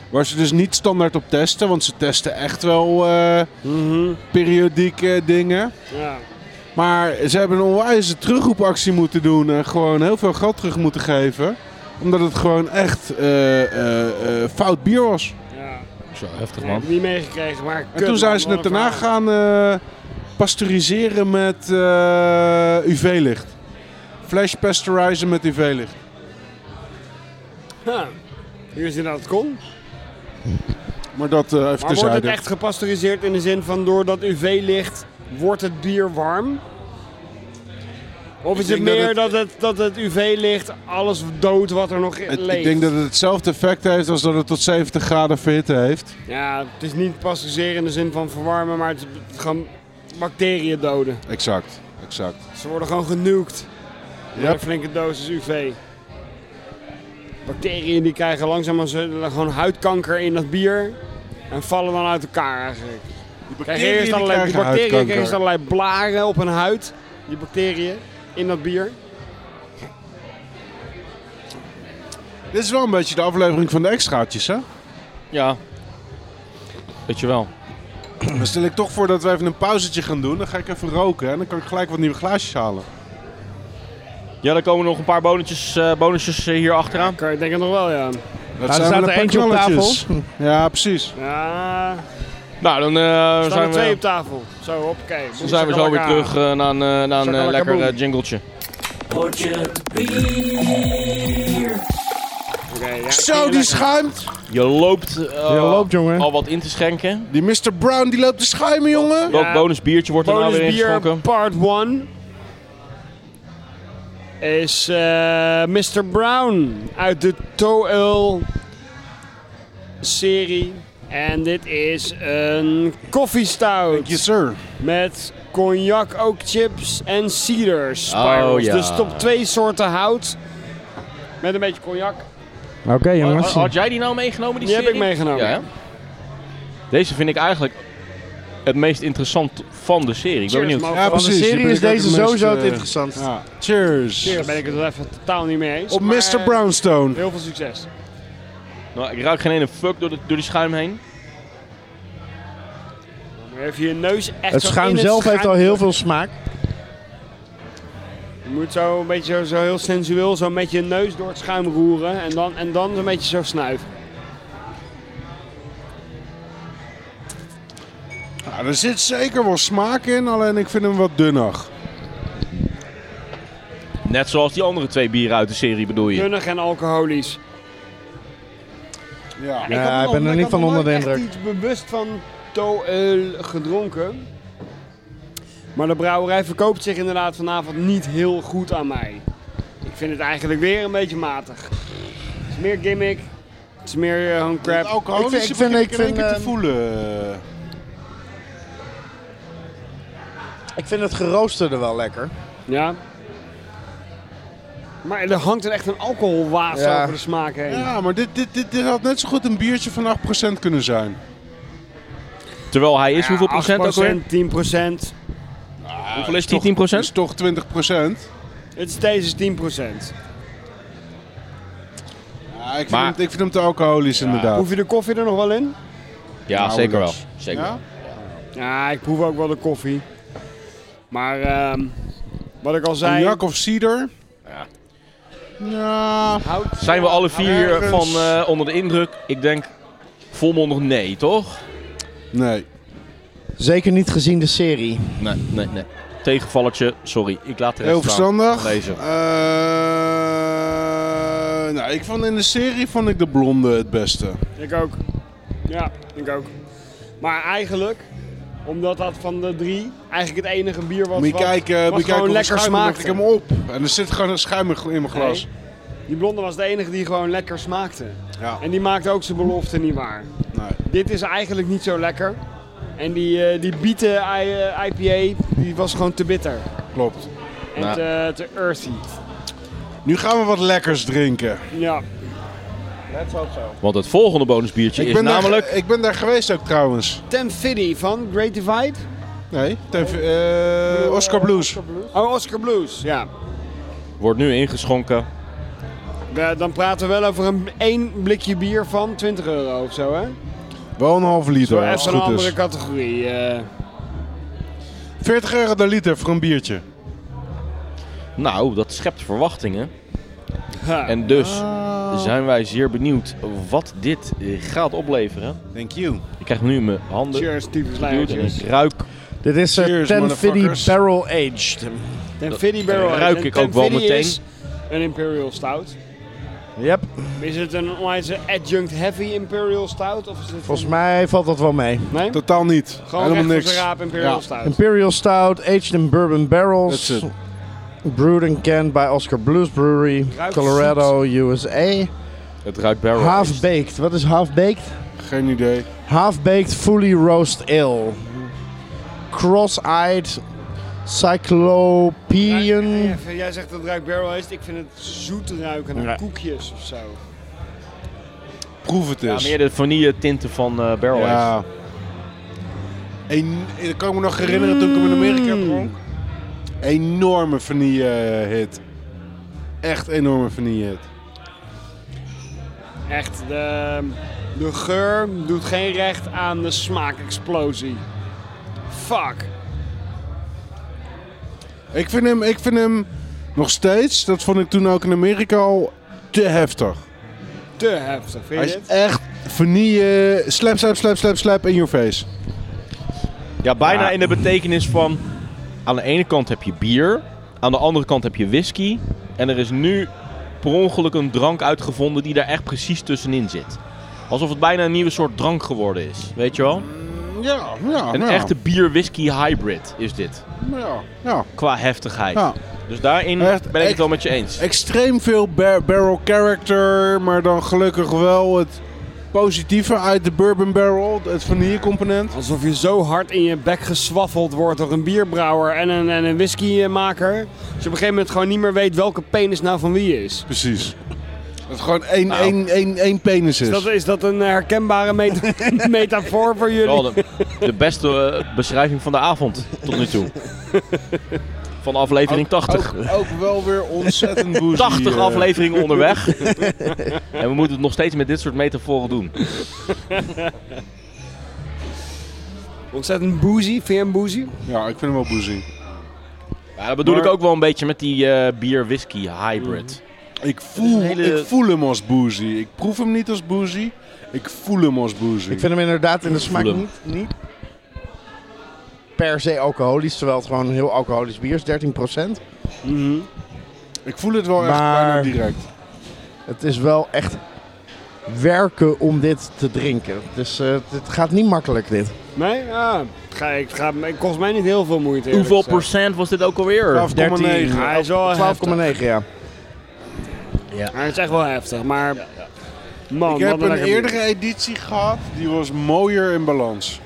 B: Waar ze dus niet standaard op testen, want ze testen echt wel eh,
D: Mhm.
B: periodiek eh, dingen.
D: Ja.
B: Maar ze hebben een onwijze terugroepactie moeten doen en gewoon heel veel geld terug moeten geven. Omdat het gewoon echt eh, eh, eh, fout bier was.
D: Ja.
A: Zo heftig,
D: Nee, heb ik niet meegekregen, maar
B: En toen zijn ze het daarna
D: gegaan.
B: gaan eh, pasteuriseren met eh, UV-licht. Flash pasteurizen met UV-licht.
D: Hier is inderdaad het kon.
B: Maar dat eh even
D: Maar wordt het
B: terzijde.
D: echt gepasteuriseerd in de zin van door dat UV-licht wordt het bier warm? Of is
B: Ik
D: het
B: denk dat
D: meer
B: het-
D: dat het, dat het UV-licht alles dood wat er nog
B: Het-
D: leeft?
B: ik denk dat het hetzelfde effect heeft als dat het tot 70 graden verhit heeft.
D: Ja, het is niet passagier in de zin van verwarmen, maar het is b- gewoon bacteriën doden.
B: Exact, exact.
D: Ze worden gewoon genukt. Met
B: Yep.
D: een flinke dosis UV. Bacteriën die krijgen langzaam als, eh, gewoon huidkanker in dat bier. En vallen dan uit elkaar eigenlijk.
B: Die
D: Krijgen eerst allerlei, die
B: krijgen
D: bacteriën
B: huidkanker.
D: krijgen eerst allerlei blaren op hun huid. Die bacteriën in dat bier.
B: Dit is wel een beetje de aflevering van de extraatjes, hè?
A: Ja. Weet je wel.
B: Dan stel ik toch voor dat we even een pauzetje gaan doen. Dan ga ik even roken hè, en dan kan ik gelijk wat nieuwe glaasjes halen.
A: Ja, er komen nog een paar bonusjes, eh bonusjes eh, hier achteraan.
D: Ik denk het nog wel, ja.
B: Dat
C: er staat
B: wel
C: er eentje op
B: knalletjes. Ja, precies.
D: Ja,
A: Nou, dan eh,
D: er staan
A: zijn
D: er twee
A: we...
D: op tafel. Zo, hoppakee.
A: Dan zijn we zo weer terug eh, naar een, eh, naar een eh, lekker
D: Shakalakaboom.
A: eh, jingletje.
D: Oké, ja,
B: Zo, die schuimt.
A: Je loopt, eh,
C: Je loopt, jongen.
A: al wat in te schenken.
B: Die Mr. Brown die loopt te schuimen, jongen.
A: Welk bonus biertje wordt er nou
D: Bonus
A: weer
D: bier
A: ingeschonken?
D: part 1 is eh, Mr. Brown uit de Toel serie. En dit is een koffiestout
B: Yes, sir.
D: met cognac ook chips en cedar spirals.
A: Oh, ja.
D: Dus het op twee soorten hout met een beetje cognac.
C: Oké, jongens.
A: Had, had jij die nou meegenomen, die,
D: Die heb
A: serie?
D: ik meegenomen.
A: Ja, hè? Deze vind ik eigenlijk het meest interessant van de serie. Ik ben
D: Cheers,
A: benieuwd.
D: man.
B: Ja,
C: Van de
B: precies. Hier
C: serie
B: ben
C: is
B: ik ook
C: deze
B: het meest,
C: sowieso het
B: eh,
C: interessantst.
B: Ja. Cheers.
D: Daar ben ik het wel even totaal niet mee eens.
B: Op
D: maar,
B: Mr.
D: eh,
B: Brownstone.
D: Heel veel succes.
A: Nou, ik ruik geen ene fuck door, de, door die schuim heen.
D: Maar Even je neus echt
C: Het
D: zo
C: schuim
D: in
C: zelf heeft
D: schuim-
C: al heel veel smaak.
D: Je moet zo een beetje zo heel sensueel zo met je neus door het schuim roeren en dan, en dan een beetje zo snuiven.
B: Ja, er zit zeker wel smaak in, alleen ik vind hem wat dunnig.
A: Net zoals die andere twee bieren uit de serie bedoel je.
D: Dunnig en alcoholisch.
B: Ja.
C: Ja, Eh, ik ben er niet van onder de
D: Ik
C: indruk.
D: heb iets bewust van toel gedronken. Maar de brouwerij verkoopt zich inderdaad vanavond niet heel goed aan mij. Ik vind het eigenlijk weer een beetje matig. Het is meer gimmick. Het is meer eh, gewoon crap.
B: Alcoholisch
C: Ik vind- ik vind-
B: begin ik dus in één
C: ik vind,
B: keer te
C: eh,
B: voelen.
C: Ik vind het geroosterde wel lekker.
D: Ja. Maar er hangt er echt een alcoholwaas
C: Ja.
D: over de smaak heen.
B: Ja, maar dit, dit, dit, dit had net zo goed een biertje van 8% kunnen zijn.
A: Terwijl hij is,
D: Ja,
A: hoeveel procent ook alweer?
D: 8%, 10 procent.
A: Hoeveel is die, 10
B: Dat is Dus toch 20%.
D: Het is deze 10 procent.
B: Ja, ik, vind
A: Maar-
B: hem, ik vind hem te alcoholisch inderdaad.
D: Proef je de koffie er nog wel in?
A: Ja,
B: Nou,
A: zeker wel.
B: dus.
A: Zeker.
B: Ja?
D: Ja, ik proef ook wel de koffie. Maar ehm, wat ik al zei...
B: Cognac of cider?
A: Ja.
B: Ja.
D: hout-
A: Zijn we alle vier
B: ergens.
A: van eh, onder de indruk? Ik denk volmondig nee, toch?
B: Nee.
C: Zeker niet gezien de serie.
A: Nee, nee, nee. Tegenvallertje, sorry. Ik laat de rest
B: Heel
A: staan.
B: verstandig.
A: Lezen.
B: Eh, nou, ik vond in de serie vond ik de blonde het beste.
D: Ik ook. Ja, ik ook. Maar eigenlijk, omdat dat van de drie eigenlijk het enige bier was...
B: Moet je
D: wat-
B: kijken, moet je kijken
D: gewoon
B: hoe
D: lekker
B: schuimig
D: smaakte.
B: ik hem op. En er zit gewoon een schuim in mijn
D: Nee,
B: glas.
D: die blonde was de enige die gewoon lekker smaakte.
B: Ja.
D: En die maakte ook zijn belofte niet waar.
B: Nee.
D: Dit is eigenlijk niet zo lekker. En die, eh, die bieten eh, IPA, die was gewoon te bitter.
B: Klopt.
D: En
A: Nou.
D: te, te earthy.
B: Nu gaan we wat lekkers drinken.
D: Ja.
A: Want het volgende bonusbiertje
B: Ik
A: is
B: ben,
A: namelijk...
B: daar, ik ben daar geweest ook trouwens.
D: Tenfiddy van Great Divide.
B: Nee, ten- eh, Oscar Blues.
D: Oh, Oscar Blues. Ja.
A: Wordt nu ingeschonken.
D: We- dan praten we wel over een één blikje bier van 20 euro of zo, hè?
B: Wel een halve liter,
D: Voor
B: als
D: even
B: het
D: een
B: goed dus.
D: andere
B: is.
D: categorie. eh.
B: 40 euro de liter voor een biertje.
A: Nou, dat schept verwachtingen.
D: Ha.
A: En dus zijn wij zeer benieuwd wat dit eh, gaat opleveren.
B: Thank you.
A: Ik krijg nu in mijn handen
D: Cheers, tyfus
A: geduwd en
D: Leijers.
A: ik ruik...
C: Dit is eh,
B: Cheers,
C: Ten Fiddy
B: motherfuckers.
C: Barrel Aged.
D: Tenfiddy Barrel.
A: ruik
D: Aged. En
A: ik ook wel
D: Tenfiddy
A: meteen.
D: is Een Imperial Stout.
C: Yep.
D: Is het een onwijze adjunct heavy Imperial Stout? Of is het
C: Volgens mij valt dat wel mee.
D: mij. Nee?
B: Totaal niet.
D: Gewoon
B: Helemaal
D: recht voor
B: niks.
D: zijn raap Imperial
B: Ja.
D: Stout.
C: Imperial Stout, aged in bourbon barrels.
B: That's it.
C: Brewed in Kent by Oscar Blues Brewery,
D: Ruikt
C: Colorado, USA.
A: Het ruikt barrel.
C: Half-baked. Wat is half-baked?
B: Geen idee.
C: Half-baked fully roast ale. Cross-eyed cyclopean.
D: Even, jij zegt dat het ruikt barrel is. Ik vind het zoet ruiken naar
C: Ja.
D: koekjes of zo.
B: Proef het
A: Ja,
B: eens.
A: meer de vanille tinten van eh barrel. aged.
B: Ja. En, dat kan ik me nog herinneren toen ik hem in Amerika dronk. Enorme vanille eh, hit. Echt enorme vanille hit.
D: Echt, de, de geur doet geen recht aan de smaakexplosie. Fuck.
B: Ik vind hem, ik vind hem nog steeds, dat vond ik toen ook in Amerika al, te heftig.
D: Te heftig,
B: Hij
D: vind je
B: is
D: dit?
B: echt vanille, slap, slap, slap, slap, slap in your face.
A: Ja, bijna in de betekenis van... Aan de ene kant heb je bier. Aan de andere kant heb je whisky. En er is nu per ongeluk een drank uitgevonden die daar echt precies tussenin zit. Alsof het bijna een nieuwe soort drank geworden is. Weet je wel?
B: Ja, ja,
A: Een
B: ja.
A: echte bier-whisky hybrid is dit.
B: Ja, ja,
A: Qua heftigheid.
B: ja.
A: Dus daarin
B: Echt,
A: ben ik het
B: echt.
A: wel met je eens.
B: Extreem veel bar- barrel character, maar dan gelukkig wel het positieve uit de bourbon barrel, het vanille component.
D: Alsof je zo hard in je bek geswaffeld wordt door een bierbrouwer en een, en een whiskymaker. Dat je op een gegeven moment gewoon niet meer weet welke penis nou van wie is.
B: Precies. Nou. Dat het gewoon één, één, één, één penis is.
D: Is dat, is dat een herkenbare meta- metafoor voor jullie?
A: Wel de, de beste eh, beschrijving van de avond tot nu toe. Van aflevering 80.
B: Ook, ook wel weer ontzettend boezie.
A: 80
B: eh.
A: afleveringen onderweg. en we moeten het nog steeds met dit soort metaforen doen.
D: Ontzettend boozy, vind je hem boozy?
B: Ja, ik vind hem wel boezie.
A: Ja, dat bedoel
D: Maar-
A: ik ook wel een beetje met die eh, bier-whisky
B: Mm,
A: hybrid.
B: Ik voel,
A: een hele-
B: ik voel hem als boezie. Ik proef hem niet als boezie. Ik voel hem als boezie.
C: Ik vind hem inderdaad in de smaak
A: Voelen.
C: niet, niet per se alcoholisch, terwijl het gewoon een heel alcoholisch bier is, 13%.
B: Ik voel het wel echt
C: Maar-
B: bijna direct.
C: Het is wel echt werken om dit te drinken. Dus eh, het gaat niet makkelijk dit.
D: Nee? Ja. Ga, ik, ga, het kost mij niet heel veel moeite. eerlijk
A: Hoeveel
D: gezegd.
A: procent was dit ook alweer?
B: 12,9.
D: Hij is wel
C: 12,9 ja.
D: heftig. Hij is echt wel heftig, maar... Man,
B: Ik
D: wat
B: heb een
D: lekker
B: eerdere
D: bier.
B: editie gehad, die was mooier in balans.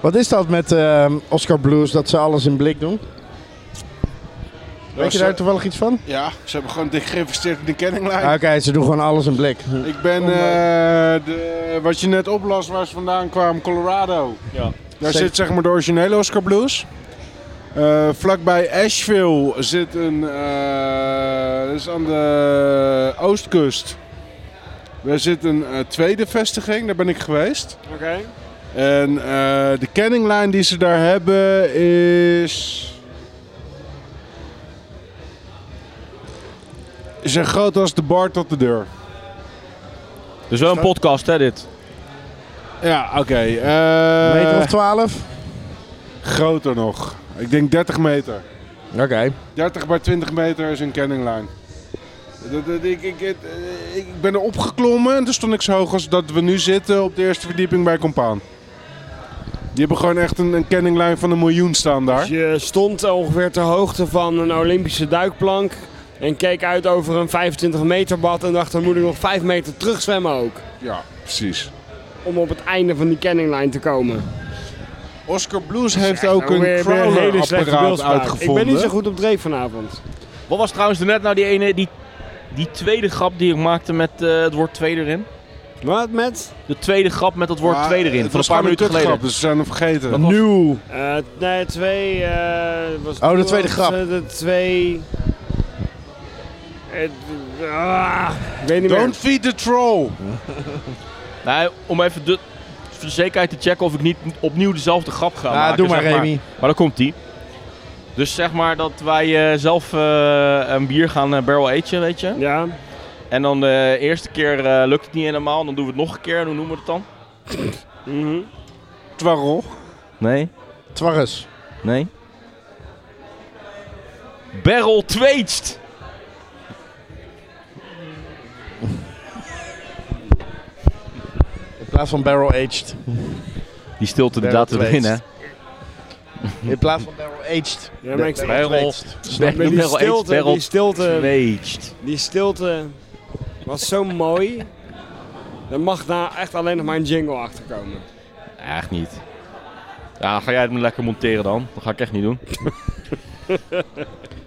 C: Wat is dat met eh, Oscar Blues, dat ze alles in blik doen? Weet je
B: ze-
C: daar toevallig iets van?
B: Ja, ze hebben gewoon dik geïnvesteerd in de kenninglijn.
C: Ah, Oké, ze doen gewoon alles in blik.
B: Ik ben, eh, de, wat je net oplas waar ze vandaan kwam, Colorado.
A: Ja.
B: Daar
C: Zeker.
B: zit zeg maar de originele Oscar Blues. Eh, vlakbij Asheville zit een, eh, dat is aan de oostkust. Daar zit een eh, tweede vestiging, daar ben ik geweest.
D: Oké.
B: En eh, de kenninglijn die ze daar hebben is... Is zo groot als de bar tot de deur.
A: Dus wel een podcast, hè, dit?
B: Ja, oké. eh,
C: Meter of 12?
B: groter nog. Ik denk 30 meter.
C: Oké.
B: 30 bij 20 meter is een kenninglijn. Dat- dat- Ik, ik, het- eh, ik ben er opgeklommen en toen stond ik zo hoog als dat we nu zitten op de eerste verdieping bij Compaan. Die hebben gewoon echt een, een kenninglijn van een miljoen staan daar.
D: Dus je stond ongeveer ter hoogte van een Olympische duikplank... en keek uit over een 25 meter bad en dacht... dan moet ik nog 5 meter terugzwemmen ook.
B: Ja, precies.
D: Om op het einde van die kenninglijn te komen.
B: Oscar Blues heeft
D: Echt,
B: ook
D: nou, weer-
B: een
D: weer hele slechte
B: crawler-apparaat
D: beeldspraak.
B: uitgevonden.
D: Ik ben niet zo goed op dreef vanavond.
A: Wat was trouwens net nou die ene, die, die tweede grap die ik maakte met eh, het woord tweede erin?
D: Wat met?
A: De tweede grap met dat woord
B: Maar
A: tweede erin,
B: het
A: van een
B: was
A: paar
B: gewoon
A: minuten
B: kutgrap,
A: geleden.
B: Dus we zijn hem vergeten.
C: Nieuw.
D: Eh, nee, twee. eh, was
C: Oh, de tweede grap.
D: eh, De twee. Eh, ah, ik weet niet meer.
B: Don't feed the troll.
A: Nee, om even de, voor de zekerheid te checken of ik niet opnieuw dezelfde grap ga
C: Ah,
A: maken.
C: doe maar
A: zeg
C: Remy.
A: Maar dan komt die. Dus zeg maar dat wij eh, zelf eh, een bier gaan eh, barrel agen, weet je.
D: Ja.
A: En dan de eerste keer eh, lukt het niet helemaal. Dan doen we het nog een keer. En hoe noemen we het dan?
D: mhm.
B: Twarrel.
A: Nee,
C: Twarres.
A: nee. Barrel tweetst.
C: In plaats van barrel aged.
A: Die stilte
C: Barrel
A: inderdaad erin, hè.
C: tweetst. In plaats van barrel aged.
D: Ja, maar ik
A: Barrel-
D: Maar die stilte, die stilte.
A: aged.
D: Die stilte was zo mooi. Er mag daar echt alleen nog maar een jingle achter komen.
A: Echt niet. Ja, ga jij het me lekker monteren dan. Dat ga ik echt niet doen.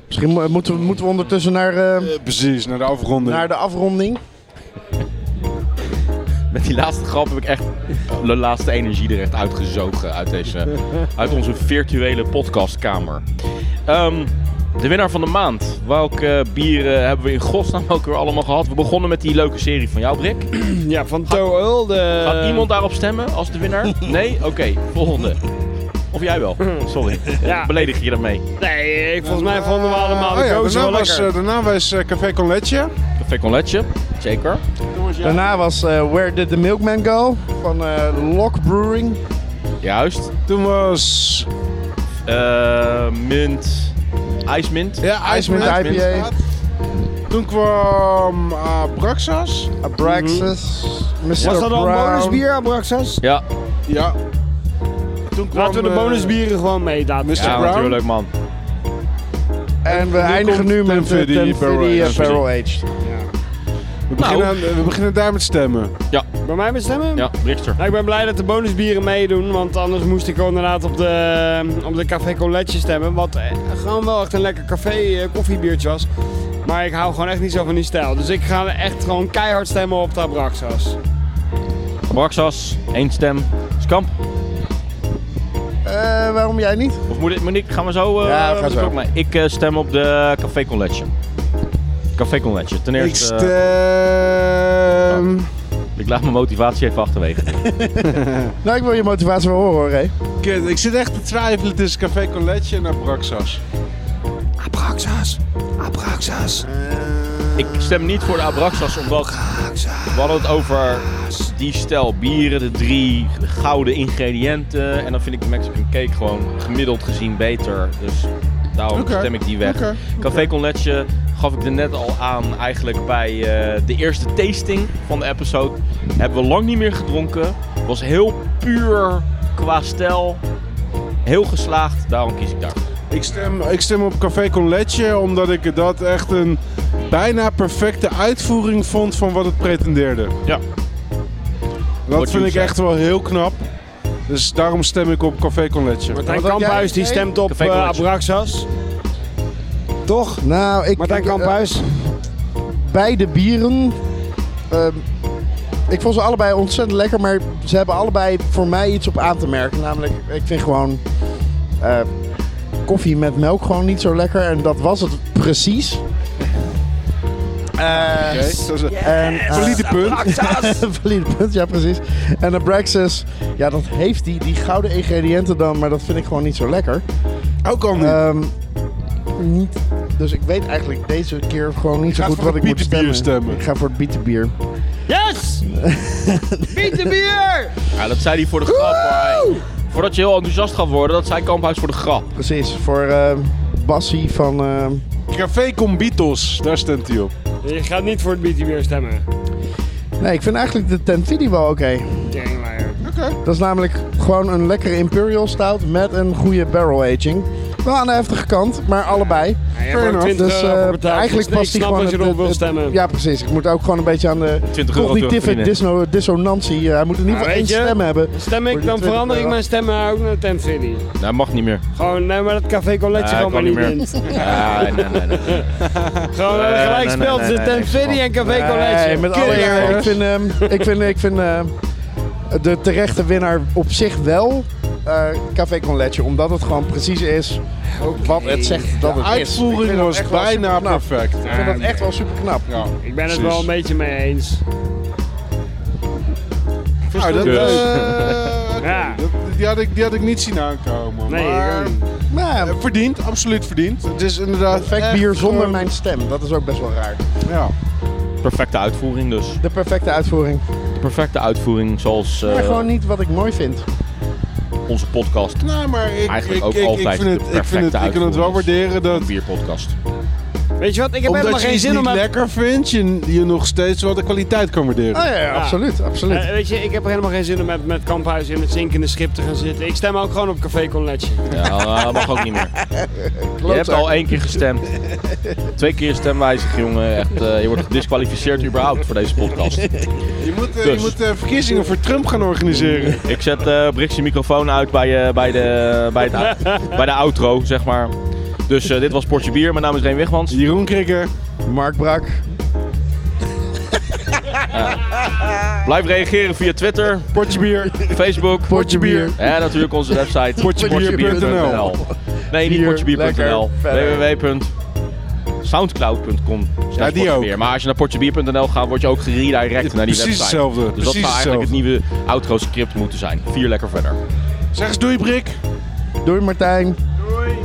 C: Misschien mo- moeten we, moeten we ondertussen naar, eh,
B: Eh, precies, naar de afronding.
C: naar de afronding.
A: Met die laatste grap heb ik echt de laatste energie er echt uitgezogen uit, deze, uit onze virtuele podcastkamer. Ehm, de winnaar van de maand. Welke bieren hebben we in godsnaam ook weer allemaal gehad? We begonnen met die leuke serie van jou, Brik.
D: Ja, van Toe Earl, de...
A: Gaat iemand daarop stemmen als de winnaar? Nee? Oké, volgende. Of jij wel? Sorry.
D: Ja.
A: Beledig je daarmee?
D: Nee, ik- volgens mij vonden we allemaal de
B: oh ja,
D: kozen
B: daarna
D: wel
B: was,
D: lekker.
B: eh, daarna was eh, Café Con Leche.
A: Café con Leche. Zeker.
C: Daarna was eh, Where Did the Milkman Go? van eh Lock Brewing.
A: Juist.
B: Toen was...
A: Eh mint. IJsmint.
B: Ja,
C: IJsmint
B: IJsmint.
C: IPA.
B: Toen kwam eh, Braxas.
C: Abraxas. Mr.
D: Mhm. Was dat al een
C: Brown.
D: bonusbier, Abraxas?
A: Ja,
B: Ja. Toen kwam,
D: Laten we de
B: eh,
D: bonusbieren gewoon meedaten.
B: Mr.
A: ja
B: Brown.
A: natuurlijk man.
C: En we eindigen
B: komt
C: nu met
B: Tenfiddy
C: de
B: Barrel
C: Tenfiddy eh,
B: Aged.
C: Barrel Aged.
B: We beginnen, aan- we beginnen daar met stemmen.
D: Bij mij bestemmen?
A: Ja, Richter.
D: Nou, ik ben blij dat de bonusbieren meedoen, want anders moest ik gewoon inderdaad op de, op de Café Coletje stemmen. Wat eh, gewoon wel echt een lekker café eh, koffiebiertje was. Maar ik hou gewoon echt niet zo van die stijl. Dus ik ga echt gewoon keihard stemmen op de Abraxas.
A: Braxas, één stem. Skamp.
C: Eh, waarom jij niet?
A: Of moet ik, Monique, gaan we zo? eh,
C: Ja, we
A: moet
C: gaan
A: ik
C: zo.
A: ook mee? Ik eh, stem op de Café con Leche. Café con Leche. Ten
B: Ik
A: eerste, eh,
D: Ehm.
B: stem...
A: ik laat mijn motivatie even achterwege.
C: Nou, ik wil je motivatie wel horen hoor, Ray.
B: Kut, ik zit echt te twijfelen tussen Café Con Leche en Abraxas.
D: Abraxas. Abraxas.
A: ik stem niet voor de Abraxas, omdat we hadden het over die stijl bieren, de drie gouden ingrediënten. En dan vind ik de Mexican cake gewoon gemiddeld gezien beter. Dus daarom
B: Oké,
A: stem ik die weg.
B: oké,
A: Café con Leche gaf ik er net al aan eigenlijk bij eh, de eerste tasting van de episode. Hebben we lang niet meer gedronken. Was heel puur qua stijl. Heel geslaagd, daarom kies ik daar.
B: Ik stem, ik stem op Café Con Leche omdat ik dat echt een bijna perfecte uitvoering vond van wat het pretendeerde.
A: Ja.
B: Dat
A: you
B: vind ik
A: said.
B: echt wel heel knap. Dus daarom stem ik op Café Con Leche.
D: Martijn
C: Wat had
D: Kamphuis
C: jij?
D: die stemt op
A: Café
D: eh,
A: Coletje.
D: Abraxas. Toch?
C: Nou, ik...
D: Martijn
C: ik, eh,
D: Kamphuis.
C: beide bieren. ehm, ik vond ze allebei ontzettend lekker, maar ze hebben allebei voor mij iets op aan te merken. Namelijk, ik vind gewoon eh, koffie met melk gewoon niet zo lekker. En dat was het precies. Eh,
B: Oké, dat is een
C: En, eh,
B: Valide punt.
C: valide punt, ja precies. En de Braxis, ja dat heeft die, die gouden ingrediënten dan, maar dat vind ik gewoon niet zo lekker.
B: Ook al niet.
C: Ehm, niet. Dus ik weet eigenlijk deze keer gewoon niet zo
B: ga
C: goed
B: voor
C: wat
B: het
C: ik moet
B: bietenbier
C: stemmen.
B: stemmen.
C: Ik ga voor het bietenbier.
D: Yes! Bietenbier!
A: Ja, dat zei hij voor de grap. hoor. Voordat je heel enthousiast gaat worden, dat zei Kamphuis voor de grap.
C: Precies, voor eh Bassie van... eh,
B: Café Combitos, daar stemt hij op.
D: Je gaat niet voor het bietenbier stemmen.
C: Nee, ik vind eigenlijk de Tenfidi wel oké.
D: Gangleier.
C: Dat is namelijk gewoon een lekkere Imperial Stout met een goede barrel aging. Wel aan de heftige kant, maar allebei.
D: Ja, je hebt er
B: enough.
D: 20
C: Dus eh,
D: euro voor betaald, dus
C: eigenlijk
D: nee,
C: past
D: ik
C: die
D: snap
C: gewoon...
D: dat je
C: het-
D: erop wil
C: het-
D: stemmen.
C: Ja, precies. Ik moet ook gewoon een beetje aan de
A: 20 euro
C: cognitieve
A: terugverdienen.
C: disso- dissonantie... eh, hij moet in ieder
D: Nou,
C: geval één
D: weet je,
C: stem hebben.
D: Stem
C: Voor
D: ik,
C: die
D: dan
C: 20
D: verander ik
C: euro.
D: mijn stemmen ook naar Tent City.
A: Nou, mag niet meer.
D: Gewoon, nee, maar dat café colletje
A: Ja,
D: gewoon maar
A: ik
D: niet
A: kan
D: in.
A: niet Ja, nee, nee, nee.
D: Gewoon
A: Nee,
D: eh, gelijk
A: nee,
D: speelt
A: nee,
D: tussen
A: nee,
D: Tent
A: nee,
D: City
A: nee.
D: en café colletje.
C: Nee, met alle eerlijk, ik vind, ehm, ik vind, ik vind eh, de terechte winnaar op zich wel eh, Café Con Leche, omdat het gewoon precies is wat het zegt dat
B: De
C: het is. Ik vind
B: uitvoering
C: dat
B: was
C: echt wel
B: bijna
C: superknap.
B: perfect.
C: Ik vind dat echt wel super knap.
B: Ja,
D: Ik ben het
B: precies.
D: wel een beetje mee eens.
B: Nou, dat,
A: Dus.
B: eh, oké,
D: Ja.
B: dat- die, had ik, die had ik niet zien aankomen.
D: Nee,
B: maar,
D: ik ook niet.
C: Maar
B: eh, verdiend, absoluut verdiend. Het is inderdaad
C: perfect
B: echt
C: bier zonder
B: gewoon-
C: mijn stem, dat is ook best wel raar.
B: Ja.
A: Perfecte uitvoering dus.
C: De perfecte uitvoering.
A: De perfecte uitvoering zoals eh,
C: Maar gewoon niet wat ik mooi
B: Oh,
C: vind.
A: onze podcast.
B: Nee, maar ik,
A: Eigenlijk ook
B: ik, ik, ik
A: altijd
B: vind
A: de
B: het, ik, vind
A: perfecte
B: het, ik kan het wel
A: uitvoering is.
B: waarderen dat
A: Bierpodcast.
D: Weet je wat, ik heb
B: Omdat
D: helemaal
B: je
D: geen
B: iets
D: zin
B: niet
D: om... uit-
B: lekker vindt, je, je nog steeds wel de kwaliteit kan waarderen.
C: Oh ja, ja, absoluut, absoluut.
D: Eh, weet je, ik heb er helemaal geen zin om met, met kamphuis in het zinkende schip te gaan zitten. Ik stem ook gewoon op Café Colletje.
A: Ja, dat mag ook niet meer. Je hebt
C: Klootzak.
A: al één keer gestemd. Twee keer stemwijzig, jongen. Echt, eh, je wordt gedisqualificeerd überhaupt voor deze podcast.
B: Je moet, eh, je
A: Dus.
B: moet eh, verkiezingen voor Trump gaan organiseren.
A: Ik zet eh Brix je microfoon uit bij, eh, bij, de, bij, de, bij de outro, zeg maar. Dus eh, dit was Portje Bier. Mijn naam is Reen Wegmans.
B: Jeroen Krikker.
C: Mark Brak.
A: Blijf reageren via Twitter,
B: Potje bier.
A: Facebook.
C: Potje bier.
A: En natuurlijk onze website
B: Potjebier.nl.
A: Nee, niet
C: Bier,
A: potjebier.nl.
C: lekker,
A: www.soundcloud.com.
B: Ja, die
A: Potjebier. Maar als je naar potjebier.nl gaat, word je ook geredirect naar die
B: Precies
A: website.
B: hetzelfde,
A: Dus dat
B: precies
A: zou eigenlijk het nieuwe outro script moeten zijn. Vier lekker verder.
B: Zeg eens doei, Brik.
C: Doei Martijn. Doei.